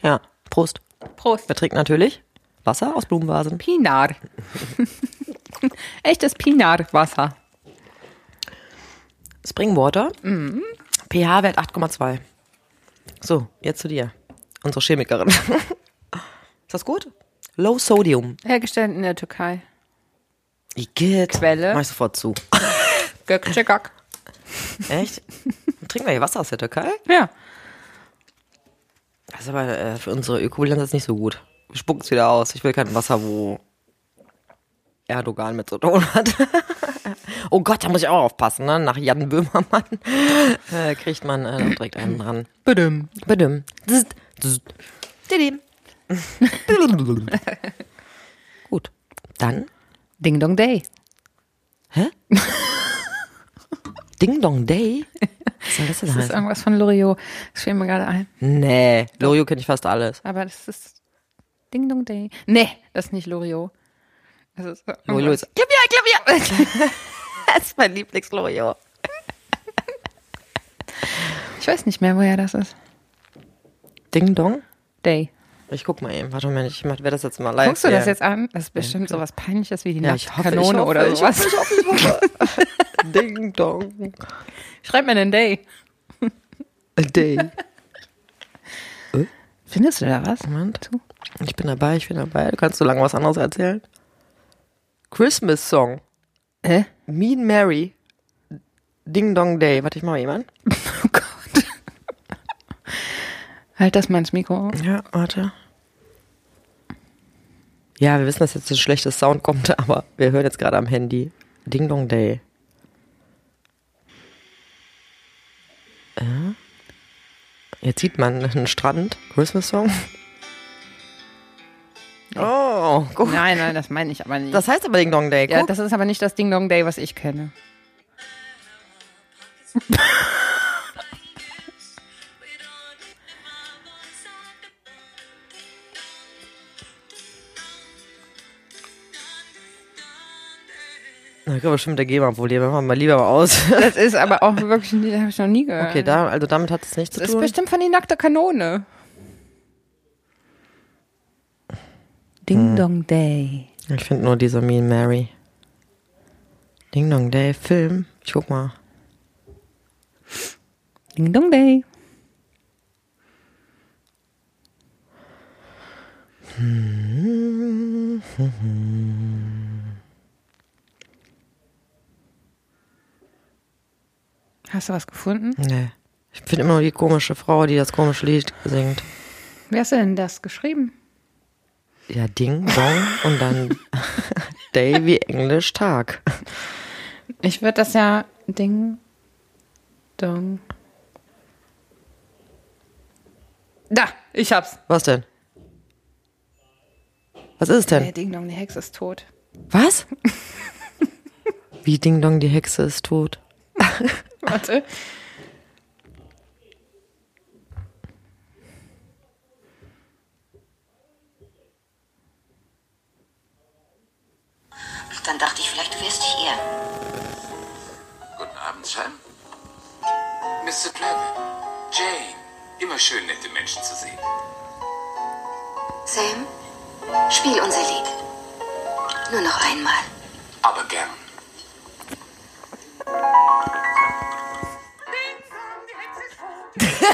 Speaker 3: ja, Prost.
Speaker 2: Prost.
Speaker 3: Wir trinken natürlich Wasser aus Blumenvasen.
Speaker 2: Pinar. Echtes Pinar-Wasser.
Speaker 3: Springwater. pH-Wert 8,2. So, jetzt zu dir. Unsere Chemikerin. Ist das gut? Low Sodium.
Speaker 2: Hergestellt in der Türkei.
Speaker 3: Igitt.
Speaker 2: Quelle.
Speaker 3: Mach ich sofort zu.
Speaker 2: Gökçegak.
Speaker 3: Echt? Trinken wir hier Wasser aus der Türkei?
Speaker 2: Ja.
Speaker 3: Das ist aber äh, für unsere Ökobilanz jetzt nicht so gut. Wir spucken es wieder aus. Ich will kein Wasser, wo Erdogan mit so tun hat. oh Gott, da muss ich auch aufpassen, ne? Nach Jan Böhmermann äh, kriegt man äh, noch direkt einen dran.
Speaker 2: Bedüm.
Speaker 3: Bedüm. Zzt, zzt. Didim. gut. Dann
Speaker 2: Ding Dong Day.
Speaker 3: Ding Dong Day. Was soll das denn
Speaker 2: Das ist
Speaker 3: heißen?
Speaker 2: irgendwas von Loriot. Das fiel mir gerade ein.
Speaker 3: Nee, Lorio kenne ich fast alles.
Speaker 2: Aber das ist Ding Dong Day. Nee, das ist nicht Loriot. Das ist
Speaker 3: Lorio ist
Speaker 2: Klavier, Klavier.
Speaker 3: Das ist mein Lieblings-Lorio.
Speaker 2: Ich weiß nicht mehr, woher das ist.
Speaker 3: Ding Dong?
Speaker 2: Day.
Speaker 3: Ich guck mal eben. Warte mal, ich werde das jetzt mal live.
Speaker 2: Guckst du das
Speaker 3: sehen.
Speaker 2: jetzt an? Das ist bestimmt sowas Peinliches wie die
Speaker 3: Ja, ich hoffe,
Speaker 2: Nachtkanone
Speaker 3: ich hoffe,
Speaker 2: oder
Speaker 3: ich
Speaker 2: sowas.
Speaker 3: hoffe, ich hoffe, ich hoffe. Ding Dong
Speaker 2: Schreib mir einen Day.
Speaker 3: Day.
Speaker 2: Findest du da was?
Speaker 3: Moment. Ich bin dabei, ich bin dabei. Du kannst so lange was anderes erzählen. Christmas Song.
Speaker 2: Hä?
Speaker 3: Mean Mary. Ding Dong Day. Warte, ich mach mal jemanden.
Speaker 2: Oh Gott. Halt das mal ins Mikro.
Speaker 3: Ja, warte. Ja, wir wissen, dass jetzt ein schlechtes Sound kommt, aber wir hören jetzt gerade am Handy. Ding Dong Day. Äh? Jetzt sieht man einen Strand. Christmas Song. Oh, guck.
Speaker 2: Nein, nein, das meine ich aber nicht.
Speaker 3: Das heißt aber Ding Dong Day. Guck.
Speaker 2: ja, das ist aber nicht das Ding Dong Day, was ich kenne.
Speaker 3: da können wir bestimmt mit der GEMA-Probleme. Machen wir lieber mal aus.
Speaker 2: Das ist aber auch wirklich, das habe ich noch nie gehört.
Speaker 3: Okay, da, also damit hat es nichts zu
Speaker 2: das ist
Speaker 3: tun.
Speaker 2: bestimmt von die nackte Kanone. Ding Dong Day.
Speaker 3: Ich finde nur dieser Mean Mary. Ding Dong Day Film. Ich guck mal.
Speaker 2: Ding Dong Day.
Speaker 3: Hm.
Speaker 2: Hast du was gefunden?
Speaker 3: Nee. Ich finde immer nur die komische Frau, die das komische Lied singt.
Speaker 2: Wer hast du denn das geschrieben?
Speaker 3: Ja, Ding, Dong und dann Day wie Englisch Tag.
Speaker 2: Ich würde das ja Ding Dong. Da, ich hab's.
Speaker 3: Was denn? Was ist es
Speaker 2: Der
Speaker 3: denn?
Speaker 2: Ding Dong, die Hexe ist tot.
Speaker 3: Was? Wie Ding Dong, die Hexe ist tot.
Speaker 2: Warte.
Speaker 5: Dann dachte ich, vielleicht wärst du hier.
Speaker 6: Guten Abend, Sam. Mr. Trevor. Jane. Immer schön, nette Menschen zu sehen.
Speaker 5: Sam, spiel unser Lied. Nur noch einmal.
Speaker 6: Aber gern.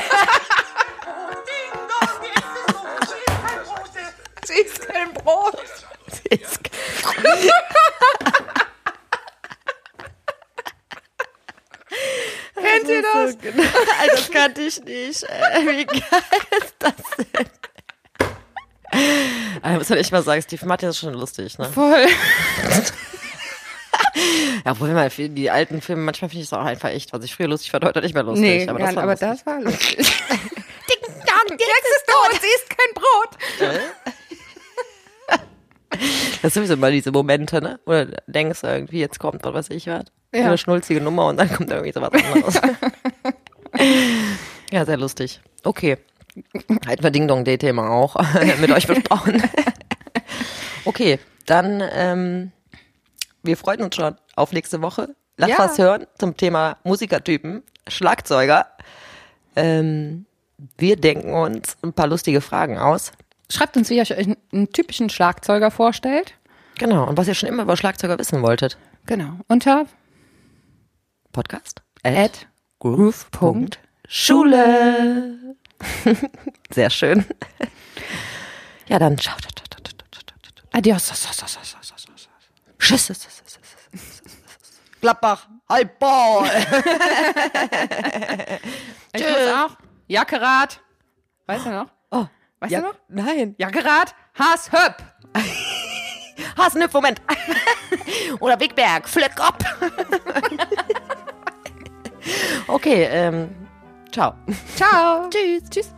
Speaker 2: Sie ist kein Brot. Kennt ihr das?
Speaker 3: Alter, Also das kannte ich nicht. Äh, Wie geil ist das denn? Also, Alter, was soll ich mal sagen? Steve Martin ist schon lustig, ne?
Speaker 2: Voll.
Speaker 3: Ja, obwohl man viel- die alten Filme, manchmal finde ich es auch einfach echt, was ich früher lustig fand, heute nicht mehr lustig.
Speaker 2: Nee,
Speaker 3: aber
Speaker 2: aber,
Speaker 3: das
Speaker 2: ja,
Speaker 3: war
Speaker 2: aber
Speaker 3: lustig.
Speaker 2: das war lustig. Dick Dong, Jax ist tot, sie ist kein Brot.
Speaker 3: Das sind sowieso immer diese Momente, ne? Oder denkst du irgendwie, jetzt kommt was weiß ich was.
Speaker 2: Ja.
Speaker 3: Eine schnulzige Nummer und dann kommt irgendwie sowas anderes. ja, sehr lustig. Okay. Halten wir Ding Dong Day Thema auch mit euch besprochen. okay, dann ähm, wir freuen uns schon auf nächste Woche. Lass
Speaker 2: Ja.
Speaker 3: was hören zum Thema Musikertypen, Schlagzeuger. Ähm, wir denken uns ein paar lustige Fragen aus.
Speaker 2: Schreibt uns, wie ihr euch einen, einen typischen Schlagzeuger vorstellt.
Speaker 3: Genau. Und was ihr schon immer über Schlagzeuger wissen wolltet.
Speaker 2: Genau. Unter
Speaker 3: Podcast?
Speaker 2: at
Speaker 3: groove.schule. Sehr schön. Ja, dann ciao. ciao, ciao, ciao, ciao, ciao, ciao, ciao.
Speaker 2: Adios. So, so, so, so, so, so, so.
Speaker 3: Tschüss. tschüss, tschüss, tschüss, tschüss.
Speaker 4: Klappbach, halb Ball.
Speaker 2: Ich muss auch. Jackerat. Weißt du noch?
Speaker 3: Oh,
Speaker 2: Weißt
Speaker 3: ja,
Speaker 2: du noch?
Speaker 3: nein.
Speaker 2: Jackerat, Haas, Höpp.
Speaker 3: Hasenhüpf, Moment. Oder Wigberg, Flick up. okay, ähm, ciao.
Speaker 2: Ciao. Tschüss. Tschüss.